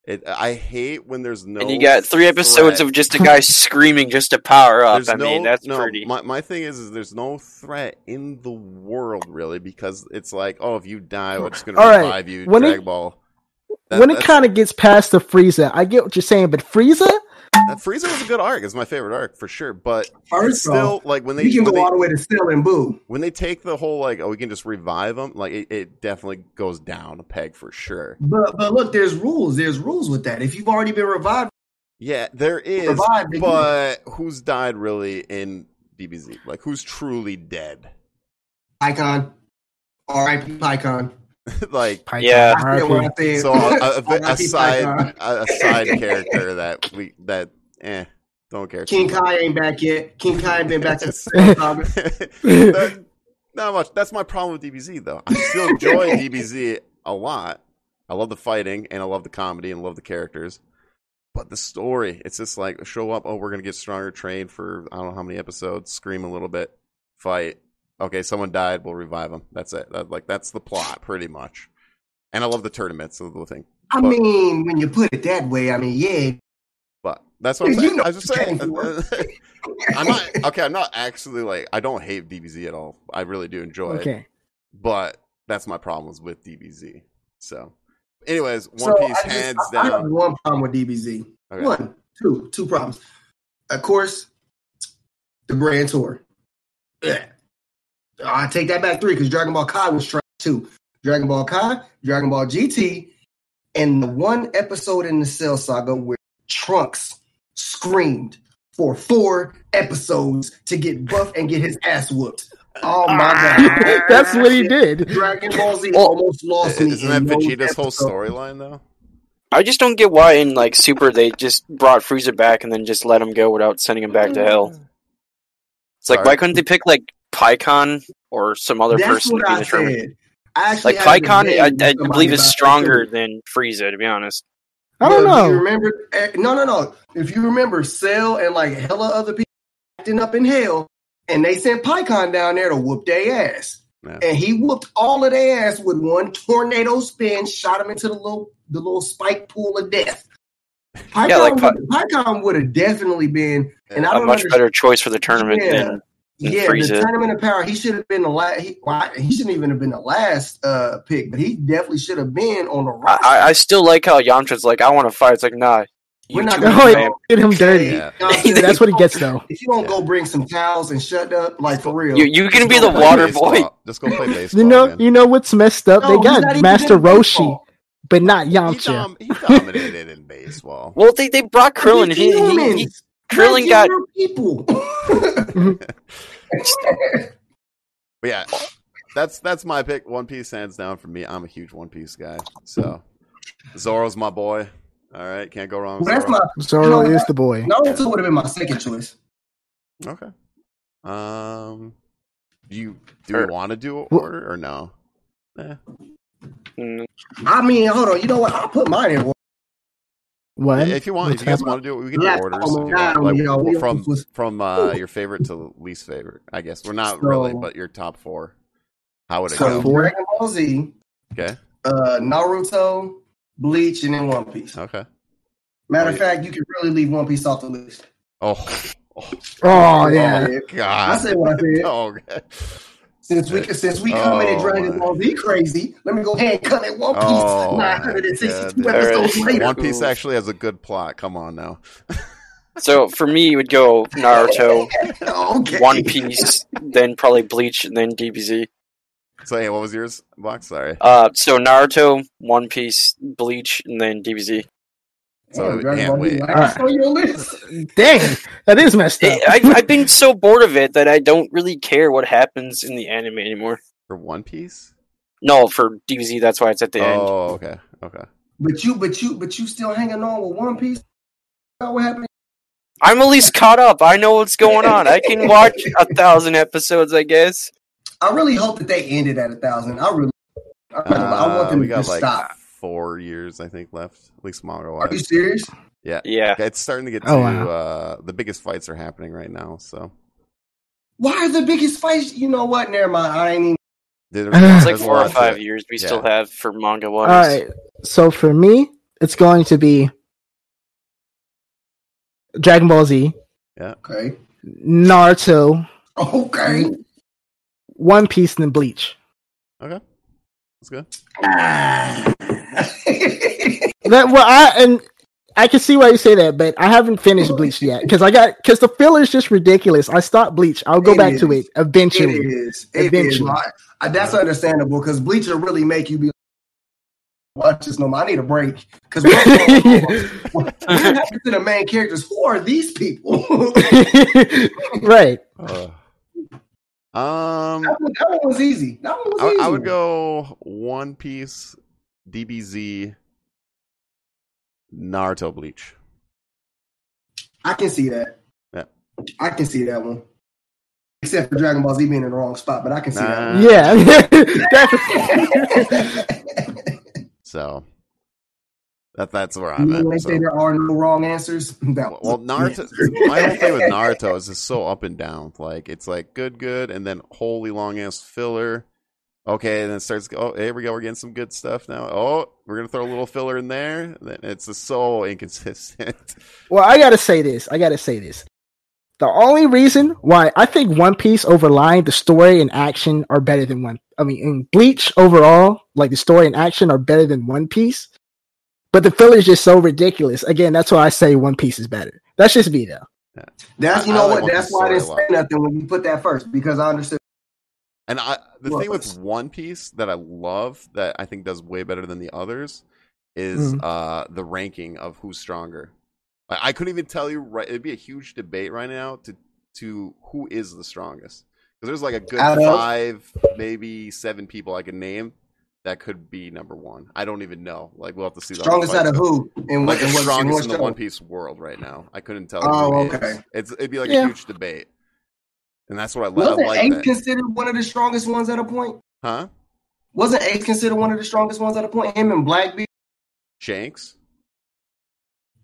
Speaker 2: It, I hate when there's no.
Speaker 1: And you got three episodes
Speaker 2: threat.
Speaker 1: of just a guy screaming just to power up.
Speaker 2: There's
Speaker 1: I mean, that's
Speaker 2: no,
Speaker 1: pretty.
Speaker 2: My, my thing is, is there's no threat in the world really because it's like, oh, if you die, we're just gonna
Speaker 3: All right.
Speaker 2: revive you.
Speaker 3: When it-
Speaker 2: Dragon Ball. That-
Speaker 3: when it
Speaker 2: that's-
Speaker 3: kind of gets past the Frieza, I get what you're saying, but Frieza,
Speaker 2: That Frieza was a good arc. It's my favorite arc for sure. But it's
Speaker 4: First
Speaker 2: still
Speaker 4: off,
Speaker 2: like when they
Speaker 4: you can
Speaker 2: when
Speaker 4: go
Speaker 2: they-
Speaker 4: all the way to Cell and Boo.
Speaker 2: when they take the whole like oh we can just revive them like it, it definitely goes down a peg for sure
Speaker 4: But but look, there's rules. There's rules with that. If you've already been revived,
Speaker 2: yeah there is
Speaker 4: revived, then you-
Speaker 2: but who's died really in DBZ like who's truly dead
Speaker 4: Icon, R.I.P. Icon.
Speaker 2: like
Speaker 3: Python,
Speaker 1: Yeah.
Speaker 4: I said what I said.
Speaker 2: so uh, a, a, a,
Speaker 4: R.I.P.
Speaker 2: side
Speaker 4: Python.
Speaker 2: a, a side character that we that eh don't care
Speaker 4: King Kai ain't back yet. King Kai ain't been back since. Saga.
Speaker 2: That- not much that's my problem with DBZ though I still enjoy DBZ a lot I love the fighting and I love the comedy and love the characters but the story it's just like show up oh we're gonna get stronger train for I don't know how many episodes scream a little bit fight okay someone died we'll revive them that's it That- like that's the plot pretty much and I love the tournaments of the thing
Speaker 4: I mean, when you put it that way, I mean, yeah.
Speaker 2: But that's what I'm
Speaker 4: You
Speaker 2: saying.
Speaker 4: know
Speaker 2: I was just
Speaker 4: what
Speaker 2: saying.
Speaker 4: you
Speaker 2: I'm not okay. I'm not actually like I don't hate DBZ at all. I really do enjoy it,
Speaker 3: Okay.
Speaker 2: but that's my problems with DBZ. So, anyways, One
Speaker 4: So, I
Speaker 2: Piece
Speaker 4: just-
Speaker 2: hands
Speaker 4: I- I have
Speaker 2: down.
Speaker 4: one problem with DBZ.
Speaker 2: Okay.
Speaker 4: One, two, two problems. Of course, the Grand Tour. Yeah. I take that back three because Dragon Ball Kai was trash too. Dragon Ball Kai, Dragon Ball GT, and the one episode in the Cell Saga where Trunks screamed for four episodes to get buff and get his ass whooped. Oh my
Speaker 2: Ah.
Speaker 4: god!
Speaker 3: That's what he did.
Speaker 4: Dragon Ball Z
Speaker 1: Well,
Speaker 4: almost lost me.
Speaker 2: Oh. Isn't that
Speaker 4: in those
Speaker 2: Vegeta's whole
Speaker 4: episodes.
Speaker 2: storyline though?
Speaker 1: I just don't get why in like Super they just brought Frieza back and then just let him go without sending him back to hell. It's like
Speaker 2: Sorry.
Speaker 1: why couldn't they pick like PyCon or some other person to be the tournament?
Speaker 4: said. I actually
Speaker 1: Like
Speaker 4: had a
Speaker 1: PyCon,
Speaker 4: debate
Speaker 1: I,
Speaker 4: with
Speaker 1: I
Speaker 4: somebody
Speaker 1: believe is
Speaker 4: about this,
Speaker 1: stronger
Speaker 4: too.
Speaker 1: than Frieza, to be honest.
Speaker 3: I don't
Speaker 4: But if you
Speaker 3: know.
Speaker 4: remember? eh, No, no, no. If you remember, Cell and like hella other people acting up in hell, and they sent PyCon down there to whoop their ass,
Speaker 2: Yeah.
Speaker 4: and he whooped all of their ass with one tornado spin, shot him into the little the little spike pool of death. PyCon,
Speaker 1: Yeah, like Pi-
Speaker 4: would, PyCon would have definitely been, and I
Speaker 1: A
Speaker 4: don't
Speaker 1: much
Speaker 4: understand-
Speaker 1: better choice for the tournament
Speaker 4: Yeah.
Speaker 1: than than
Speaker 4: Yeah,
Speaker 1: Frieza.
Speaker 4: the tournament of power. He should have been the last. He, well, he shouldn't even have been the last uh, pick, but he definitely should have been on the
Speaker 1: I,
Speaker 4: roster.
Speaker 1: I I still like how Yamcha's like, I want to fight. It's like, nah, you
Speaker 4: We're not
Speaker 1: too
Speaker 4: gonna
Speaker 1: much,
Speaker 3: Oh,
Speaker 1: man.
Speaker 3: yeah. Get him dirty.
Speaker 2: Yeah.
Speaker 3: That's what he gets though.
Speaker 4: If you don't go bring some towels and shut up, like for real,
Speaker 1: You, you can be
Speaker 4: Just
Speaker 1: the
Speaker 4: go play
Speaker 1: water
Speaker 2: baseball.
Speaker 1: boy.
Speaker 2: Just go play baseball.
Speaker 3: You know,
Speaker 2: man.
Speaker 3: you know what's messed up?
Speaker 4: No,
Speaker 3: they
Speaker 4: he's not
Speaker 3: got
Speaker 4: even
Speaker 3: Master
Speaker 4: in
Speaker 3: Roshi,
Speaker 4: baseball.
Speaker 3: but not
Speaker 2: he,
Speaker 4: um,
Speaker 3: Yamcha.
Speaker 2: dom- he dominated in baseball.
Speaker 1: Well, they, they brought Krillin.
Speaker 4: They're
Speaker 1: He, he, he,
Speaker 4: humans.
Speaker 1: Krillin
Speaker 4: They're
Speaker 1: got-
Speaker 4: general people.
Speaker 2: But yeah, that's that's my pick. One Piece hands down for me. I'm a huge One Piece guy. So Zoro's my boy. All right, can't go wrong.
Speaker 4: Well,
Speaker 2: With
Speaker 4: that's my
Speaker 2: Zoro.
Speaker 3: Zoro
Speaker 4: You know
Speaker 3: is the boy.
Speaker 4: Naruto would have been my second choice.
Speaker 2: okay. Um, do you do you
Speaker 4: Er,
Speaker 1: Sure.
Speaker 2: want to do an order or no? Eh,
Speaker 1: Mm,
Speaker 4: I mean, hold on. You know what? I'll put mine in. order.
Speaker 3: What?
Speaker 2: if you want, if you guys want to do it, we can do
Speaker 4: Last
Speaker 2: orders. If
Speaker 4: time
Speaker 2: you want.
Speaker 4: around,
Speaker 2: Like,
Speaker 4: you know, we
Speaker 2: from
Speaker 4: was-
Speaker 2: from uh, your favorite to least favorite, I guess. We're not
Speaker 4: So-
Speaker 2: really, but your top four. How would it
Speaker 4: So
Speaker 2: go?
Speaker 3: four?
Speaker 4: Dragon Ball Z,
Speaker 2: Okay,
Speaker 4: uh, Naruto, Bleach, and then One Piece.
Speaker 2: okay.
Speaker 4: Matter of
Speaker 2: Oh, yeah.
Speaker 4: fact, you can really leave One Piece off the list.
Speaker 2: Oh, oh
Speaker 3: Oh yeah.
Speaker 4: I
Speaker 2: God.
Speaker 4: said what I said.
Speaker 2: Oh, God.
Speaker 4: Since we since we commented
Speaker 2: Oh,
Speaker 4: Dragon
Speaker 2: my.
Speaker 4: Ball Z crazy, let me go ahead and cut it One Piece
Speaker 2: Oh, my
Speaker 4: 962
Speaker 2: goodness.
Speaker 4: episodes
Speaker 1: All right.
Speaker 4: later.
Speaker 2: One Piece actually has a good plot. Come on now.
Speaker 1: So for me, it would go Naruto,
Speaker 4: okay.
Speaker 1: One Piece, then probably Bleach, and then DBZ.
Speaker 2: So hey, what was yours, Box? Sorry.
Speaker 1: Uh, so Naruto, One Piece, Bleach, and then DBZ.
Speaker 2: So
Speaker 4: Damn,
Speaker 2: we
Speaker 4: Dragon
Speaker 2: can't
Speaker 4: Ball Z
Speaker 2: wait.
Speaker 4: last on your list.
Speaker 3: Dang, that is messed up.
Speaker 1: I, I've been so bored of it that I don't really care what happens in the anime anymore.
Speaker 2: For One Piece?
Speaker 1: No, for DBZ, that's why it's at the end.
Speaker 2: Oh, okay. Okay.
Speaker 4: But you but you but you still hanging on with One Piece? Know what happened?
Speaker 1: I'm at least caught up. I know what's going on. I can watch a thousand episodes, I guess.
Speaker 4: I really hope that they ended at a thousand. I really I, really- I want
Speaker 2: Uh,
Speaker 4: them
Speaker 2: we
Speaker 4: to
Speaker 2: got
Speaker 4: just
Speaker 2: like
Speaker 4: stop.
Speaker 2: four years, I think, left. At least manga
Speaker 4: Are you
Speaker 2: wise.
Speaker 4: serious?
Speaker 1: Yeah.
Speaker 2: It's starting to get to
Speaker 3: Oh, wow.
Speaker 2: uh, the biggest fights are happening right now. So
Speaker 4: Why are the biggest fights? You know what? Never mind. I ain't even
Speaker 2: There-
Speaker 3: It's
Speaker 1: It's like
Speaker 2: there's a
Speaker 1: four
Speaker 2: lot
Speaker 1: or
Speaker 2: to
Speaker 1: five
Speaker 2: it.
Speaker 1: years we
Speaker 2: Yeah.
Speaker 1: still have for manga
Speaker 3: All
Speaker 1: wise.
Speaker 3: right. So for me, it's going to be Dragon Ball Z,
Speaker 4: okay.
Speaker 3: Naruto,
Speaker 4: Okay.
Speaker 3: One Piece, and then Bleach.
Speaker 2: Okay. That's good.
Speaker 4: Ah.
Speaker 3: That well, I and I can see why you say that, but I haven't finished Bleach yet because I got because the filler is just ridiculous. I stopped Bleach. I'll go
Speaker 4: It
Speaker 3: back to
Speaker 4: is.
Speaker 3: it eventually.
Speaker 4: It is. It is.
Speaker 3: Eventually.
Speaker 4: I- that's understandable because Bleach will really make you be watch this no more. I need a break because what happened to the main characters? Who are these people? that,
Speaker 3: right.
Speaker 2: Ugh. um,
Speaker 4: one, that one was easy. That one was
Speaker 2: I,
Speaker 4: easy.
Speaker 2: I would go One Piece, DBZ, Naruto, Bleach.
Speaker 4: I can see that.
Speaker 2: Yeah.
Speaker 4: I can see that one. Except for Dragon Ball Z being in the wrong spot, but I can see
Speaker 2: Nah.
Speaker 3: Yeah. That's-
Speaker 4: that one.
Speaker 2: So that that's where
Speaker 4: You
Speaker 2: I'm
Speaker 4: know
Speaker 2: at.
Speaker 4: when they
Speaker 2: so.
Speaker 4: say there are no wrong answers?
Speaker 2: Well,
Speaker 4: That was
Speaker 2: well,
Speaker 4: the
Speaker 2: Naruto.
Speaker 4: answer.
Speaker 2: my whole thing with Naruto is it's so up and down. Like it's like good, good, and then holy long ass filler. Okay, and then it starts. Oh, here we go. We're getting some good stuff now. Oh, we're gonna throw a little filler in there. and Then it's just so inconsistent.
Speaker 3: well, I gotta say this. I gotta say this. The only reason why I think One Piece overlying the story and action are better than one. I mean, in Bleach overall, like the story and action are better than One Piece. But the filler is just so ridiculous. Again, that's why I say One Piece is better. That's just me though.
Speaker 4: That's you
Speaker 2: I- I
Speaker 4: know
Speaker 2: like
Speaker 4: what.
Speaker 2: One
Speaker 4: That's
Speaker 2: Piece
Speaker 4: why I didn't
Speaker 2: story
Speaker 4: say
Speaker 2: a
Speaker 4: nothing when you put that first because I understood.
Speaker 2: And I, the
Speaker 4: Well,
Speaker 2: thing with
Speaker 4: it's-
Speaker 2: One Piece that I love that I think does way better than the others is
Speaker 4: Mm-hmm.
Speaker 3: Mhm.
Speaker 2: uh, the ranking of who's stronger. I, I couldn't even tell you. Right, it'd be a huge debate right now to to who is the strongest because there's like a good
Speaker 4: Out of-
Speaker 2: five, maybe seven people I could name that could be number one. I don't even know. Like we'll have to see. the
Speaker 4: Strongest
Speaker 2: fights
Speaker 4: out of
Speaker 2: out.
Speaker 4: who and
Speaker 2: Like
Speaker 4: what?
Speaker 2: the
Speaker 4: and what
Speaker 2: strongest in the
Speaker 4: show.
Speaker 2: One Piece world right now. I couldn't tell.
Speaker 4: Oh,
Speaker 2: who it
Speaker 4: okay.
Speaker 2: is. It's it'd be like a
Speaker 3: Yeah.
Speaker 2: huge debate, and that's what I, love. I
Speaker 4: Wasn't
Speaker 2: like.
Speaker 4: Ace
Speaker 2: That.
Speaker 4: considered one of the strongest ones at a point?
Speaker 2: Huh?
Speaker 4: Wasn't Ace considered one of the strongest ones at a point? Him and Blackbeard.
Speaker 2: Shanks.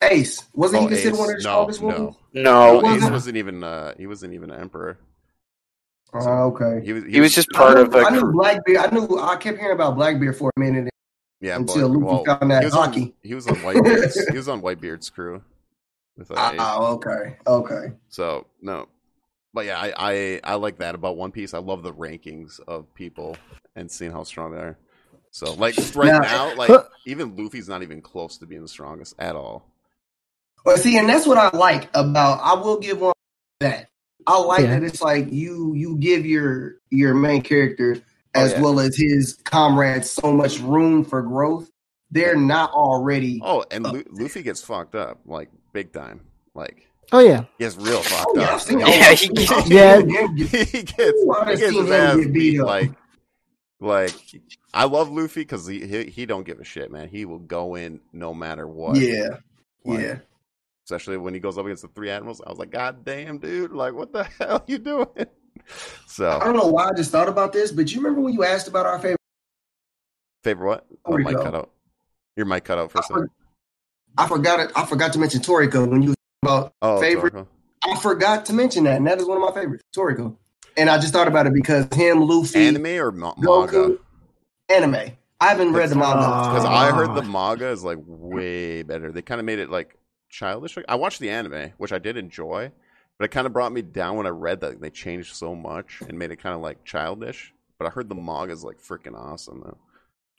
Speaker 4: Ace wasn't
Speaker 2: Oh,
Speaker 4: he considered
Speaker 2: Ace.
Speaker 4: one of the
Speaker 2: No,
Speaker 4: strongest
Speaker 2: no.
Speaker 4: ones?
Speaker 1: No,
Speaker 2: No,
Speaker 4: Well,
Speaker 2: Ace
Speaker 4: then-
Speaker 2: Oh, wasn't even uh, he wasn't even an emperor.
Speaker 4: Oh, okay.
Speaker 2: He was he,
Speaker 1: he was just part
Speaker 4: I knew,
Speaker 1: of a
Speaker 4: I knew
Speaker 1: crew.
Speaker 4: Blackbeard. I knew I kept hearing about Blackbeard for a minute
Speaker 2: yeah,
Speaker 4: until
Speaker 2: but-
Speaker 4: Luffy
Speaker 2: well,
Speaker 4: found that
Speaker 2: he was On,
Speaker 4: hockey.
Speaker 2: he was on Whitebeard's he was on Whitebeard's crew with uh, Ace.
Speaker 4: Oh, okay, okay.
Speaker 2: So no, but yeah, I, I I like that about One Piece. I love the rankings of people and seeing how strong they are. So like right
Speaker 4: Now- uh,
Speaker 2: now, like
Speaker 3: Huh.
Speaker 2: even Luffy's not even close to being the strongest at all.
Speaker 4: Well, see, and that's what I like about. I will give one that. I like
Speaker 3: Yeah.
Speaker 4: that it's like you you give your your main character as
Speaker 3: Oh,
Speaker 2: yeah.
Speaker 4: well as his comrades so much room for growth. They're not already.
Speaker 2: Oh, and
Speaker 4: Uh,
Speaker 2: Lu- Luffy gets fucked up like big time. Like
Speaker 3: Oh yeah.
Speaker 2: he gets real fucked
Speaker 4: Oh, yeah, I've
Speaker 2: up.
Speaker 4: seen-
Speaker 1: Yeah,
Speaker 4: I've
Speaker 1: he-
Speaker 4: seen- I've seen
Speaker 3: Yeah.
Speaker 4: him get-
Speaker 2: he gets,
Speaker 4: Ooh, I
Speaker 2: he
Speaker 4: done
Speaker 2: gets
Speaker 4: seen
Speaker 2: his
Speaker 4: him
Speaker 2: ass
Speaker 4: get beat
Speaker 2: beat.
Speaker 4: up.
Speaker 2: Like, like I love Luffy because he, he he don't give a shit, man. He will go in no matter what.
Speaker 4: Yeah,
Speaker 2: Like,
Speaker 4: yeah.
Speaker 2: Especially when he goes up against the three admirals. I was like, God damn, dude! Like, what the hell you doing?
Speaker 4: I
Speaker 2: So
Speaker 4: don't know why I just thought about this, but you remember when you asked about our favorite?
Speaker 2: favorite what? Oh,
Speaker 4: There we
Speaker 2: mic
Speaker 4: go.
Speaker 2: cut out. Your mic cut out for a
Speaker 4: I,
Speaker 2: second.
Speaker 4: for, I forgot it. I forgot to mention Toriko when you was talking about
Speaker 2: Oh,
Speaker 4: favorite-
Speaker 2: Toriko.
Speaker 4: I forgot to mention that, and that is one of my favorites, Toriko. And I just thought about it because him, Luffy, anime.
Speaker 2: anime or ma-
Speaker 4: Goku.
Speaker 2: manga?
Speaker 4: I haven't read the manga.
Speaker 2: Because uh, I heard the
Speaker 3: Ah.
Speaker 2: manga is like way better. They kind of made it like childish. I watched the anime, which I did enjoy, but it kind of brought me down when I read that they changed so much and made it kind of like childish. But I heard the manga is like freaking awesome though.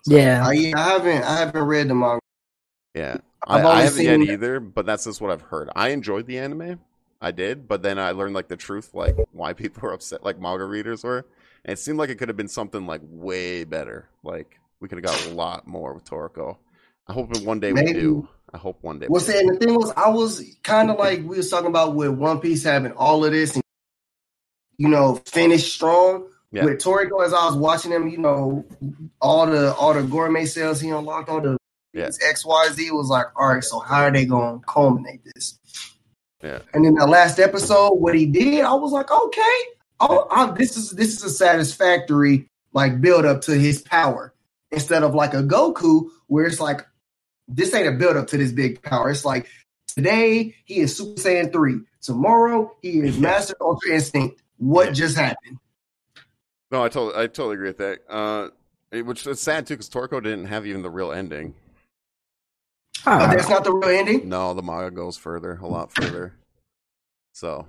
Speaker 3: Yeah.
Speaker 4: I, I haven't. I haven't read the manga.
Speaker 2: Yeah, I,
Speaker 4: I've
Speaker 2: I
Speaker 4: only
Speaker 2: haven't
Speaker 4: seen-
Speaker 2: yet either, but that's just what I've heard. I enjoyed the anime, I did, but then I learned like the truth, like why people were upset, like manga readers were, and it seemed like it could have been something like way better. Like we could have got a lot more with Toriko. I hope that one day we
Speaker 4: Maybe.
Speaker 2: do. I hope one day.
Speaker 4: Well,
Speaker 2: we do.
Speaker 4: see, and the thing was, I was kind of like we was talking about with One Piece having all of this, and you know, finish strong.
Speaker 2: Yeah.
Speaker 4: With Toriko, as I was watching him, you know, all the all the gourmet sales he unlocked, all the
Speaker 2: Yeah.
Speaker 4: X Y Z was like, all right, so how are they going to culminate this?
Speaker 2: Yeah.
Speaker 4: And then the last episode, what he did, I was like, okay, oh, I, this is this is a satisfactory like build up to his power instead of like a Goku where it's like this ain't a build up to this big power. It's like today he is Super Saiyan three, tomorrow he is
Speaker 2: Yeah.
Speaker 4: Master Ultra Instinct. What
Speaker 2: Yeah.
Speaker 4: just happened?
Speaker 2: No, I totally, I totally agree with that. Uh, it- which is sad too, because Toriko didn't have even the real ending.
Speaker 4: Oh,
Speaker 3: Ah.
Speaker 4: that's not the real ending
Speaker 2: No, the manga goes further, a lot further. So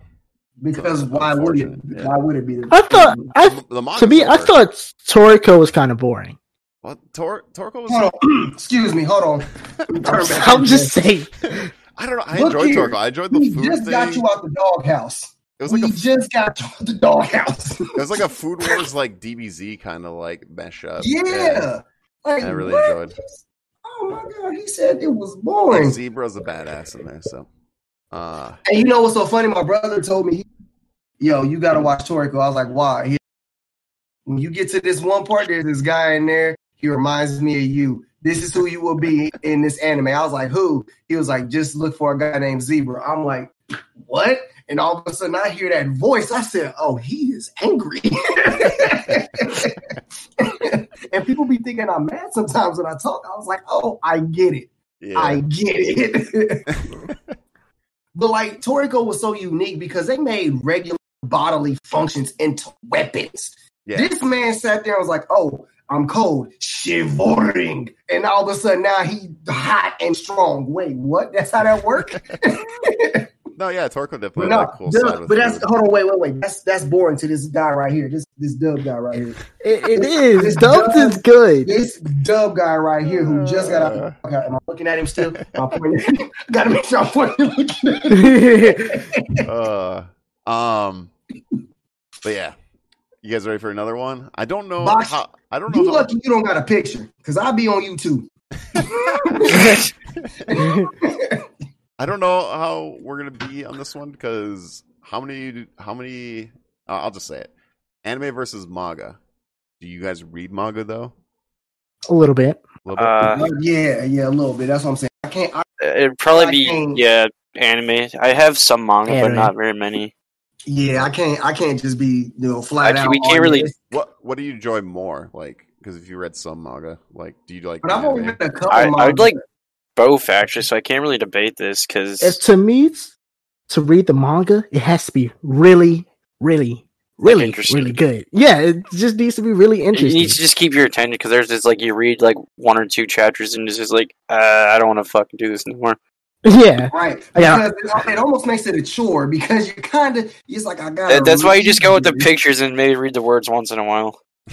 Speaker 4: because why would it?
Speaker 2: Unfortunate, yeah.
Speaker 4: Why would it be? The
Speaker 3: I thought I
Speaker 2: the manga.
Speaker 3: to me I thought Toriko was kind of boring.
Speaker 2: What Tor- Torkel was
Speaker 4: Hold on. Excuse me. Hold on. Let me turn back
Speaker 3: I'm
Speaker 4: on
Speaker 3: just
Speaker 4: that.
Speaker 3: saying.
Speaker 2: I don't know. I
Speaker 4: Look
Speaker 2: enjoyed
Speaker 4: here.
Speaker 2: Torkel. I enjoyed the
Speaker 4: We
Speaker 2: food
Speaker 4: just
Speaker 2: thing.
Speaker 4: got you out the doghouse.
Speaker 2: it was
Speaker 4: we
Speaker 2: like a
Speaker 4: just got you out the doghouse.
Speaker 2: it was like a Food Wars like DBZ kind of like mesh up.
Speaker 4: yeah. Like,
Speaker 2: I really
Speaker 4: what?
Speaker 2: enjoyed.
Speaker 4: Oh my god, he said it was
Speaker 2: Like,
Speaker 4: boring.
Speaker 2: Zebra's a badass in there, so uh
Speaker 4: And you know what's so funny? My brother told me, "Yo, you gotta watch Toriko." I was like, "Why?" He- when you get to this one part, there's this guy in there. He reminds me of you. This is who you will be in this anime. I was like, "Who?" He was like, "Just look for a guy named Zebra." I'm like, "What?" And all of a sudden, I hear that voice. I said, "Oh, he is angry." and people be thinking I'm mad sometimes when I talk. I was like, "Oh, I get it."
Speaker 2: yeah.
Speaker 4: I get it. but like Toriko was so unique because they made regular bodily functions into weapons.
Speaker 2: yeah.
Speaker 4: This man sat there and was like, oh, I'm cold, shivering. And all of a sudden now he hot and strong. Wait, what? That's how that works?
Speaker 2: No, yeah, Torco definitely had
Speaker 4: no,
Speaker 2: that cool
Speaker 4: duh,
Speaker 2: side with
Speaker 4: but that's
Speaker 2: food.
Speaker 4: hold on, wait, wait, wait. That's that's boring to this guy right here. This this dub guy right here.
Speaker 3: It, it
Speaker 4: This
Speaker 3: is. Dumped is good.
Speaker 4: This dub guy right here who just got out
Speaker 2: Uh.
Speaker 4: the Okay, am I looking at him still? My point gotta make sure I'm pointing looking at him.
Speaker 2: Uh, um, but yeah, you guys ready for another one? I don't know
Speaker 4: Bosh,
Speaker 2: how. I don't know.
Speaker 4: You
Speaker 2: how,
Speaker 4: lucky you don't got a picture, cause I be on YouTube.
Speaker 2: I don't know how we're gonna be on this one because how many? How many? Uh, I'll just say it. Anime versus manga. Do you guys read manga though?
Speaker 3: a little bit.
Speaker 2: A little bit?
Speaker 1: Uh,
Speaker 4: yeah, yeah, a little bit. That's what I'm saying. I can't. I,
Speaker 1: It'd probably be
Speaker 4: Fucking-
Speaker 1: yeah, anime. I have some manga, but
Speaker 3: Anime.
Speaker 1: not very many.
Speaker 4: yeah, I can't. I can't just be you know
Speaker 1: I
Speaker 4: flat
Speaker 1: can't-
Speaker 4: out.
Speaker 1: we can't
Speaker 4: on
Speaker 1: really-
Speaker 4: this.
Speaker 2: what What do you enjoy more? Like, because if you read some manga, like, do you like?
Speaker 4: But I've
Speaker 2: anime?
Speaker 4: only read a couple.
Speaker 1: I, I would
Speaker 4: manga.
Speaker 1: like both actually, so I can't really debate this
Speaker 3: If
Speaker 1: because
Speaker 3: to me, it's- to read the manga, it has to be really, really, really,
Speaker 1: interesting.
Speaker 3: really good. Yeah, it just needs to be really
Speaker 1: you
Speaker 3: interesting.
Speaker 1: need to just keep your attention because there's this like you read like one or two chapters and it's just like uh, I don't want to fucking do this anymore.
Speaker 3: Yeah,
Speaker 4: Right,
Speaker 3: Yeah.
Speaker 4: because it, it almost makes it a chore because you're kind of, it's like I got.
Speaker 1: That, that's why you just go with the pictures and maybe read the words once in a while.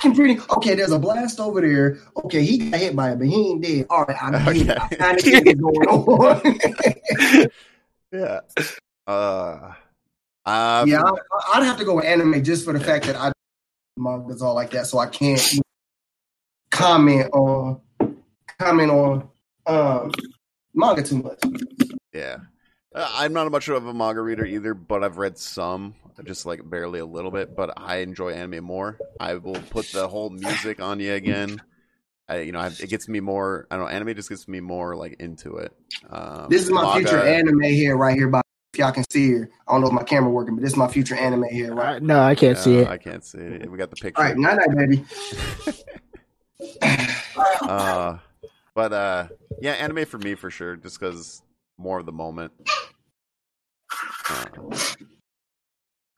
Speaker 4: Computing. Okay, there's a blast over there. Okay, he got hit by it, but he ain't dead. All right, I get it. I
Speaker 2: Okay.
Speaker 4: kind of get what's going on.
Speaker 2: Yeah. Uh. Uh,
Speaker 4: yeah, I, I'd have to go with anime just for the fact that I mangas all like that, so I can't comment on comment on um, manga too much.
Speaker 2: Yeah. Uh, I'm not much of a manga reader either, but I've read some, just like barely a little bit, but I enjoy anime more. I will put the whole music on you again. I, you know, I, it gets me more. I don't know. Anime just gets me more like into it. Um,
Speaker 4: This is my
Speaker 2: manga-
Speaker 4: future anime here, right here. By if y'all can see her, I don't know if my camera working, but this is my future anime here, right?
Speaker 3: Uh, no, I can't see
Speaker 2: No,
Speaker 3: it.
Speaker 2: I can't see it. We got the picture.
Speaker 4: All right, night night, baby.
Speaker 2: uh, but uh, yeah, anime for me for sure, just because more of the moment. Uh,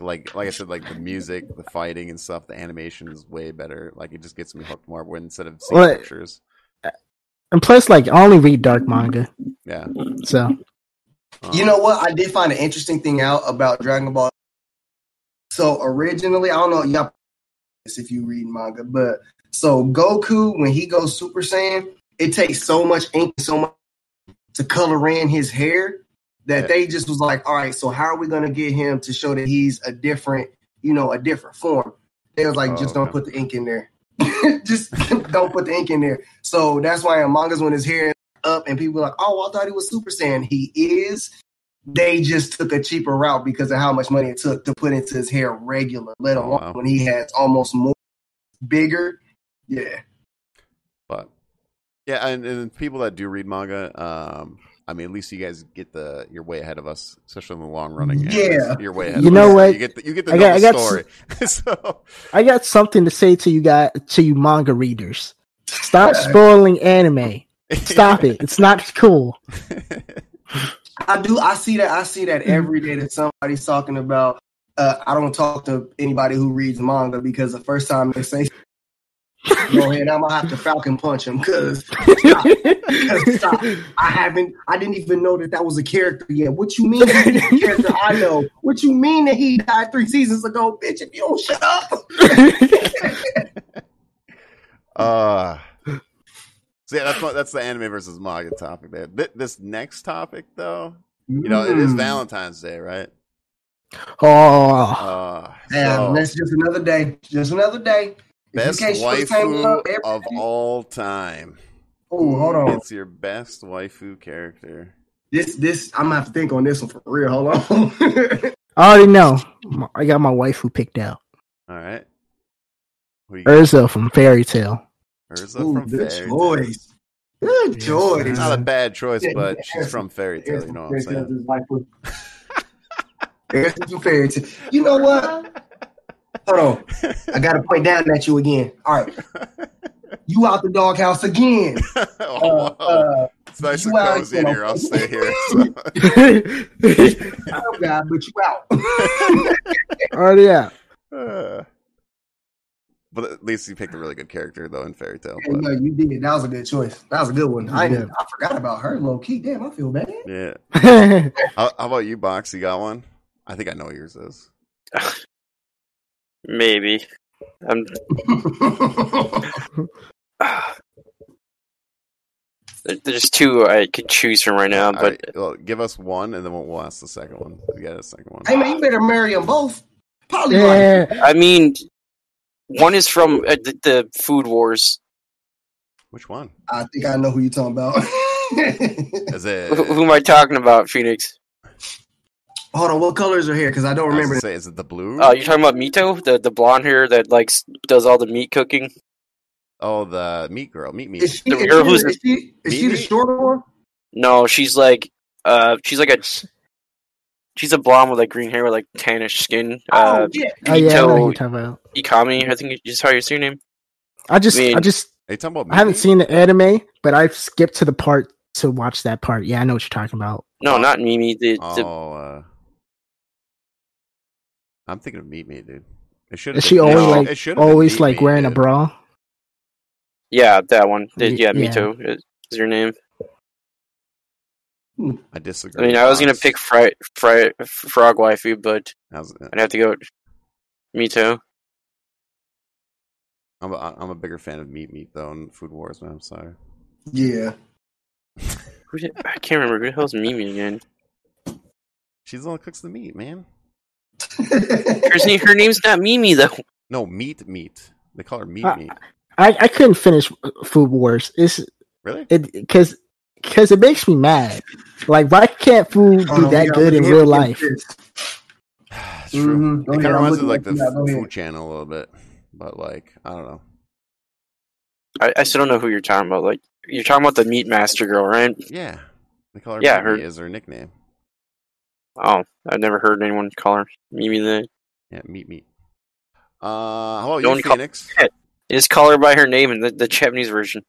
Speaker 2: like like I said, like the music, the fighting and stuff, the animation is way better. Like it just gets me hooked more when instead of seeing
Speaker 3: Well, it-
Speaker 2: pictures.
Speaker 3: And plus, like, I only read dark manga,
Speaker 2: Yeah,
Speaker 3: so
Speaker 2: um,
Speaker 4: You know what? I did find an interesting thing out about Dragon Ball. So originally, I don't know y'all this if you read manga, but so Goku when he goes Super Saiyan, it takes so much ink, so much to color in his hair that
Speaker 2: Yeah.
Speaker 4: they just was like, all right, so how are we gonna get him to show that he's a different, you know, a different form? They was like,
Speaker 2: Oh,
Speaker 4: just don't
Speaker 2: okay.
Speaker 4: put the ink in there. just don't put the ink in there. So that's why in mangas when his hair up and people like, oh, I thought he was Super Saiyan. He is. They just took a cheaper route because of how much money it took to put into his hair regular, let
Speaker 2: Oh,
Speaker 4: alone
Speaker 2: wow.
Speaker 4: when he has almost more bigger. Yeah.
Speaker 2: but yeah, and, and people that do read manga, um, I mean, at least you guys get the you're way ahead of us, especially in the long running.
Speaker 4: Yeah.
Speaker 2: you're way ahead.
Speaker 3: You
Speaker 2: of
Speaker 3: know
Speaker 2: us.
Speaker 3: what?
Speaker 2: You get the, you get the
Speaker 3: I got-
Speaker 2: know the
Speaker 3: I
Speaker 2: story. so
Speaker 3: I got something to say to you guys, to you manga readers. Stop spoiling anime. Stop it. It's not cool.
Speaker 4: I do. I see that. I see that every day that somebody's talking about. Uh, I don't talk to anybody who reads manga because the first time they say, "Go ahead," I'm gonna have to Falcon punch him because Stop. I haven't. I didn't even know that that was a character yet. What you mean? He's a character I know. What you mean that he died three seasons ago, bitch? If you don't shut up.
Speaker 2: Uh, so yeah, that's what, that's the anime versus manga topic there. Th- this next topic, though, you know,
Speaker 4: Hmm.
Speaker 2: it is Valentine's Day, right?
Speaker 3: Oh,
Speaker 2: Uh,
Speaker 4: Yeah,
Speaker 2: so,
Speaker 4: that's just another day. Just another day. If you
Speaker 2: best
Speaker 4: can't show the same
Speaker 2: waifu
Speaker 4: love every-
Speaker 2: of all time.
Speaker 4: Ooh, hold on.
Speaker 2: It's your best waifu character.
Speaker 4: This this I'm gonna have to think on this one for real. Hold on.
Speaker 3: I already know. I got my wife who picked out
Speaker 2: All right. Who you got?
Speaker 3: Urza from Fairy Tale.
Speaker 2: Urza
Speaker 4: Ooh,
Speaker 2: from
Speaker 4: good
Speaker 2: Fairy Tale.
Speaker 4: choice. Good
Speaker 3: Yes,
Speaker 4: choice.
Speaker 3: man.
Speaker 2: Not a bad choice,
Speaker 4: Yeah,
Speaker 2: but
Speaker 4: yeah,
Speaker 2: she's from Fairy Tale. You know what I'm saying?
Speaker 4: It's a fairy tale. You know what? Hold on. I gotta point down at you again. All right. You out the doghouse again. Uh,
Speaker 2: oh, wow.
Speaker 4: uh,
Speaker 2: it's nice
Speaker 4: you
Speaker 2: and
Speaker 4: out
Speaker 2: cozy in
Speaker 4: on a-
Speaker 2: here. I'll stay here. So.
Speaker 3: already
Speaker 4: oh God, but you out.
Speaker 3: out.
Speaker 2: Uh, but at least you picked a really good character though in Fairy Tale.
Speaker 4: Yeah,
Speaker 2: But,
Speaker 4: yeah, you did. That was a good choice. That was a good one. I,
Speaker 3: Yeah.
Speaker 4: I forgot about her low key. Damn, I feel bad.
Speaker 2: yeah.
Speaker 3: Oh
Speaker 2: How, how about you, Box? You got one? I think I know what yours is.
Speaker 1: Maybe. I'm. there- There's two I could choose from right now,
Speaker 2: All
Speaker 1: Um, but
Speaker 2: right, well, give us one, and then we'll, we'll ask the second one. You got a second one?
Speaker 4: hey man, you better marry them both. Probably
Speaker 3: yeah.
Speaker 1: I mean, one is from uh, the, the Food Wars.
Speaker 2: Which one?
Speaker 4: I think I know who you're talking about.
Speaker 2: Is it?
Speaker 1: Who, who am I talking about, Phoenix?
Speaker 4: Hold on, what colors are here? Because I don't
Speaker 2: I was gonna
Speaker 4: remember.
Speaker 2: say, is it the blue?
Speaker 1: Oh, you're talking about Mito, the the blonde hair that like s- does all the meat cooking.
Speaker 2: oh, the meat girl, meat meat.
Speaker 4: Is she,
Speaker 1: The
Speaker 4: is she,
Speaker 1: girl who's-
Speaker 4: is she, is she the
Speaker 2: Mimi?
Speaker 4: short one?
Speaker 1: No, she's like, uh, she's like a, she's a blonde with like green hair with like tannish skin. Uh,
Speaker 4: oh, yeah.
Speaker 3: Oh yeah, I know who
Speaker 1: Mito
Speaker 3: you're talking about.
Speaker 1: Ikami, I think is how you say your name.
Speaker 3: I just,
Speaker 1: I mean-
Speaker 3: I just,
Speaker 2: Are you talking about?
Speaker 3: I haven't
Speaker 2: Mimi?
Speaker 3: seen the anime, but I've skipped to the part to watch that part. Yeah, I know what you're talking about.
Speaker 1: No, not Mimi. The, the
Speaker 2: Oh, uh, I'm thinking of meat meat, dude. It should.
Speaker 3: Is she always
Speaker 1: No.
Speaker 3: like, always like wearing a bra?
Speaker 1: yeah, that one. The-
Speaker 3: Y-
Speaker 1: yeah,
Speaker 3: yeah.
Speaker 1: Mito is, is your name.
Speaker 2: I disagree.
Speaker 1: I mean, I was gonna
Speaker 2: Box.
Speaker 1: pick Fry, Fry, Frog Waifu, but
Speaker 2: I was-
Speaker 1: I'd have to go. with Mito.
Speaker 2: I'm a, I'm a bigger fan of meat meat though in Food Wars, man. I'm sorry.
Speaker 4: Yeah.
Speaker 1: Who did, I can't remember who the hell's Mimi again.
Speaker 2: She's the one that cooks the meat, man.
Speaker 1: Her, name- her name's not Mimi though.
Speaker 2: No, meat meat. They call her meat
Speaker 3: Uh,
Speaker 2: meat.
Speaker 3: I, I couldn't finish Food Wars. It's
Speaker 2: Really?
Speaker 3: it because because it makes me mad. Like, why can't food
Speaker 4: Hold
Speaker 3: be
Speaker 4: on,
Speaker 3: that
Speaker 4: we got-
Speaker 3: good in
Speaker 4: we
Speaker 3: real
Speaker 4: have-
Speaker 3: life?
Speaker 2: it's true.
Speaker 3: Mm-hmm.
Speaker 4: Mhm. Go
Speaker 3: Oh,
Speaker 2: It
Speaker 4: ahead,
Speaker 2: kind of
Speaker 4: I'm
Speaker 2: reminds me
Speaker 4: looking
Speaker 2: of, like
Speaker 4: at
Speaker 2: the
Speaker 4: you now, go ahead.
Speaker 2: Food Channel a little bit, but like I don't know.
Speaker 1: I, I still don't know who you're talking about. Like you're talking about the Meat Master girl, right?
Speaker 2: Yeah, they call her
Speaker 1: Yeah,
Speaker 2: meat
Speaker 1: her-
Speaker 2: meat is her nickname.
Speaker 1: Oh, I've never heard anyone call her Mimi. The
Speaker 2: Yeah, meat meat. Uh, how about
Speaker 1: Don't
Speaker 2: you,
Speaker 1: call-
Speaker 2: Phoenix?
Speaker 1: They just call her by her name in the, the Japanese version.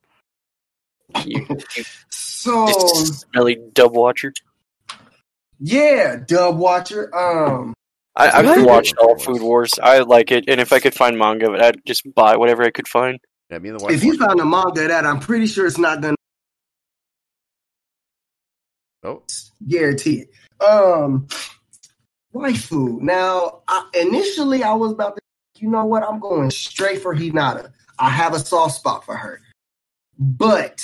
Speaker 1: You, you
Speaker 4: So
Speaker 1: just smelly dub watcher.
Speaker 4: yeah, Dub Watcher. Um,
Speaker 1: I, I've
Speaker 3: What?
Speaker 1: watched all
Speaker 2: Food
Speaker 1: Food Wars. I like it, and if I could find manga, of it, I'd just buy whatever I could find.
Speaker 2: Yeah, me and the wife.
Speaker 4: if you found a manga of that, I'm pretty sure it's not gonna
Speaker 2: oh,
Speaker 4: guarantee it. Um, waifu. Now, I, initially, I was about to, you know what? I'm going straight for Hinata. I have a soft spot for her, but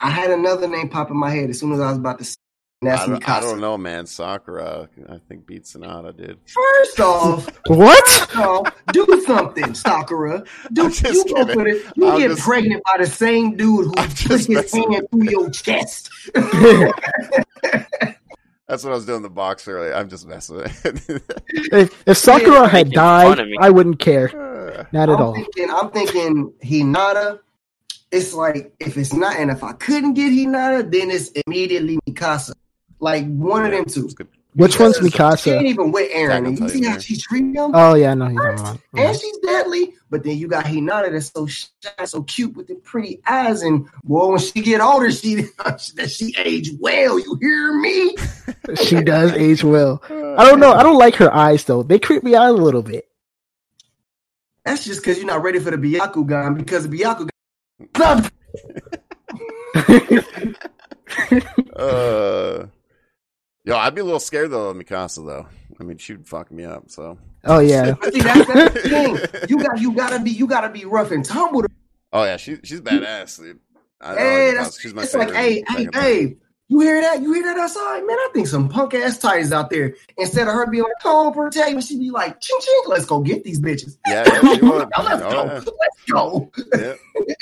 Speaker 4: I had another name pop in my head as soon as I was about to. Say, and that's
Speaker 2: I don't, I
Speaker 4: Mikasa.
Speaker 2: don't know, man. Sakura, I think beat Sonata, dude.
Speaker 4: First off,
Speaker 3: What?
Speaker 4: No, do something, Sakura. Do
Speaker 2: I'm just
Speaker 4: you go
Speaker 2: kidding.
Speaker 4: for it? You
Speaker 2: I'm
Speaker 4: get
Speaker 2: just-
Speaker 4: pregnant by the same dude who
Speaker 2: I'm
Speaker 4: put
Speaker 2: just
Speaker 4: his
Speaker 2: messing
Speaker 4: hand through your chest.
Speaker 2: That's what I was doing in the box earlier. I'm just messing with it.
Speaker 3: if, if Sakura had
Speaker 1: Making fun
Speaker 3: died,
Speaker 1: of me.
Speaker 3: I wouldn't care.
Speaker 2: Uh,
Speaker 3: Not at
Speaker 4: I'm
Speaker 3: all.
Speaker 4: thinking, I'm thinking Hinata. It's like if it's not, and if I couldn't get Hinata, then it's immediately Mikasa. Like one of
Speaker 2: yeah,
Speaker 4: them two.
Speaker 2: it's good.
Speaker 3: Which one's
Speaker 4: Because She ain't
Speaker 3: Mikasa?
Speaker 4: even with Aaron. and You see how
Speaker 2: Technically,
Speaker 4: she treat him?
Speaker 3: Oh yeah, I know who you're talking
Speaker 4: And
Speaker 3: about.
Speaker 4: she's deadly, but then you got Hinata that's so shy, so cute with the pretty eyes, and boy, when she get older, she that she age well. You hear me?
Speaker 3: Yeah. She does age well. I don't know. I don't like her eyes though. They creep me out a little bit.
Speaker 4: That's just because you're not ready for the Byakugan because the Byakugan.
Speaker 2: Uh, yo, I'd be a little scared though of Mikasa though. I mean, she'd fuck me up. So.
Speaker 3: oh yeah.
Speaker 4: But see, that's, that's the thing. You got you gotta be you gotta be rough and tumble to
Speaker 2: Oh yeah, she, she's badass, dude. I,
Speaker 4: Hey,
Speaker 2: I
Speaker 4: that's-
Speaker 2: she's my
Speaker 4: It's like,
Speaker 2: favorite
Speaker 4: hey, hey,
Speaker 2: second
Speaker 4: babe, you hear that? You hear that outside? Man, I think some punk ass titties out there. Instead of her being like, oh, protect me, she'd be like, ching, ching, let's go get these bitches.
Speaker 2: Yeah, yeah, she would.
Speaker 4: Now let's go.
Speaker 2: Oh,
Speaker 4: Let's go.
Speaker 2: yeah. yeah.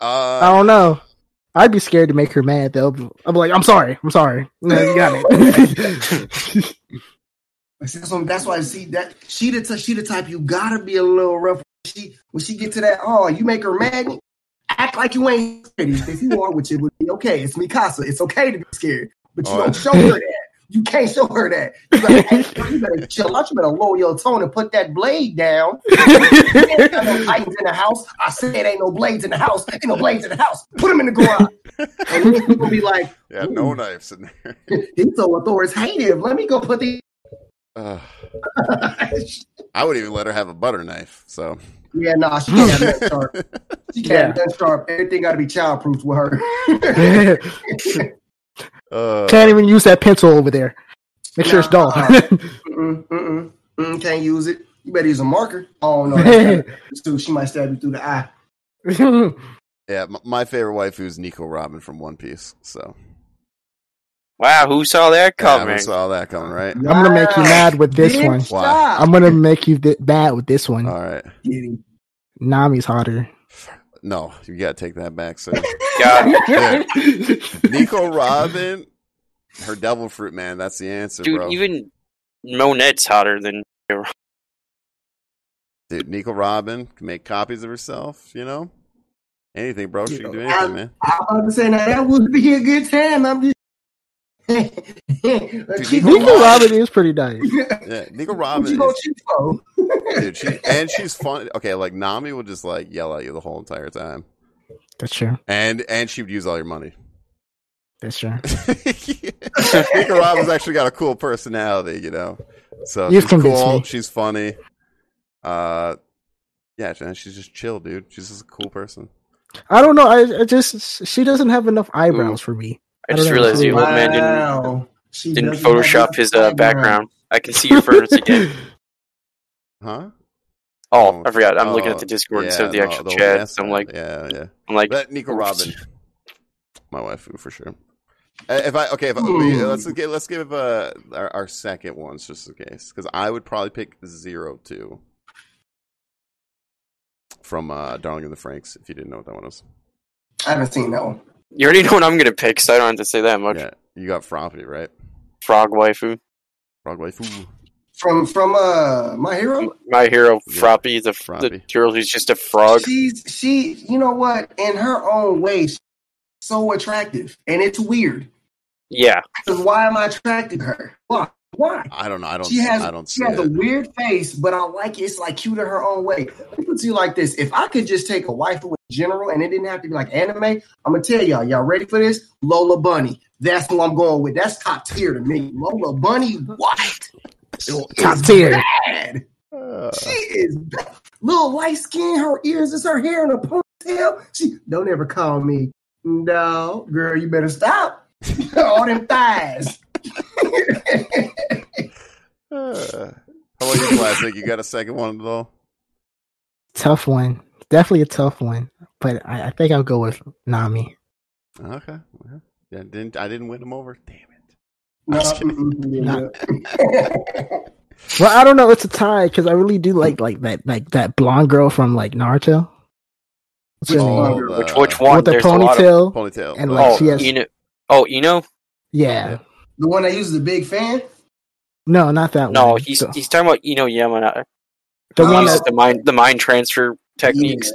Speaker 3: I
Speaker 2: Uh,
Speaker 3: don't know. I'd be scared to make her mad though. I'm like, I'm sorry, I'm sorry. No, you got it.
Speaker 4: That's, what- that's why I see that she the t- she the type you gotta be a little rough. She when she get to that, oh, you make her mad. Act like you ain't scared. If you are, which it would be okay. It's Mikasa. It's okay to be scared, but you
Speaker 2: Oh.
Speaker 4: don't show her that. You can't show her that. You better, hey, you better chill out. You better lower your tone and put that blade down. You ain't got no titans in the house. I said ain't no blades in the house. Ain't no blades in the house. Put them in the garage. And then people be like,
Speaker 2: yeah, no knives in there.
Speaker 4: these so authoritative. Let me go put these.
Speaker 2: Uh, I would even let her have a butter knife. So
Speaker 4: Yeah, no, nah, she can't have nothing sharp. She can't have nothing sharp. Everything got to be childproof with her.
Speaker 2: uh,
Speaker 3: Can't even use that pencil over there. Make sure it's dull.
Speaker 4: mm-mm, mm-mm, mm, can't use it. You better use a marker. Oh no, that's kinda- too. She might stab you through the eye.
Speaker 2: yeah, m- my favorite wife is Nico Robin from One Piece. So
Speaker 1: Wow, who saw that
Speaker 2: yeah,
Speaker 1: coming?
Speaker 2: everyone saw that coming, right?
Speaker 3: I'm gonna make you mad with this one.
Speaker 2: Why?
Speaker 3: I'm gonna make you th- bad with this one.
Speaker 2: All right,
Speaker 3: Nami's hotter.
Speaker 2: no, you gotta take that back. So
Speaker 1: God,
Speaker 2: Yeah. Nico Robin, her devil fruit man. That's the answer,
Speaker 1: dude,
Speaker 2: bro.
Speaker 1: even Monette's hotter than
Speaker 2: Dude, Nico Robin can make copies of herself. You know, anything, bro. She can do
Speaker 4: Yeah.
Speaker 2: anything, man.
Speaker 4: I'm about to say now that would be a good time. I'm just. she
Speaker 2: Nico
Speaker 3: Nico
Speaker 4: gonna-
Speaker 3: Robin is pretty nice.
Speaker 2: Yeah, Nico
Speaker 4: What
Speaker 2: Robin.
Speaker 4: you gonna
Speaker 2: is-
Speaker 4: shoot for?
Speaker 2: dude, she and she's fun. Okay, like Nami will just like yell at you the whole entire time,
Speaker 3: That's true.
Speaker 2: and and she would use all your money.
Speaker 3: That's true.
Speaker 2: Nico Robin's actually got a cool personality, you know. So
Speaker 3: You've
Speaker 2: she's
Speaker 3: convinced
Speaker 2: cool.
Speaker 3: me.
Speaker 2: She's funny. Uh, yeah, and she's just chill, dude. She's just a cool person.
Speaker 3: I don't know. I, I just she doesn't have enough
Speaker 2: Mm.
Speaker 3: eyebrows for me.
Speaker 1: I
Speaker 3: I
Speaker 1: just
Speaker 3: don't know.
Speaker 1: realized the old man didn't
Speaker 4: Wow. She
Speaker 1: didn't
Speaker 4: doesn't have
Speaker 1: Photoshop
Speaker 4: enough
Speaker 1: his uh, background. I can see your furnace again.
Speaker 2: Huh?
Speaker 1: Oh, I
Speaker 2: Oh,
Speaker 1: forgot. I'm looking
Speaker 2: oh,
Speaker 1: at the Discord instead of the
Speaker 2: no,
Speaker 1: actual
Speaker 2: the whole
Speaker 1: chat.
Speaker 2: ass
Speaker 1: So I'm
Speaker 2: man.
Speaker 1: like,
Speaker 2: yeah, yeah.
Speaker 1: I'm like,
Speaker 2: But Nico Robin, my wife for sure. Uh, If I okay, if I,
Speaker 4: Hmm.
Speaker 2: let's get, let's give uh, our, our second ones just in case because I would probably pick zero two from uh, Darling in the Franks. If you didn't know what that one was,
Speaker 4: I haven't seen that one.
Speaker 1: you already know what I'm gonna pick, so I don't have to say that much.
Speaker 2: yeah, you got Froppy right,
Speaker 1: Frog waifu,
Speaker 2: Frog Wife. Ooh.
Speaker 4: From from uh my hero.
Speaker 1: my hero,
Speaker 2: Yeah,
Speaker 1: Froppy, the the
Speaker 2: Froppy.
Speaker 1: girl who's just a frog.
Speaker 4: She's she, you know what? In her own way, she's so attractive, and it's weird.
Speaker 1: Yeah,
Speaker 4: Because why am I attracted to her? Why? Why?
Speaker 2: I don't know. I don't.
Speaker 4: She has
Speaker 2: I don't see
Speaker 4: she has a
Speaker 2: it.
Speaker 4: weird face, but I like it. It's like cute in her own way. Let me put it to you like this: If I could just take a wife in general, and it didn't have to be like anime, I'm gonna tell y'all. Y'all ready for this? Lola Bunny. That's who I'm going with. That's top tier to me. Lola Bunny. What? She
Speaker 3: Top
Speaker 4: is
Speaker 3: tier.
Speaker 4: Bad.
Speaker 2: Uh,
Speaker 4: She is ba- little light skin. Her ears is her hair in a ponytail. She don't ever call me. No, girl, you better stop. All them thighs.
Speaker 2: uh. How about you, Plastic? You got a second one though?
Speaker 3: Tough one. Definitely a tough one. But I, I think I'll go with Nami.
Speaker 2: Okay. well, I didn't. I didn't win him over. Damn it.
Speaker 4: no,
Speaker 2: Just kidding.
Speaker 4: mm-mm,
Speaker 3: Well, I don't know. It's a tie because I really do like like that like that blonde girl from like Naruto. What's her
Speaker 4: Oh,
Speaker 3: name?
Speaker 1: which
Speaker 2: the
Speaker 1: which one?
Speaker 3: With the
Speaker 1: There's a lot of
Speaker 3: ponytail.
Speaker 2: uh, ponytail?
Speaker 3: And, like,
Speaker 1: oh
Speaker 3: she has-
Speaker 1: Eno. Oh Eno.
Speaker 3: Yeah.
Speaker 4: the one that uses a big fan.
Speaker 3: No, not that one.
Speaker 1: No, he's
Speaker 3: the,
Speaker 1: he's talking about Eno Yamana.
Speaker 3: the
Speaker 4: Oh.
Speaker 3: one
Speaker 1: Uses
Speaker 3: that.
Speaker 1: the mind the mind transfer techniques.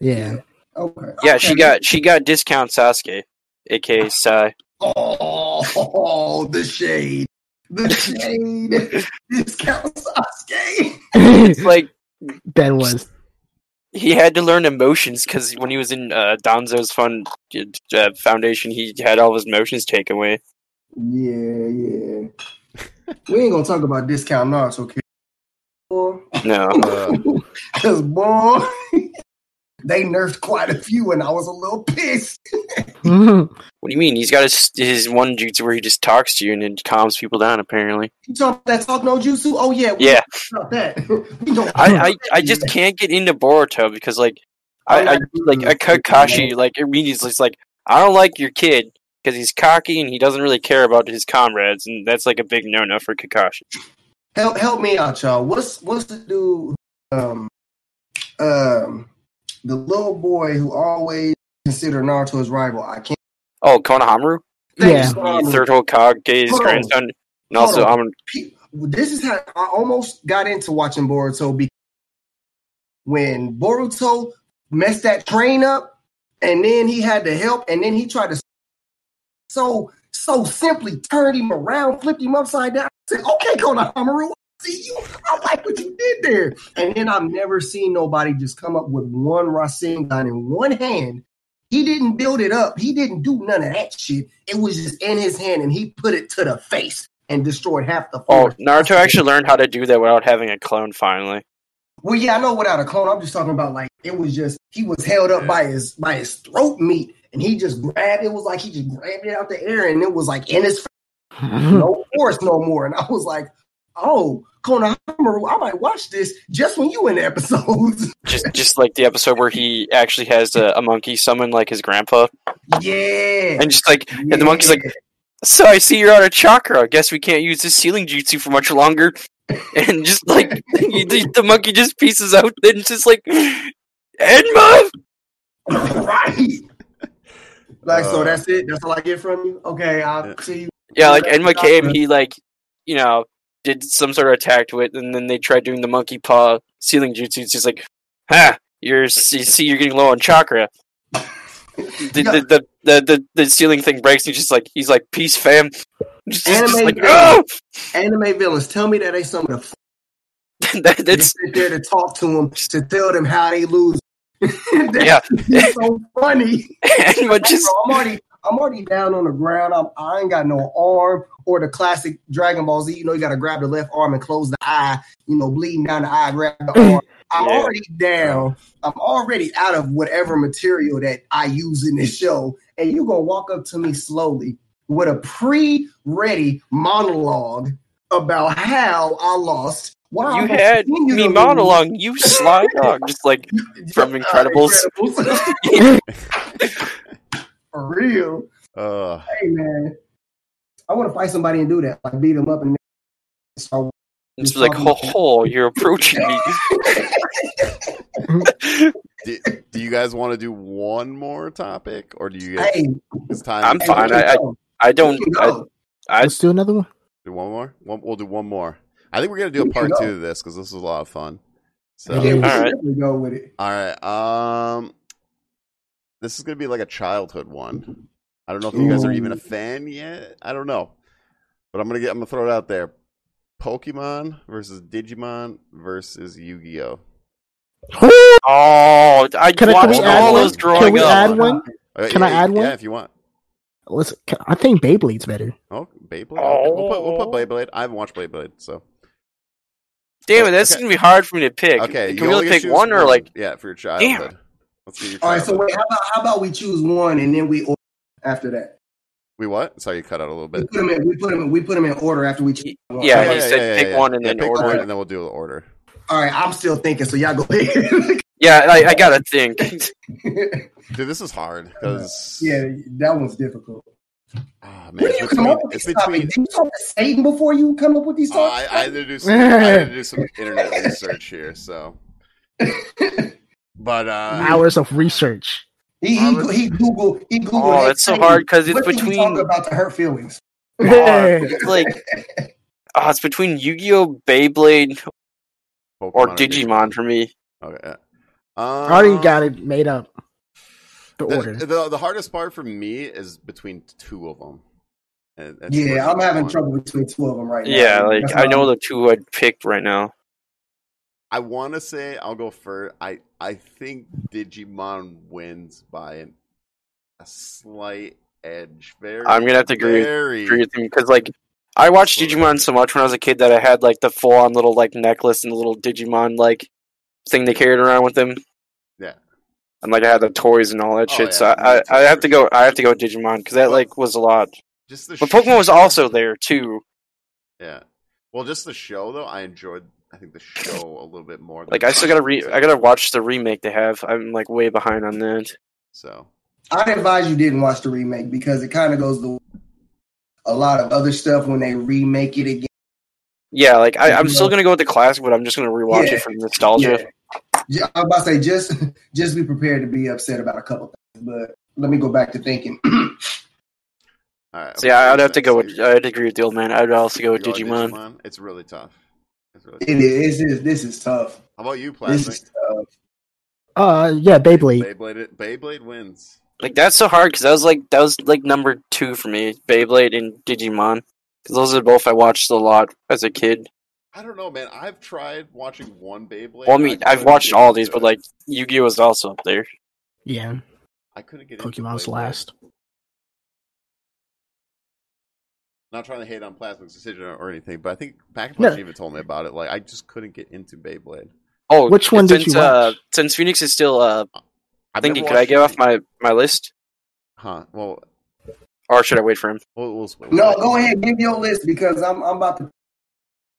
Speaker 3: Yeah.
Speaker 4: Okay.
Speaker 1: Yeah, she got she got discount Sasuke, aka Sai.
Speaker 4: Oh, the shade. The shade. this counts Sasuke.
Speaker 3: that
Speaker 1: Like
Speaker 3: was
Speaker 1: he had to learn emotions because when he was in uh, Donzo's fun uh, foundation, he had all of his emotions taken away.
Speaker 4: Yeah, yeah. we ain't gonna talk about discount Naruto, okay? Boy,
Speaker 1: No,
Speaker 2: Uh,
Speaker 4: Cause boy, they nerfed quite a few, and I was a little pissed.
Speaker 1: what do you mean? He's got his his one jutsu where he just talks to you and then calms people down. Apparently,
Speaker 4: You talk that talk no jutsu? Oh yeah, we
Speaker 1: yeah.
Speaker 4: talk about that. we don't
Speaker 1: I I, I just can't get into Boruto because like I, I like a Kakashi like immediately it's like I don't like your kid because he's cocky and he doesn't really care about his comrades, and that's like a big no no for Kakashi.
Speaker 4: Help help me out, y'all. What's what's the dude um um the little boy who always considered Naruto his rival? I can't
Speaker 1: Oh, Konohamaru,
Speaker 3: Yeah.
Speaker 1: the third Hokage's
Speaker 4: Um, Hold on.
Speaker 1: grandson, and
Speaker 4: Hold
Speaker 1: also
Speaker 4: on.
Speaker 1: I'm
Speaker 4: Pe- this is how I almost got into watching Boruto because when Boruto messed that train up, and then he had to help, and then he tried to so so simply turned him around, flipped him upside down. I said, "Okay, Konohamaru, I see you. I like what you did there." And then I've never seen nobody just come up with one Rasengan in one hand. He didn't build it up. He didn't do none of that shit. It was just in his hand, and he put it to the face and destroyed half the
Speaker 1: oh
Speaker 4: force.
Speaker 1: Naruto actually learned how to do that without having a clone. Finally,
Speaker 4: Well, yeah, I know without a clone. I'm just talking about like it was just he was held up by his by his throat meat, and he just grabbed. It was like he just grabbed it out the air, and it was like in his no force no more. And I was like, oh, Konohamaru, I might watch this just when you in the episodes.
Speaker 1: just just like the episode where he actually has a, a monkey summon like his grandpa,
Speaker 4: yeah.
Speaker 1: and just like and the monkey's like, "So I see you're out of chakra. Guess we can't use this sealing jutsu for much longer." And just like you- the, the monkey just pieces out, then it's just like, Enma.
Speaker 4: right. Like
Speaker 2: Uh.
Speaker 4: so, that's it. That's all I get from you. Okay, I'll see you.
Speaker 1: Yeah, like Enma came. He like, you know, did some sort of attack to it, and then they tried doing the monkey paw sealing jutsu. It's just like, ha, you're you see, you're getting low on chakra. The
Speaker 4: Yeah.
Speaker 1: the, the, the, the the sealing thing breaks, and he's just like, he's like, peace, fam. Just, just
Speaker 4: Anime
Speaker 1: like,
Speaker 4: villain.
Speaker 1: oh,
Speaker 4: Anime villains, tell me that they some of the f-
Speaker 1: That-
Speaker 4: they
Speaker 1: that's
Speaker 4: sit there to talk to them to tell them how they lose. That's
Speaker 1: Yeah.
Speaker 4: so funny.
Speaker 1: Enma
Speaker 4: Hey,
Speaker 1: just
Speaker 4: bro, I'm already I'm already down on the ground. I'm, I ain't got no arm or the classic Dragon Ball Z. You know, you got to grab the left arm and close the eye. You know, bleeding down the eye, grab the arm. I'm
Speaker 1: Yeah.
Speaker 4: already down. I'm already out of whatever material that I use in this show, and you gonna walk up to me slowly with a pre-ready monologue about how I lost. Why
Speaker 1: you
Speaker 4: I'm gonna
Speaker 1: had
Speaker 4: continue to
Speaker 1: me
Speaker 4: lose.
Speaker 1: monologue, you sly dog. Just like from
Speaker 4: Uh,
Speaker 1: Incredibles.
Speaker 4: Incredibles. For real.
Speaker 2: Uh,
Speaker 4: hey man, I want to fight somebody and do that, like beat them up and so
Speaker 1: it's like, ho ho, you're approaching me.
Speaker 2: do, do you guys want to do one more topic, or do you guys?
Speaker 4: hey,
Speaker 2: it's time.
Speaker 1: I'm
Speaker 2: to-
Speaker 1: fine.
Speaker 4: we can
Speaker 1: I- I-
Speaker 4: go.
Speaker 1: I
Speaker 4: We
Speaker 1: don't.
Speaker 4: can
Speaker 1: I, uh,
Speaker 4: go.
Speaker 1: I
Speaker 3: Let's do another one.
Speaker 2: Do one more. One, we'll do one more. I think we're gonna do a
Speaker 4: We can
Speaker 2: part
Speaker 4: go.
Speaker 2: two of this because this was a lot of fun. So
Speaker 4: yeah, we
Speaker 1: All
Speaker 4: can
Speaker 1: right.
Speaker 4: definitely go with it.
Speaker 2: All right. Um, this is gonna be like a childhood one. I don't know if you guys are even a
Speaker 4: Ooh.
Speaker 2: fan yet. I don't know, but I'm gonna get. I'm gonna throw it out there. Pokemon versus Digimon versus Yu-Gi-Oh.
Speaker 1: oh, I
Speaker 3: Can I- can we
Speaker 1: watched
Speaker 2: add
Speaker 1: all
Speaker 2: one?
Speaker 1: those
Speaker 2: Can we
Speaker 1: growing up.
Speaker 3: add one?
Speaker 2: Uh,
Speaker 3: Can I add one?
Speaker 2: Yeah, if you want.
Speaker 3: Let's. I think Beyblade's better.
Speaker 2: Oh, Beyblade. Okay, We'll put we'll put Beyblade. I haven't watched Beyblade, so
Speaker 1: Damn it, that's
Speaker 2: Okay.
Speaker 1: gonna be hard for me to pick.
Speaker 2: okay.
Speaker 1: can
Speaker 2: you
Speaker 1: we
Speaker 2: only
Speaker 1: only
Speaker 2: can
Speaker 1: pick
Speaker 2: choose
Speaker 1: one or like?
Speaker 2: yeah for your childhood. Let's get your
Speaker 4: All right, so
Speaker 2: childhood.
Speaker 4: wait, how about how about we choose one and then we order after that?
Speaker 2: we what? Sorry, you cut out a little
Speaker 4: We
Speaker 2: bit.
Speaker 4: put them in. We put 'em in. We put 'em in order after we choose. One.
Speaker 1: Yeah,
Speaker 4: All
Speaker 1: he
Speaker 4: right,
Speaker 1: said pick one and
Speaker 2: Yeah,
Speaker 1: then
Speaker 2: pick
Speaker 1: order
Speaker 2: one
Speaker 1: it.
Speaker 2: and then we'll do the order.
Speaker 4: all right, I'm still thinking, so y'all go ahead.
Speaker 1: Yeah, I, I gotta think.
Speaker 2: Dude, this is hard because
Speaker 4: yeah, that one's difficult.
Speaker 2: Ah, man,
Speaker 4: Where
Speaker 2: it's
Speaker 4: do you come
Speaker 2: between,
Speaker 4: up with
Speaker 2: it's
Speaker 4: these topics?
Speaker 2: between
Speaker 4: Did you talk to Satan before you come up with these
Speaker 2: Uh,
Speaker 4: topics?
Speaker 2: I, I had to do some, I had to do some internet research here, so. But uh,
Speaker 3: Hours of research.
Speaker 4: He he,
Speaker 2: Robert-
Speaker 4: he Google he Google.
Speaker 1: Oh, that's so hard because it's
Speaker 4: what did we talk
Speaker 1: between.
Speaker 4: about the hurt feelings?
Speaker 1: Oh, it's like, oh, it's between Yu-Gi-Oh, Beyblade,
Speaker 2: Pokemon
Speaker 1: or Digimon for me.
Speaker 2: Okay. Um,
Speaker 3: I
Speaker 2: Uh,
Speaker 3: already got it made up. The order.
Speaker 2: The, the the hardest part for me is between two of them. And- and
Speaker 4: Yeah,
Speaker 2: splitting
Speaker 4: I'm having
Speaker 2: one.
Speaker 4: trouble between two of them right now.
Speaker 1: Yeah, like
Speaker 4: That's
Speaker 1: I
Speaker 4: why
Speaker 1: know
Speaker 4: I'm-
Speaker 1: the two I'd pick right now.
Speaker 2: I want to say I'll go first. I I think Digimon wins by an, a slight edge. Very.
Speaker 1: I'm gonna have to agree with-
Speaker 2: Very.
Speaker 1: Agree with him because like I watched
Speaker 2: Absolutely.
Speaker 1: Digimon so much when I was a kid that I had like the full-on little like necklace and the little Digimon like thing they carried around with them.
Speaker 2: Yeah.
Speaker 1: And like I had the toys and all that
Speaker 2: Oh,
Speaker 1: shit,
Speaker 2: yeah,
Speaker 1: so
Speaker 2: me
Speaker 1: I,
Speaker 2: too,
Speaker 1: I I have
Speaker 2: for
Speaker 1: to go. I have to go Digimon because that
Speaker 2: But-
Speaker 1: like was a lot.
Speaker 2: Just the
Speaker 1: But Pokemon was also there too.
Speaker 2: Yeah. Well, just the show though, I enjoyed I think the show a little bit more. than
Speaker 1: Like I still gotta re I gotta watch the remake they have. I'm like way behind on that.
Speaker 2: So
Speaker 4: I advise you didn't watch the remake because it kind of goes the a lot of other stuff when they remake it again.
Speaker 1: Yeah, like I, I'm still gonna go with the classic, but I'm just gonna rewatch
Speaker 4: Yeah.
Speaker 1: it for nostalgia.
Speaker 4: Yeah. I was about to say just just be prepared to be upset about a couple things, but let me go back to thinking.
Speaker 2: all right.
Speaker 1: So yeah, I'd have to go
Speaker 2: Next
Speaker 1: with
Speaker 2: year.
Speaker 1: I'd agree with the old man. I'd also go with
Speaker 2: You go
Speaker 1: Digimon.
Speaker 2: It's really tough. It's really
Speaker 4: it is this is this is tough.
Speaker 2: How about you,
Speaker 4: This
Speaker 2: Plastic?
Speaker 4: is tough.
Speaker 3: Uh, yeah, Beyblade.
Speaker 2: Beyblade, it- Beyblade wins.
Speaker 1: Like that's so hard because that was like that was like number two for me, Beyblade and Digimon. 'Cause those are both I watched a lot as a kid.
Speaker 2: I don't know, man. I've tried watching one Beyblade.
Speaker 1: Well, I
Speaker 2: and
Speaker 1: mean,
Speaker 2: couldn't
Speaker 1: I've watched
Speaker 2: get
Speaker 1: all these,
Speaker 2: into
Speaker 1: but
Speaker 2: it.
Speaker 1: like Yu-Gi-Oh is also up there.
Speaker 3: Yeah,
Speaker 2: I couldn't get into
Speaker 3: Pokemon's
Speaker 2: Beyblade.
Speaker 3: last.
Speaker 2: Not trying to hate on Plastic's decision or or anything, but I think Pack and
Speaker 3: No.
Speaker 2: Punch even told me about it. Like, I just couldn't get into Beyblade.
Speaker 1: Oh,
Speaker 3: Which one did
Speaker 1: since,
Speaker 3: you
Speaker 1: Uh,
Speaker 3: watch?
Speaker 1: since Phoenix is still uh,
Speaker 2: I've
Speaker 1: thinking,
Speaker 2: never
Speaker 1: could I
Speaker 2: watched
Speaker 1: get off
Speaker 2: any-
Speaker 1: my my list,
Speaker 2: Huh? Well,
Speaker 1: or should I wait for him?
Speaker 2: we'll, we'll, we'll
Speaker 4: No, go ahead, give your list because I'm I'm about to.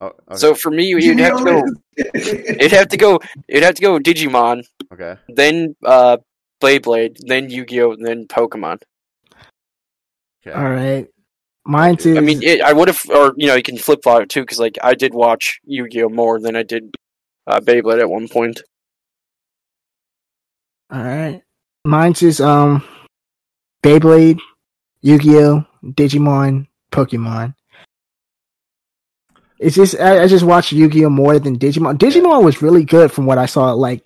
Speaker 2: Oh, okay.
Speaker 1: So for me,
Speaker 4: give
Speaker 1: you'd have to go.
Speaker 4: your list.
Speaker 1: It'd have to go. It'd have to go Digimon,
Speaker 2: okay.
Speaker 1: then uh, Beyblade, then Yu-Gi-Oh, and then Pokemon.
Speaker 2: Okay.
Speaker 3: All right, mine too.
Speaker 1: I mean, it, I would have, or you know, you can flip flop it too, because like I did watch Yu-Gi-Oh more than I did uh, Beyblade at one point.
Speaker 3: all right, mine's is um, Beyblade, Yu-Gi-Oh, Digimon, Pokemon. It's just I, I just watched Yu-Gi-Oh more than Digimon. Digimon was really good from what I saw. Like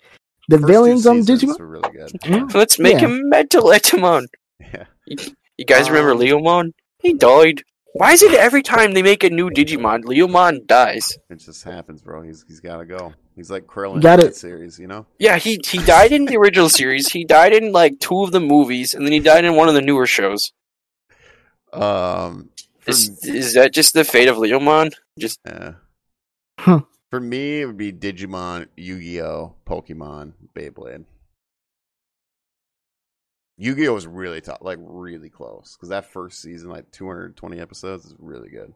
Speaker 3: the
Speaker 2: First two
Speaker 3: villains on
Speaker 2: seasons
Speaker 3: Digimon.
Speaker 2: were really good.
Speaker 3: Yeah.
Speaker 1: So let's make
Speaker 3: Yeah.
Speaker 1: him mental, Etamon.
Speaker 2: Yeah.
Speaker 1: You guys remember
Speaker 2: Um,
Speaker 1: Leomon? He died. Why is it every time they make a new Digimon, Leomon dies?
Speaker 2: It just happens, bro. He's he's got to go. He's like Krillin
Speaker 3: Got
Speaker 2: in
Speaker 3: it.
Speaker 2: that series, you know.
Speaker 1: Yeah, he he died in the original series. He died in like two of the movies, and then he died in one of the newer shows.
Speaker 2: Um, for,
Speaker 1: Is is that just the fate of Leomon? Just
Speaker 2: yeah.
Speaker 3: Huh.
Speaker 2: for me, it would be Digimon, Yu-Gi-Oh, Pokemon, Beyblade. Yu-Gi-Oh is really tough, like really close, because that first season, like 220 episodes, is really good.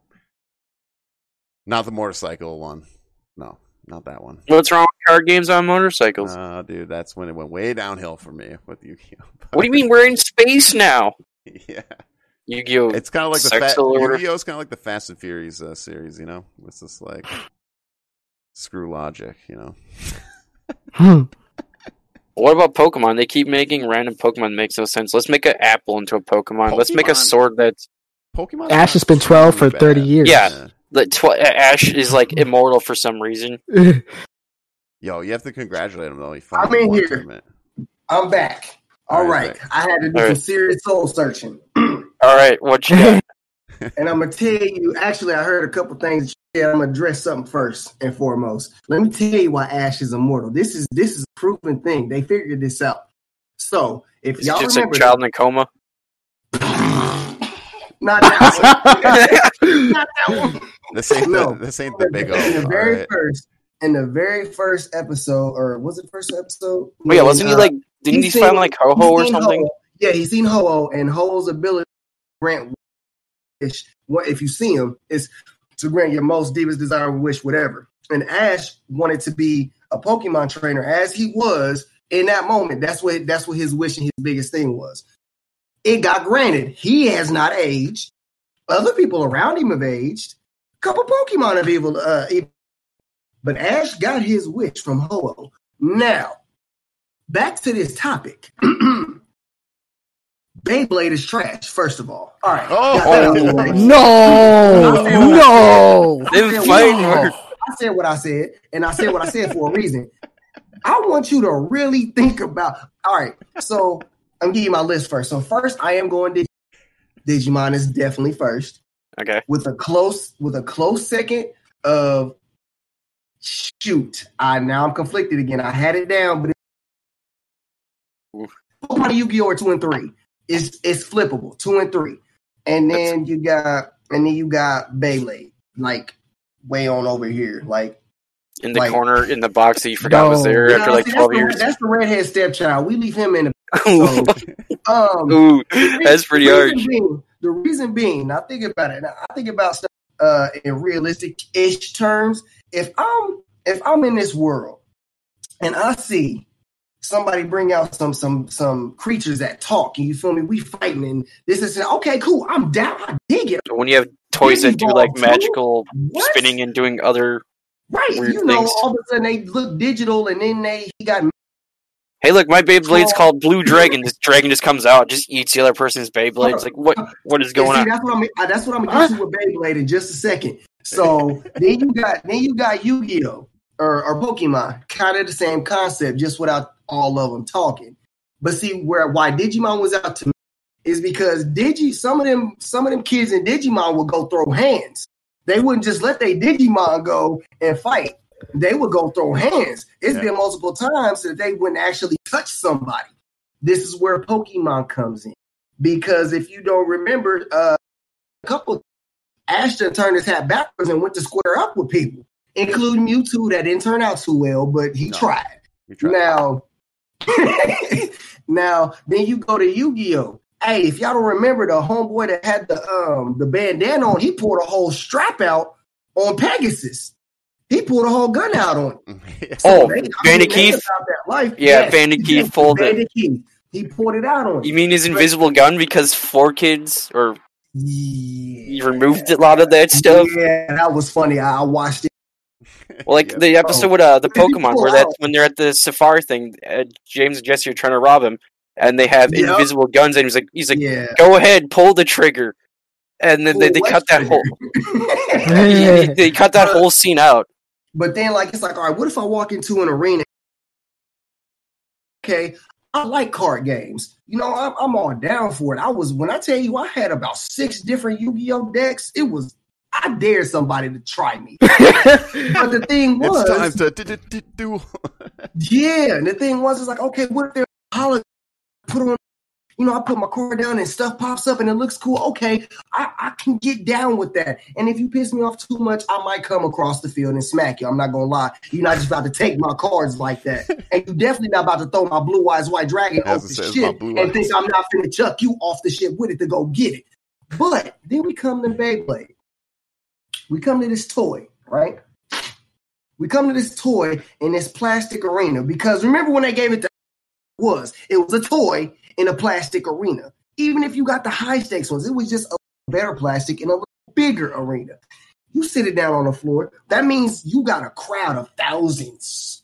Speaker 2: Not the motorcycle one, no, not that one.
Speaker 1: what's wrong with card games on motorcycles?
Speaker 2: Uh, dude, that's when it went way downhill for me with Yu-Gi-Oh.
Speaker 1: what do you mean we're in space now?
Speaker 2: yeah.
Speaker 1: Yu-Gi-Oh!
Speaker 2: It's kind of like the
Speaker 1: Sex
Speaker 2: fa-
Speaker 1: order.
Speaker 2: Yu-Gi-Oh is kind of like the Fast and Furious uh, series, you know. It's just like screw logic, you know.
Speaker 3: Hmm.
Speaker 1: What about Pokemon? They keep making random Pokemon makes no sense. Let's make an apple into a Pokemon. Let's make a
Speaker 2: Pokemon.
Speaker 1: sword that's
Speaker 2: Pokemon.
Speaker 3: Ash has been 12 for 30 years.
Speaker 1: Yeah. that tw- uh, Ash is like immortal for some reason.
Speaker 3: Hmm.
Speaker 2: Yo, you have to congratulate him though. He finally
Speaker 4: in
Speaker 2: won
Speaker 4: here.
Speaker 2: tournament.
Speaker 4: I'm back. All
Speaker 2: All
Speaker 4: right,
Speaker 2: right,
Speaker 4: I had to do
Speaker 1: All
Speaker 4: some
Speaker 1: right.
Speaker 4: serious soul searching, and
Speaker 1: All right, what you got?
Speaker 4: I'm gonna tell you. Actually, I heard a couple things. Yeah, I'm gonna address something first and foremost. Let me tell you why Ash is immortal. This is this is a proven thing. They figured this out. So if
Speaker 1: It's
Speaker 4: y'all
Speaker 1: just a
Speaker 4: remember,
Speaker 1: child in a coma. Oh,
Speaker 4: not that one, not that one.
Speaker 2: This ain't
Speaker 4: No.
Speaker 2: the this ain't the big O.
Speaker 4: in the
Speaker 2: all
Speaker 4: very
Speaker 2: right?
Speaker 4: first in the very first episode or was it first episode
Speaker 1: Oh yeah, wasn't he
Speaker 4: Uh,
Speaker 1: like? Didn't he
Speaker 4: he's
Speaker 1: find
Speaker 4: seen-
Speaker 1: like Ho Ho
Speaker 4: he's
Speaker 1: or
Speaker 4: seen
Speaker 1: something?
Speaker 4: Ho-Oh. yeah he's seen ho and ho-oh's ability to grant wish what if you see him is to grant your most deepest desire wish whatever and ash wanted to be a pokemon trainer as he was in that moment that's what that's what his wish and his biggest thing was it got granted he has not aged other people around him have aged couple pokemon have evil uh even- but ash got his wish from ho-oh now back to this topic Beyblade is trash, first of all. All right.
Speaker 2: Oh,
Speaker 4: Got that out the way.
Speaker 3: No, no.
Speaker 1: Them
Speaker 4: Yeah,
Speaker 1: fighting
Speaker 4: no.
Speaker 1: words.
Speaker 4: I said what I said, and I said what I said for a reason. I want you to really think about. All right, so I'm giving you my list first. So first, I am going to Digimon is definitely first,
Speaker 1: Okay,
Speaker 4: with a close with a close second of shoot. I now I'm conflicted again. I had it down, but it,
Speaker 1: Oof.
Speaker 4: Pokemon and Yu-Gi-Oh are two and three. It's it's flippable two and three, and then you got and then you got Beyblade like way on over here like
Speaker 1: in the
Speaker 4: Like-
Speaker 1: corner in the box that you forgot was
Speaker 3: No.
Speaker 1: there
Speaker 4: Yeah,
Speaker 1: after like
Speaker 4: see,
Speaker 1: twelve
Speaker 4: that's
Speaker 1: years.
Speaker 4: The, that's the redhead stepchild. We leave him in the um.
Speaker 1: Ooh, that's pretty
Speaker 4: the
Speaker 1: hard.
Speaker 4: reason Being, the reason being, now think about it. Now I think about stuff uh, in realistic ish terms. If I'm if I'm in this world and I see somebody bring out some some some creatures that talk and you feel me, we fighting and this is okay, cool. I'm down. I dig it.
Speaker 1: When you have toys that do like
Speaker 4: Digivolve too?
Speaker 1: magical
Speaker 4: What?
Speaker 1: spinning and doing other.
Speaker 4: right?
Speaker 1: weird
Speaker 4: You know,
Speaker 1: things.
Speaker 4: all of a sudden they look digital and then they he got
Speaker 1: Hey, look, my Beyblade's
Speaker 4: Oh.
Speaker 1: called Blue Dragon. This dragon just comes out, just eats the other person's Beyblade. It's like, what? What is going
Speaker 4: see,
Speaker 1: on?
Speaker 4: That's what I'm. uh, That's what I'm gonna get you with Beyblade in just a second. So then you got then you got Yu-Gi-Oh or, or Pokemon, kind of the same concept, just without all of them talking. But see where why Digimon was out to me is because Digi some of them some of them kids in Digimon would go throw hands. They wouldn't just let their Digimon go and fight. They would go throw hands. It's
Speaker 2: Yeah.
Speaker 4: been multiple times that they wouldn't actually touch somebody. This is where Pokemon comes in because if you don't remember, uh, a couple Ashton turned his hat backwards and went to square up with people, including Mewtwo that didn't turn out too well, but he
Speaker 2: No.
Speaker 4: tried.
Speaker 2: We tried.
Speaker 4: Now, now, then you go to Yu-Gi-Oh. Hey, if y'all don't remember the homeboy that had the um the bandana on, he pulled a whole strap out on Pegasus. He pulled a whole gun out on. Him.
Speaker 1: Oh,
Speaker 4: They- I mean,
Speaker 1: Bandit
Speaker 4: they
Speaker 1: Keith?
Speaker 4: about that life.
Speaker 1: Yeah,
Speaker 4: Yes,
Speaker 1: Bandit
Speaker 4: yes,
Speaker 1: Keith pulled it.
Speaker 4: Bandit Keith. He pulled it out on.
Speaker 1: You
Speaker 4: him.
Speaker 1: mean his invisible gun because four kids or
Speaker 4: Yeah.
Speaker 1: you removed a lot of that stuff?
Speaker 4: Yeah, that was funny. I, I watched it.
Speaker 1: Well, Oh, like
Speaker 2: Yep.
Speaker 1: the episode with uh, the
Speaker 4: Did he
Speaker 1: Pokemon,
Speaker 4: pull
Speaker 1: where that
Speaker 4: out?
Speaker 1: when they're at the Safari thing, uh, James and Jesse are trying to rob him, and they have
Speaker 4: Yeah.
Speaker 1: invisible guns, and he's like, he's like,
Speaker 4: yeah.
Speaker 1: go ahead, pull the trigger, and then they,
Speaker 4: Pull
Speaker 1: they
Speaker 4: what
Speaker 1: cut that
Speaker 4: trigger?
Speaker 1: whole they, they cut that whole scene out.
Speaker 4: but then, like, it's like, all right, what if I walk into an arena? Okay, I like card games. You know, I'm, I'm all down for it. I was when I tell you, I had about six different Yu-Gi-Oh decks. It was, I dare somebody to try me. But the thing was,
Speaker 2: It's time to d- d- d- do.
Speaker 4: Yeah, and the thing was, it's like, okay, what if they're holiday? Put on, you know, I put my card down and stuff pops up and it looks cool. Okay, I, I can get down with that. And if you piss me off too much, I might come across the field and smack you. I'm not gonna lie. You're not just about to take my cards like that, and you're definitely not about to throw my blue eyes white dragon
Speaker 2: As
Speaker 4: off
Speaker 2: it
Speaker 4: the
Speaker 2: says, my
Speaker 4: ship
Speaker 2: blue
Speaker 4: and think
Speaker 2: eyes.
Speaker 4: I'm not finna chuck you off the ship with it to go get it. But then we come to Beyblade. We come to this toy, right? We come to this toy in this plastic arena because remember when they gave it to was it was a toy in a plastic arena. Even if you got the high stakes ones, it was just a better plastic in a little bigger arena. You sit it down on the floor. That means you got a crowd of thousands,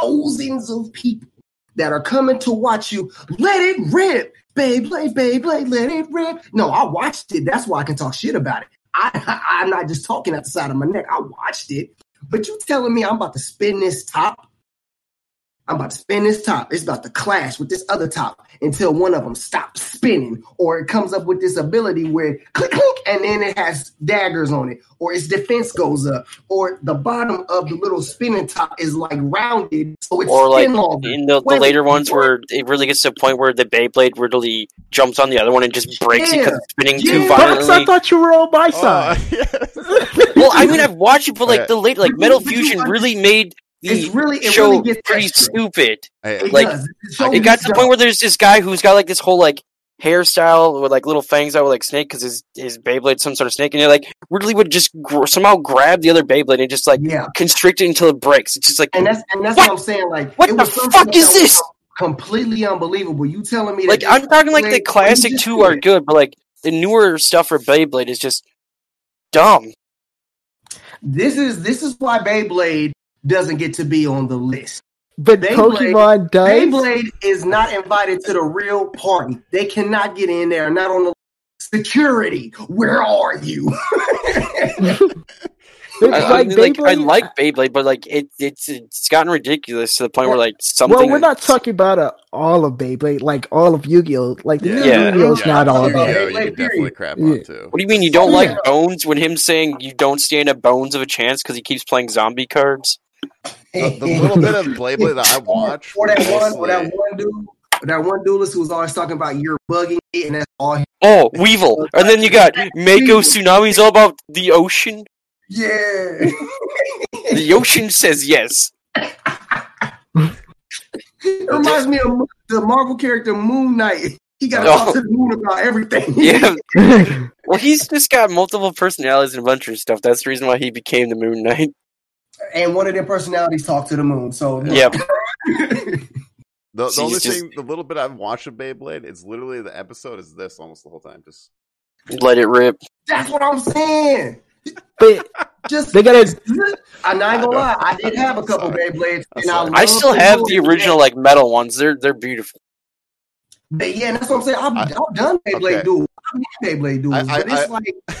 Speaker 4: thousands of people that are coming to watch you. Let it rip, Beyblade, Beyblade, let it rip. No, I watched it. That's why I can talk shit about it. I, I'm not just talking at the side of my neck. I watched it. But you telling me I'm about to spin this top? I'm about to spin this top. It's about to clash with this other top until one of them stops spinning, or it comes up with this ability where it click click, and then it has daggers on it, or its defense goes up, or the bottom of the little spinning top is like rounded, so it's
Speaker 1: Or, like,
Speaker 4: spin longer.
Speaker 1: In the, the
Speaker 4: Wait,
Speaker 1: later ones,
Speaker 4: what?
Speaker 1: where it really gets to the point where the Beyblade really jumps on the other one and just breaks it because it's spinning too
Speaker 4: Yeah.
Speaker 3: Fox, I
Speaker 1: violently.
Speaker 3: thought you were on my
Speaker 2: Oh,
Speaker 3: side.
Speaker 2: yes.
Speaker 1: Well, I mean, I've watched it, but like
Speaker 2: Okay.
Speaker 1: the late, like
Speaker 4: But you-
Speaker 1: Metal
Speaker 4: but you
Speaker 1: Fusion
Speaker 4: under-
Speaker 1: really made
Speaker 4: It's
Speaker 1: the
Speaker 4: really it
Speaker 1: show
Speaker 4: really gets
Speaker 1: pretty
Speaker 4: extra.
Speaker 1: stupid.
Speaker 2: Hey,
Speaker 4: It
Speaker 1: like,
Speaker 4: does.
Speaker 1: It got to the point where there's this guy who's got like this whole like hairstyle with like little fangs out with like snake because his his Beyblade's some sort of snake, and it like really would just gr- somehow grab the other Beyblade and just like
Speaker 4: yeah.
Speaker 1: constrict it until it breaks. It's just like
Speaker 4: And that's and that's what, I'm saying. Like,
Speaker 1: What the
Speaker 4: something
Speaker 1: fuck
Speaker 4: that
Speaker 1: is
Speaker 4: was
Speaker 1: this?
Speaker 4: Completely unbelievable. You telling me
Speaker 1: like
Speaker 4: that?
Speaker 1: I'm talking like the
Speaker 4: Wait,
Speaker 1: classic
Speaker 4: you just
Speaker 1: two are
Speaker 4: did.
Speaker 1: good, but like the newer stuff for Beyblade is just dumb.
Speaker 4: This is this is why Beyblade doesn't get to be on the list.
Speaker 3: But
Speaker 4: Beyblade-
Speaker 3: Pokemon does.
Speaker 4: Beyblade is not invited to the real party. They cannot get in there. Not on the security. Where are you?
Speaker 3: It's
Speaker 1: I, I
Speaker 3: like
Speaker 1: mean, like, I
Speaker 3: Beyblade-
Speaker 1: like Beyblade, but like it it's it's gotten ridiculous to the point where like something.
Speaker 3: Well, we're not talking about uh, all of Beyblade, like all of Yu-Gi-Oh. Like the
Speaker 2: Yeah.
Speaker 3: new
Speaker 1: Yeah.
Speaker 3: Yu-Gi-Oh's
Speaker 2: Yeah.
Speaker 3: not all
Speaker 4: Yeah.
Speaker 3: that.
Speaker 2: Yo, you
Speaker 4: Like,
Speaker 2: could definitely
Speaker 4: period.
Speaker 2: crap
Speaker 3: Yeah.
Speaker 2: on too.
Speaker 1: What do you mean you don't
Speaker 4: Yeah.
Speaker 1: like Bones? When him saying you don't stand a Bones of a chance because he keeps playing zombie cards.
Speaker 2: The, the little bit of Beyblade that I watch,
Speaker 4: Or
Speaker 2: was
Speaker 4: that
Speaker 2: mostly-
Speaker 4: one. Or that one dude. or That one duelist who was always talking about you're bugging it, and that's all. He,
Speaker 1: Oh, Weevil. And then you got Mako Tsunami's all about the ocean.
Speaker 4: yeah.
Speaker 1: The ocean says yes.
Speaker 4: It reminds me of the Marvel character Moon Knight. He got to
Speaker 1: Oh.
Speaker 4: talk to the moon about everything.
Speaker 1: Yeah. Well, he's just got multiple personalities and a bunch of stuff. That's the reason why he became the Moon Knight.
Speaker 4: and one of their personalities talk to the moon. So
Speaker 1: Yeah,
Speaker 2: The, the
Speaker 1: So
Speaker 2: only
Speaker 1: he's just-
Speaker 2: thing, the little bit I've watched of Beyblade, it's literally the episode is this almost the whole time. Just
Speaker 1: let it rip.
Speaker 4: that's what I'm saying.
Speaker 3: But
Speaker 4: Just
Speaker 3: they gotta
Speaker 4: I'm not gonna lie, I did have a couple
Speaker 2: Sorry.
Speaker 4: Beyblades,
Speaker 2: I'm
Speaker 4: and I,
Speaker 2: sorry.
Speaker 4: love
Speaker 1: I still
Speaker 4: the
Speaker 1: have
Speaker 4: moon.
Speaker 1: the original like metal ones. They're they're beautiful.
Speaker 4: But yeah, that's what I'm saying. I've,
Speaker 2: I-
Speaker 4: I, have done Beyblade
Speaker 2: okay.
Speaker 4: duels. I've had Beyblade duels,
Speaker 2: I- I-
Speaker 4: but it's
Speaker 2: I-
Speaker 4: like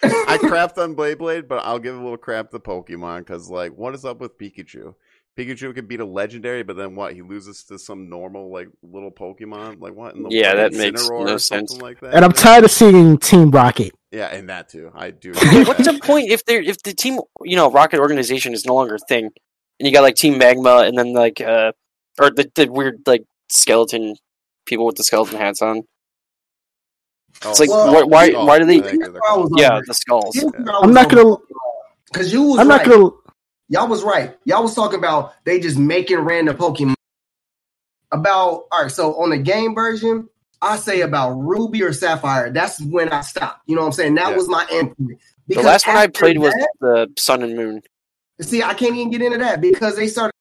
Speaker 2: I crapped on Beyblade, but I'll give a little crap to Pokemon because, like, what is up with Pikachu? Pikachu could beat a legendary, but then what? He loses to some normal, like, little Pokemon. Like, what in the
Speaker 1: Yeah,
Speaker 2: world?
Speaker 1: that makes
Speaker 2: Incineroar
Speaker 1: no
Speaker 2: or something
Speaker 1: sense.
Speaker 2: Like that.
Speaker 3: and I'm tired of seeing Team Rocket.
Speaker 2: Yeah, and that too. I do.
Speaker 1: Yeah, what's the point if they're if the team you know Rocket organization is no longer a thing, and you got like Team Magma and then like uh or the the weird like skeleton people with the skeleton hats on.
Speaker 2: Oh,
Speaker 1: It's like
Speaker 4: Well,
Speaker 1: why why,
Speaker 2: oh,
Speaker 1: why do
Speaker 2: I
Speaker 1: they?
Speaker 2: think they're
Speaker 4: I was
Speaker 2: called-
Speaker 1: Yeah, the skulls.
Speaker 3: I'm not gonna.
Speaker 4: because you was
Speaker 3: I'm
Speaker 4: right.
Speaker 3: not gonna.
Speaker 4: Y'all was right. Y'all was talking about they just making random Pokemon. About all right, so on the game version, I say about Ruby or Sapphire. That's when I stopped. You know what I'm saying? That
Speaker 2: Yeah.
Speaker 4: was my endpoint.
Speaker 1: The last one I
Speaker 4: after
Speaker 1: played was
Speaker 4: that-
Speaker 1: the Sun and Moon.
Speaker 4: see, I can't even get into that because they started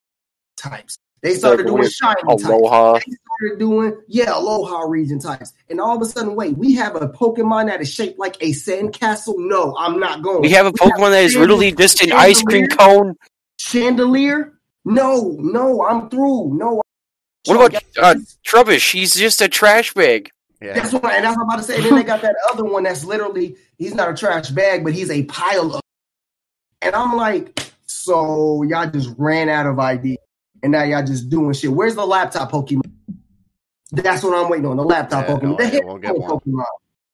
Speaker 4: types. They started
Speaker 1: Like,
Speaker 4: doing
Speaker 1: weird
Speaker 4: shiny types.
Speaker 1: Aloha.
Speaker 4: started doing, yeah, Aloha region types. And all of a sudden, wait, we have a Pokemon that is shaped like a sandcastle? No, I'm not going.
Speaker 1: We have a Pokemon that is literally just an ice cream cone.
Speaker 4: Chandelier? No, no, I'm through. No.
Speaker 1: What about uh, Trubbish? He's just a trash bag.
Speaker 2: Yeah.
Speaker 4: That's what, and that's what I'm about to say. And then they got that other one that's literally, he's not a trash bag, but he's a pile of. And I'm like, so y'all just ran out of ideas. And now y'all just doing shit. Where's the laptop Pokemon? That's what I'm waiting on. The laptop
Speaker 2: Yeah,
Speaker 4: Pokemon.
Speaker 2: no,
Speaker 4: the
Speaker 2: I
Speaker 4: head
Speaker 2: won't get one.
Speaker 4: Pokemon.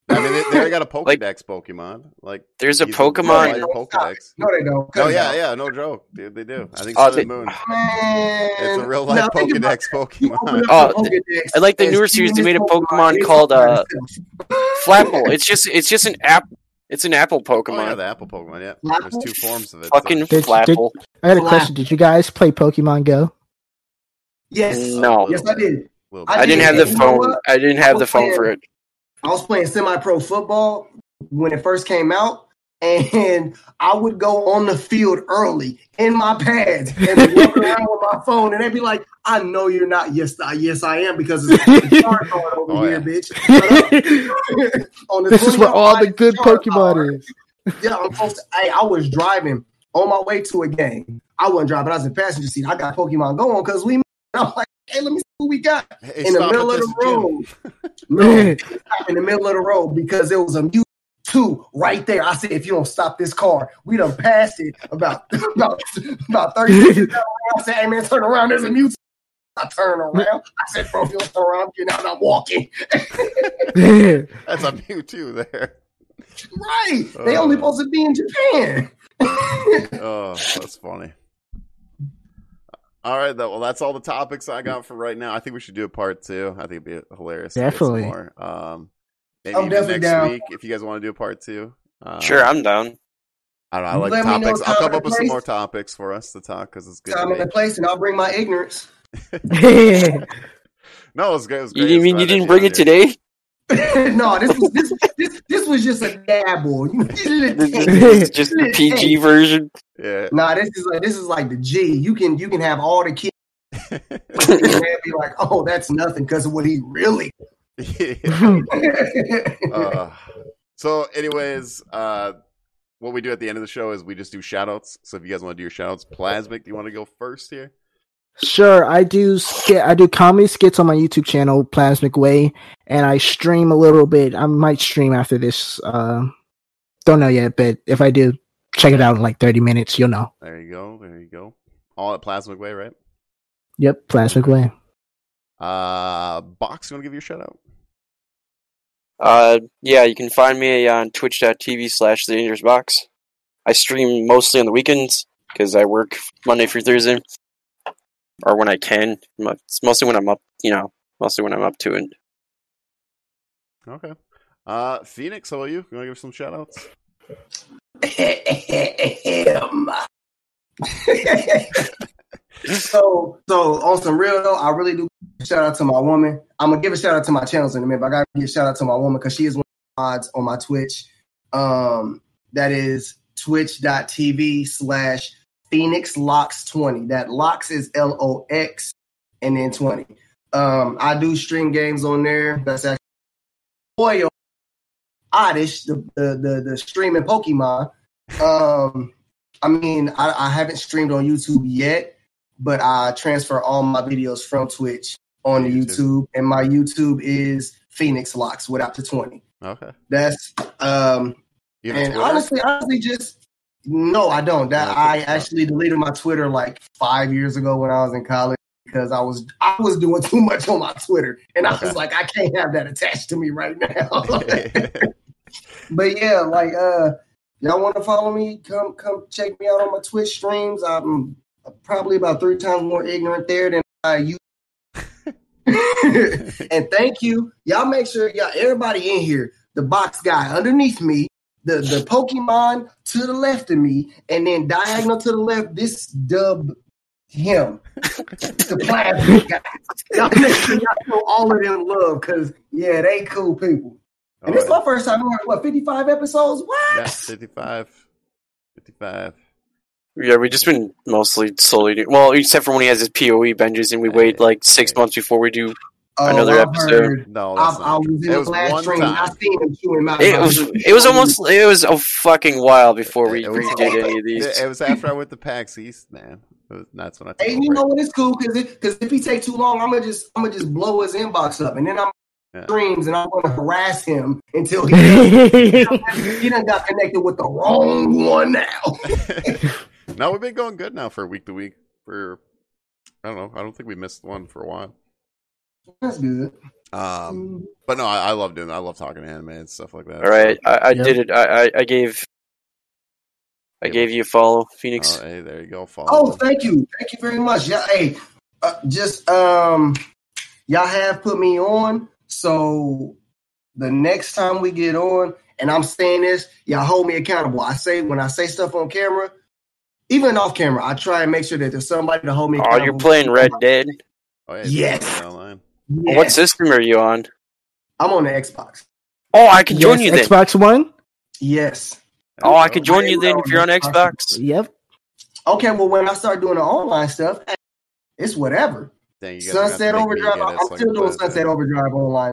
Speaker 2: I mean, they, they already got a Pokedex
Speaker 1: Like-
Speaker 2: Pokemon. Like,
Speaker 1: There's a
Speaker 2: he's
Speaker 1: Pokemon.
Speaker 2: live Pokedex.
Speaker 4: No, they don't.
Speaker 2: Oh yeah, yeah, no joke, dude. They do. I think
Speaker 1: Oh,
Speaker 2: Sun
Speaker 1: they-
Speaker 2: and Moon.
Speaker 4: Man.
Speaker 2: It's a real life
Speaker 4: Now, think about
Speaker 2: Pokedex Pokemon.
Speaker 4: it. Open up
Speaker 1: Oh,
Speaker 4: the Pokedex
Speaker 1: I like the
Speaker 4: and
Speaker 1: newer
Speaker 4: see
Speaker 1: series. They
Speaker 4: this
Speaker 1: made a Pokemon
Speaker 4: It's
Speaker 1: called, uh,
Speaker 4: itself.
Speaker 1: Flapple. It's just it's just an app. It's an apple
Speaker 2: Oh yeah,
Speaker 1: Pokemon.
Speaker 2: the Apple Pokemon. Yeah,
Speaker 4: Flapple?
Speaker 2: there's two forms of it. so-
Speaker 1: Fucking
Speaker 3: Did-
Speaker 1: Flapple.
Speaker 3: I got a question. Did you guys play Pokemon Go?
Speaker 4: yes.
Speaker 1: No,
Speaker 4: Yes, I did.
Speaker 2: Little
Speaker 1: I didn't
Speaker 4: did.
Speaker 1: have the
Speaker 4: And you know
Speaker 1: phone.
Speaker 4: what?
Speaker 1: I didn't have the phone for it.
Speaker 4: I was playing semi pro football when it first came out. And I would go on the field early in my pads and walk around with my phone, and they'd be like, "I know you're not. Yes, I, yes, I am because it's dark over
Speaker 2: Oh, yeah.
Speaker 4: here, bitch." uh,
Speaker 3: this
Speaker 4: On the
Speaker 3: is where all
Speaker 4: 20
Speaker 3: the good
Speaker 4: yard line.
Speaker 3: Pokemon is.
Speaker 4: Yeah, I'm supposed to. I, I was driving on my way to a game. I wasn't driving. I was in the passenger seat. I got Pokemon going because we. I'm like, hey, let me see what we got
Speaker 2: Hey,
Speaker 4: in the
Speaker 2: stop
Speaker 4: middle
Speaker 2: at
Speaker 4: of
Speaker 2: this
Speaker 4: the
Speaker 2: gym.
Speaker 4: road. no, stop in the middle of the road because it was a mute two right there. I said, if you don't stop this car, we done passed it about about, about thirty. seconds down the road. I said, hey man, turn around. There's a mute. I turn around. I said, bro, if you don't turn around, I'm getting out. and I'm walking.
Speaker 2: That's a Mewtwo there.
Speaker 4: right. They only
Speaker 2: Uh.
Speaker 4: supposed to be in Japan.
Speaker 2: Oh, that's funny. All right, though. Well, that's all the topics I got for right now. I think we should do a part two. I think it'd be hilarious. to get some
Speaker 3: Definitely.
Speaker 2: more. Um, maybe
Speaker 4: I'm
Speaker 2: even
Speaker 4: definitely
Speaker 2: next
Speaker 4: down.
Speaker 2: week if you guys want to do a part two. Um,
Speaker 1: Sure, I'm down.
Speaker 2: I don't know. I like
Speaker 4: Let me know
Speaker 2: topics. I'll
Speaker 4: time
Speaker 2: come
Speaker 4: and
Speaker 2: up with some
Speaker 4: place.
Speaker 2: more topics for us to talk because it's good.
Speaker 4: Time and
Speaker 2: debate.
Speaker 4: place, and I'll bring my ignorance.
Speaker 2: No, it was good. It was
Speaker 1: You
Speaker 2: great.
Speaker 1: didn't
Speaker 2: It's
Speaker 1: mean
Speaker 2: glad
Speaker 1: you didn't
Speaker 2: to be
Speaker 1: bring
Speaker 2: on
Speaker 1: it
Speaker 2: here.
Speaker 1: today?
Speaker 4: no, this was this this this was just a dabble. You
Speaker 1: This is-
Speaker 4: didn't-
Speaker 1: this is just the PG version.
Speaker 2: Yeah.
Speaker 4: nah, this is like this is like the G. You can you can have all the kids and they'll be like, oh, that's nothing because of what he really.
Speaker 2: Yeah. Uh, so anyways uh what we do at the end of the show is we just do shout outs so if you guys want to do your shout outs plasmic do you want to go first here
Speaker 3: Sure, I do skit. I do comedy skits on my YouTube channel, Plasmic Way, and I stream a little bit. I might stream after this. Uh, don't know yet, but if I do, check it out in like thirty minutes. You'll know.
Speaker 2: there you go there you go all at plasmic way right
Speaker 3: Yep, Plasmic Way.
Speaker 2: uh box you want to give your shout out
Speaker 1: Uh, yeah, you can find me uh, on twitch.tv slash the dangerous box. I stream mostly on the weekends because I work Monday through Thursday, or when I can. Mo- It's mostly when I'm up, you know, mostly when I'm up to it.
Speaker 2: okay uh phoenix how about you you want to give some shout outs
Speaker 4: Him. so so on some real though, I really do shout out to my woman. I'm gonna give a shout out to my channels in a minute, but I gotta give a shout out to my woman because she is one of the mods on my Twitch. Um that is twitch.tv slash Phoenix Locks 20. That Locks is L O X and then 20. Um, I do string games on there. That's actually Oil Oddish, the, the, the, the streaming Pokemon. Um, I mean, I, I haven't streamed on YouTube yet, but I transfer all my videos from Twitch on
Speaker 2: Yeah,
Speaker 4: YouTube,
Speaker 2: YouTube.
Speaker 4: and my YouTube is Phoenix Locks without the 20.
Speaker 2: Okay.
Speaker 4: That's um,
Speaker 2: You have a
Speaker 4: and
Speaker 2: Twitter?
Speaker 4: honestly, honestly, just no, I don't. That
Speaker 2: Okay.
Speaker 4: I actually deleted my Twitter like five years ago when I was in college because I was I was doing too much on my Twitter, and I
Speaker 2: Okay.
Speaker 4: was like, I can't have that attached to me right now. but yeah, like uh, y'all want to follow me? Come come check me out on my Twitch streams. I'm probably about three times more ignorant there than I you. and thank you, y'all. Make sure y'all everybody in here, the box guy underneath me, the the Pokemon to the left of me, and then diagonal to the left. This dub him. the plastic guy. Y'all make sure y'all show all of them love because yeah, they cool people.
Speaker 2: All
Speaker 4: And this is
Speaker 2: right.
Speaker 4: my first time. We're at, what, 55 episodes? What?
Speaker 2: Yeah, 55. 55.
Speaker 1: Yeah, we just been mostly slowly do well, except for when he has his POE benches, and we wait like six
Speaker 2: Hey.
Speaker 1: months before we do.
Speaker 4: Oh,
Speaker 1: Another
Speaker 4: I've
Speaker 1: episode.
Speaker 4: heard-
Speaker 2: No,
Speaker 4: I've-
Speaker 2: that's
Speaker 4: i
Speaker 2: not.
Speaker 4: was in
Speaker 2: It
Speaker 4: the
Speaker 2: was
Speaker 4: last
Speaker 2: one
Speaker 4: stream. and I
Speaker 2: time.
Speaker 4: seen him chew him out.
Speaker 1: It was it was almost it was a fucking while before we
Speaker 2: It was-
Speaker 1: redid any of
Speaker 2: It,
Speaker 1: these.
Speaker 2: it was after I went to PAX East, man. It was, that's when I took
Speaker 4: Hey,
Speaker 2: a
Speaker 4: you
Speaker 2: break.
Speaker 4: know what? It's cool because because if he take too long, I'm gonna just I'm gonna just blow his inbox up, and then I'm
Speaker 2: Yeah.
Speaker 4: streams, and I'm gonna harass him until he he
Speaker 3: yeah,
Speaker 4: done got connected with the wrong one now.
Speaker 2: no, we've been going good now for week to week. For I don't know. I don't think we missed one for a while.
Speaker 4: That's good.
Speaker 2: Um,
Speaker 4: Um,
Speaker 2: but no, I, I love doing. That. I love talking to anime and stuff like that.
Speaker 1: All right, I, I
Speaker 3: Yep.
Speaker 1: did it. I, I, I gave I
Speaker 2: Yeah.
Speaker 1: gave you a follow,
Speaker 2: So,
Speaker 1: Phoenix.
Speaker 2: oh, hey, there you go. Follow.
Speaker 4: oh,
Speaker 2: them.
Speaker 4: thank you, thank you very much. Yeah, hey, uh, just um, y'all have put me on, so the next time we get on, and I'm saying this, y'all hold me accountable. I say when I say stuff on camera, even off camera, I try and make sure that there's somebody to hold me.
Speaker 1: Oh,
Speaker 4: accountable.
Speaker 1: you're playing Red Dead.
Speaker 2: Oh, hey,
Speaker 4: Yes.
Speaker 2: it's Online.
Speaker 4: Yeah.
Speaker 1: What system are you on?
Speaker 4: I'm on the Xbox.
Speaker 1: Oh, I can join
Speaker 3: Yes,
Speaker 1: you then.
Speaker 3: Xbox One.
Speaker 4: Yes.
Speaker 2: There
Speaker 1: Oh,
Speaker 2: you
Speaker 1: I
Speaker 2: go.
Speaker 1: could join
Speaker 4: I
Speaker 1: you
Speaker 4: am
Speaker 1: then if you're on
Speaker 4: on
Speaker 1: Xbox.
Speaker 3: Yep.
Speaker 4: Okay. Well, when I start doing the online stuff, it's whatever.
Speaker 2: Dang, you guys are gonna have to
Speaker 4: Sunset
Speaker 2: make me
Speaker 4: Overdrive.
Speaker 2: get it
Speaker 4: I'm
Speaker 2: so I
Speaker 4: still
Speaker 2: can
Speaker 4: doing
Speaker 2: play it,
Speaker 4: Sunset
Speaker 2: man.
Speaker 4: Overdrive online.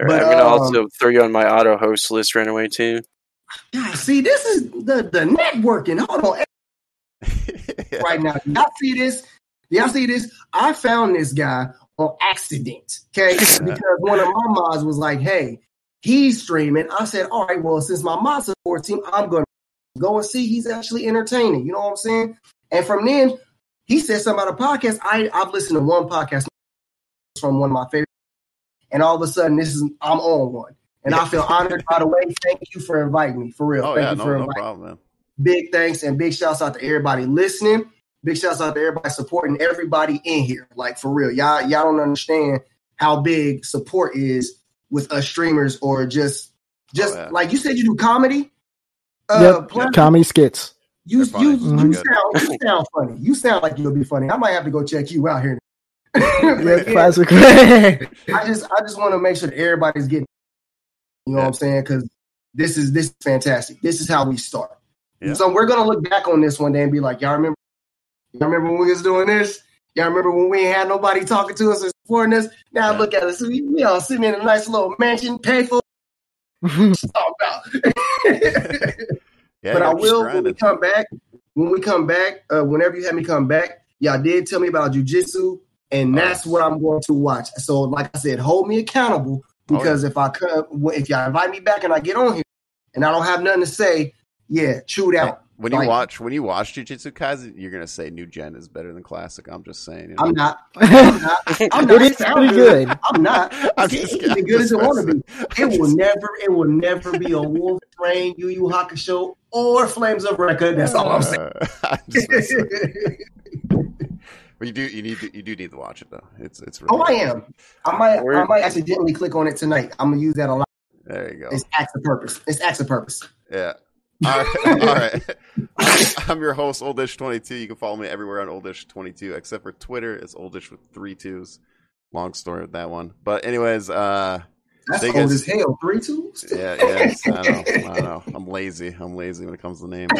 Speaker 1: All right,
Speaker 4: But,
Speaker 1: I'm gonna
Speaker 4: um,
Speaker 1: also throw you on my auto host list right away too.
Speaker 4: God, see, this is the the networking. Hold on.
Speaker 2: Yeah.
Speaker 4: right now. Y'all see this? Y'all see this? I found this guy on accident. Okay. Because one of my mods was like, hey, he's streaming. I said, all right, well, since my mod supports him, I'm gonna go and see he's actually entertaining. You know what I'm saying? And from then, he said something about a podcast. I, I've listened to one podcast from one of my favorites, and all of a sudden this is I'm on one. And I feel honored by the way. Thank you for inviting me. For real.
Speaker 2: Oh
Speaker 4: Thank
Speaker 2: yeah,
Speaker 4: you for
Speaker 2: no,
Speaker 4: inviting
Speaker 2: no problem, man.
Speaker 4: big thanks and big shouts out to everybody listening. Big shouts out to everybody supporting everybody in here. Like for real, y'all y'all don't understand how big support is with us streamers or just just
Speaker 2: Oh, yeah.
Speaker 4: like you said you do comedy. Uh,
Speaker 3: Yep.
Speaker 4: Plus,
Speaker 3: Comedy skits.
Speaker 4: you
Speaker 2: They're funny.
Speaker 4: you,
Speaker 3: They're
Speaker 4: you
Speaker 2: good.
Speaker 4: sound you sound funny. You sound like you'll be funny. I might have to go check you out here. But yeah,
Speaker 3: Classic.
Speaker 4: I just I just want to make sure that everybody's getting. You know what I'm saying? Because this is this is fantastic. This is how we start.
Speaker 2: Yeah.
Speaker 4: So we're gonna look back on this one day and be like, y'all remember? Y'all remember when we was doing this? Y'all remember when we ain't had nobody talking to us or supporting us? Now
Speaker 2: Yeah.
Speaker 4: look at us. We, we all sitting in a nice little mansion, painful. Talk about.
Speaker 2: Yeah,
Speaker 4: but
Speaker 2: you
Speaker 4: I
Speaker 2: gotta keep
Speaker 4: will when we
Speaker 2: grinding.
Speaker 4: come back. When we come back, uh, whenever you have me come back, y'all did tell me about jujitsu, and
Speaker 2: Oh,
Speaker 4: that's
Speaker 2: yeah.
Speaker 4: what I'm going to watch. So, like I said, hold me accountable
Speaker 2: Oh, yeah.
Speaker 4: because if I come, if y'all invite me back and I get on here and I don't have nothing to say, yeah, chewed out.
Speaker 2: When you
Speaker 4: Like-
Speaker 2: watch when you watch Jujutsu Kaisen, you're gonna say new gen is better than classic. I'm just saying. You know?
Speaker 4: I'm not. I'm
Speaker 3: it
Speaker 4: not. I'm not.
Speaker 3: is
Speaker 4: sound
Speaker 3: pretty good.
Speaker 4: I'm not.
Speaker 2: I'm
Speaker 4: It's
Speaker 2: just,
Speaker 4: as
Speaker 2: I'm
Speaker 4: good
Speaker 2: just
Speaker 4: as it wanna be.
Speaker 2: messing.
Speaker 4: It
Speaker 2: I'm
Speaker 4: will
Speaker 2: just-
Speaker 4: never. It will never be a Wolf Rain, Yu Yu Hakusho, or Flames of Record. That's all I'm saying.
Speaker 2: Uh, I'm just messing. But you do you need to, you do need to watch it though. It's it's really
Speaker 4: Oh, I am. I might. I
Speaker 1: Word.
Speaker 4: might accidentally click on it tonight. I'm gonna use that a lot.
Speaker 2: There you go.
Speaker 4: It's acts of purpose. It's acts of purpose.
Speaker 2: Yeah. All right. All right. I'm your host, Oldish22. You can follow me everywhere on Oldish22, except for Twitter. It's Oldish with three twos. Long story with that one. But anyways, uh,
Speaker 4: That's
Speaker 2: They
Speaker 4: old
Speaker 2: guess-
Speaker 4: as hell. Three twos.
Speaker 2: yeah, yeah. I don't know. I don't know. I'm lazy. I'm lazy when it comes to names.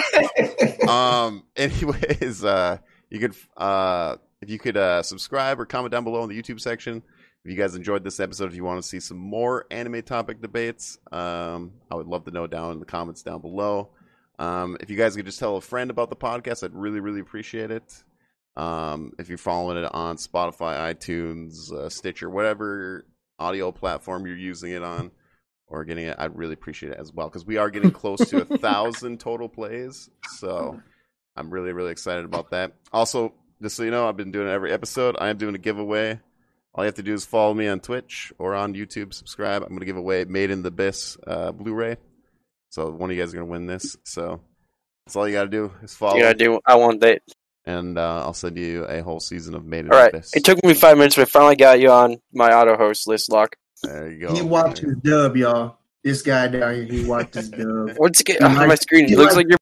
Speaker 2: um anyways uh you could uh if you could uh subscribe or comment down below in the youtube section if you guys enjoyed this episode if you want to see some more anime topic debates um i would love to know down in the comments down below um if you guys could just tell a friend about the podcast i'd really really appreciate it um if you're following it on spotify itunes uh, stitcher whatever audio platform you're using it on or getting it, I'd really appreciate it as well because we are getting close to a thousand total plays. So I'm really, really excited about that. Also, just so you know, I've been doing it every episode. I am doing a giveaway. All you have to do is follow me on Twitch or on YouTube, subscribe. I'm going to give away Made in the Abyss uh, Blu ray. So one of you guys are going to win this. So that's all you got to do is follow.
Speaker 1: Yeah, I do. I want that.
Speaker 2: And uh, I'll send you a whole season of Made in
Speaker 1: All right.
Speaker 2: the Abyss.
Speaker 1: It took me five minutes, but I finally got you on my auto host list lock.
Speaker 2: there you go.
Speaker 4: He watched
Speaker 2: There you
Speaker 4: his dub, y'all. This guy down here, he watched his dub.
Speaker 1: What's it, on my screen? It looks like you're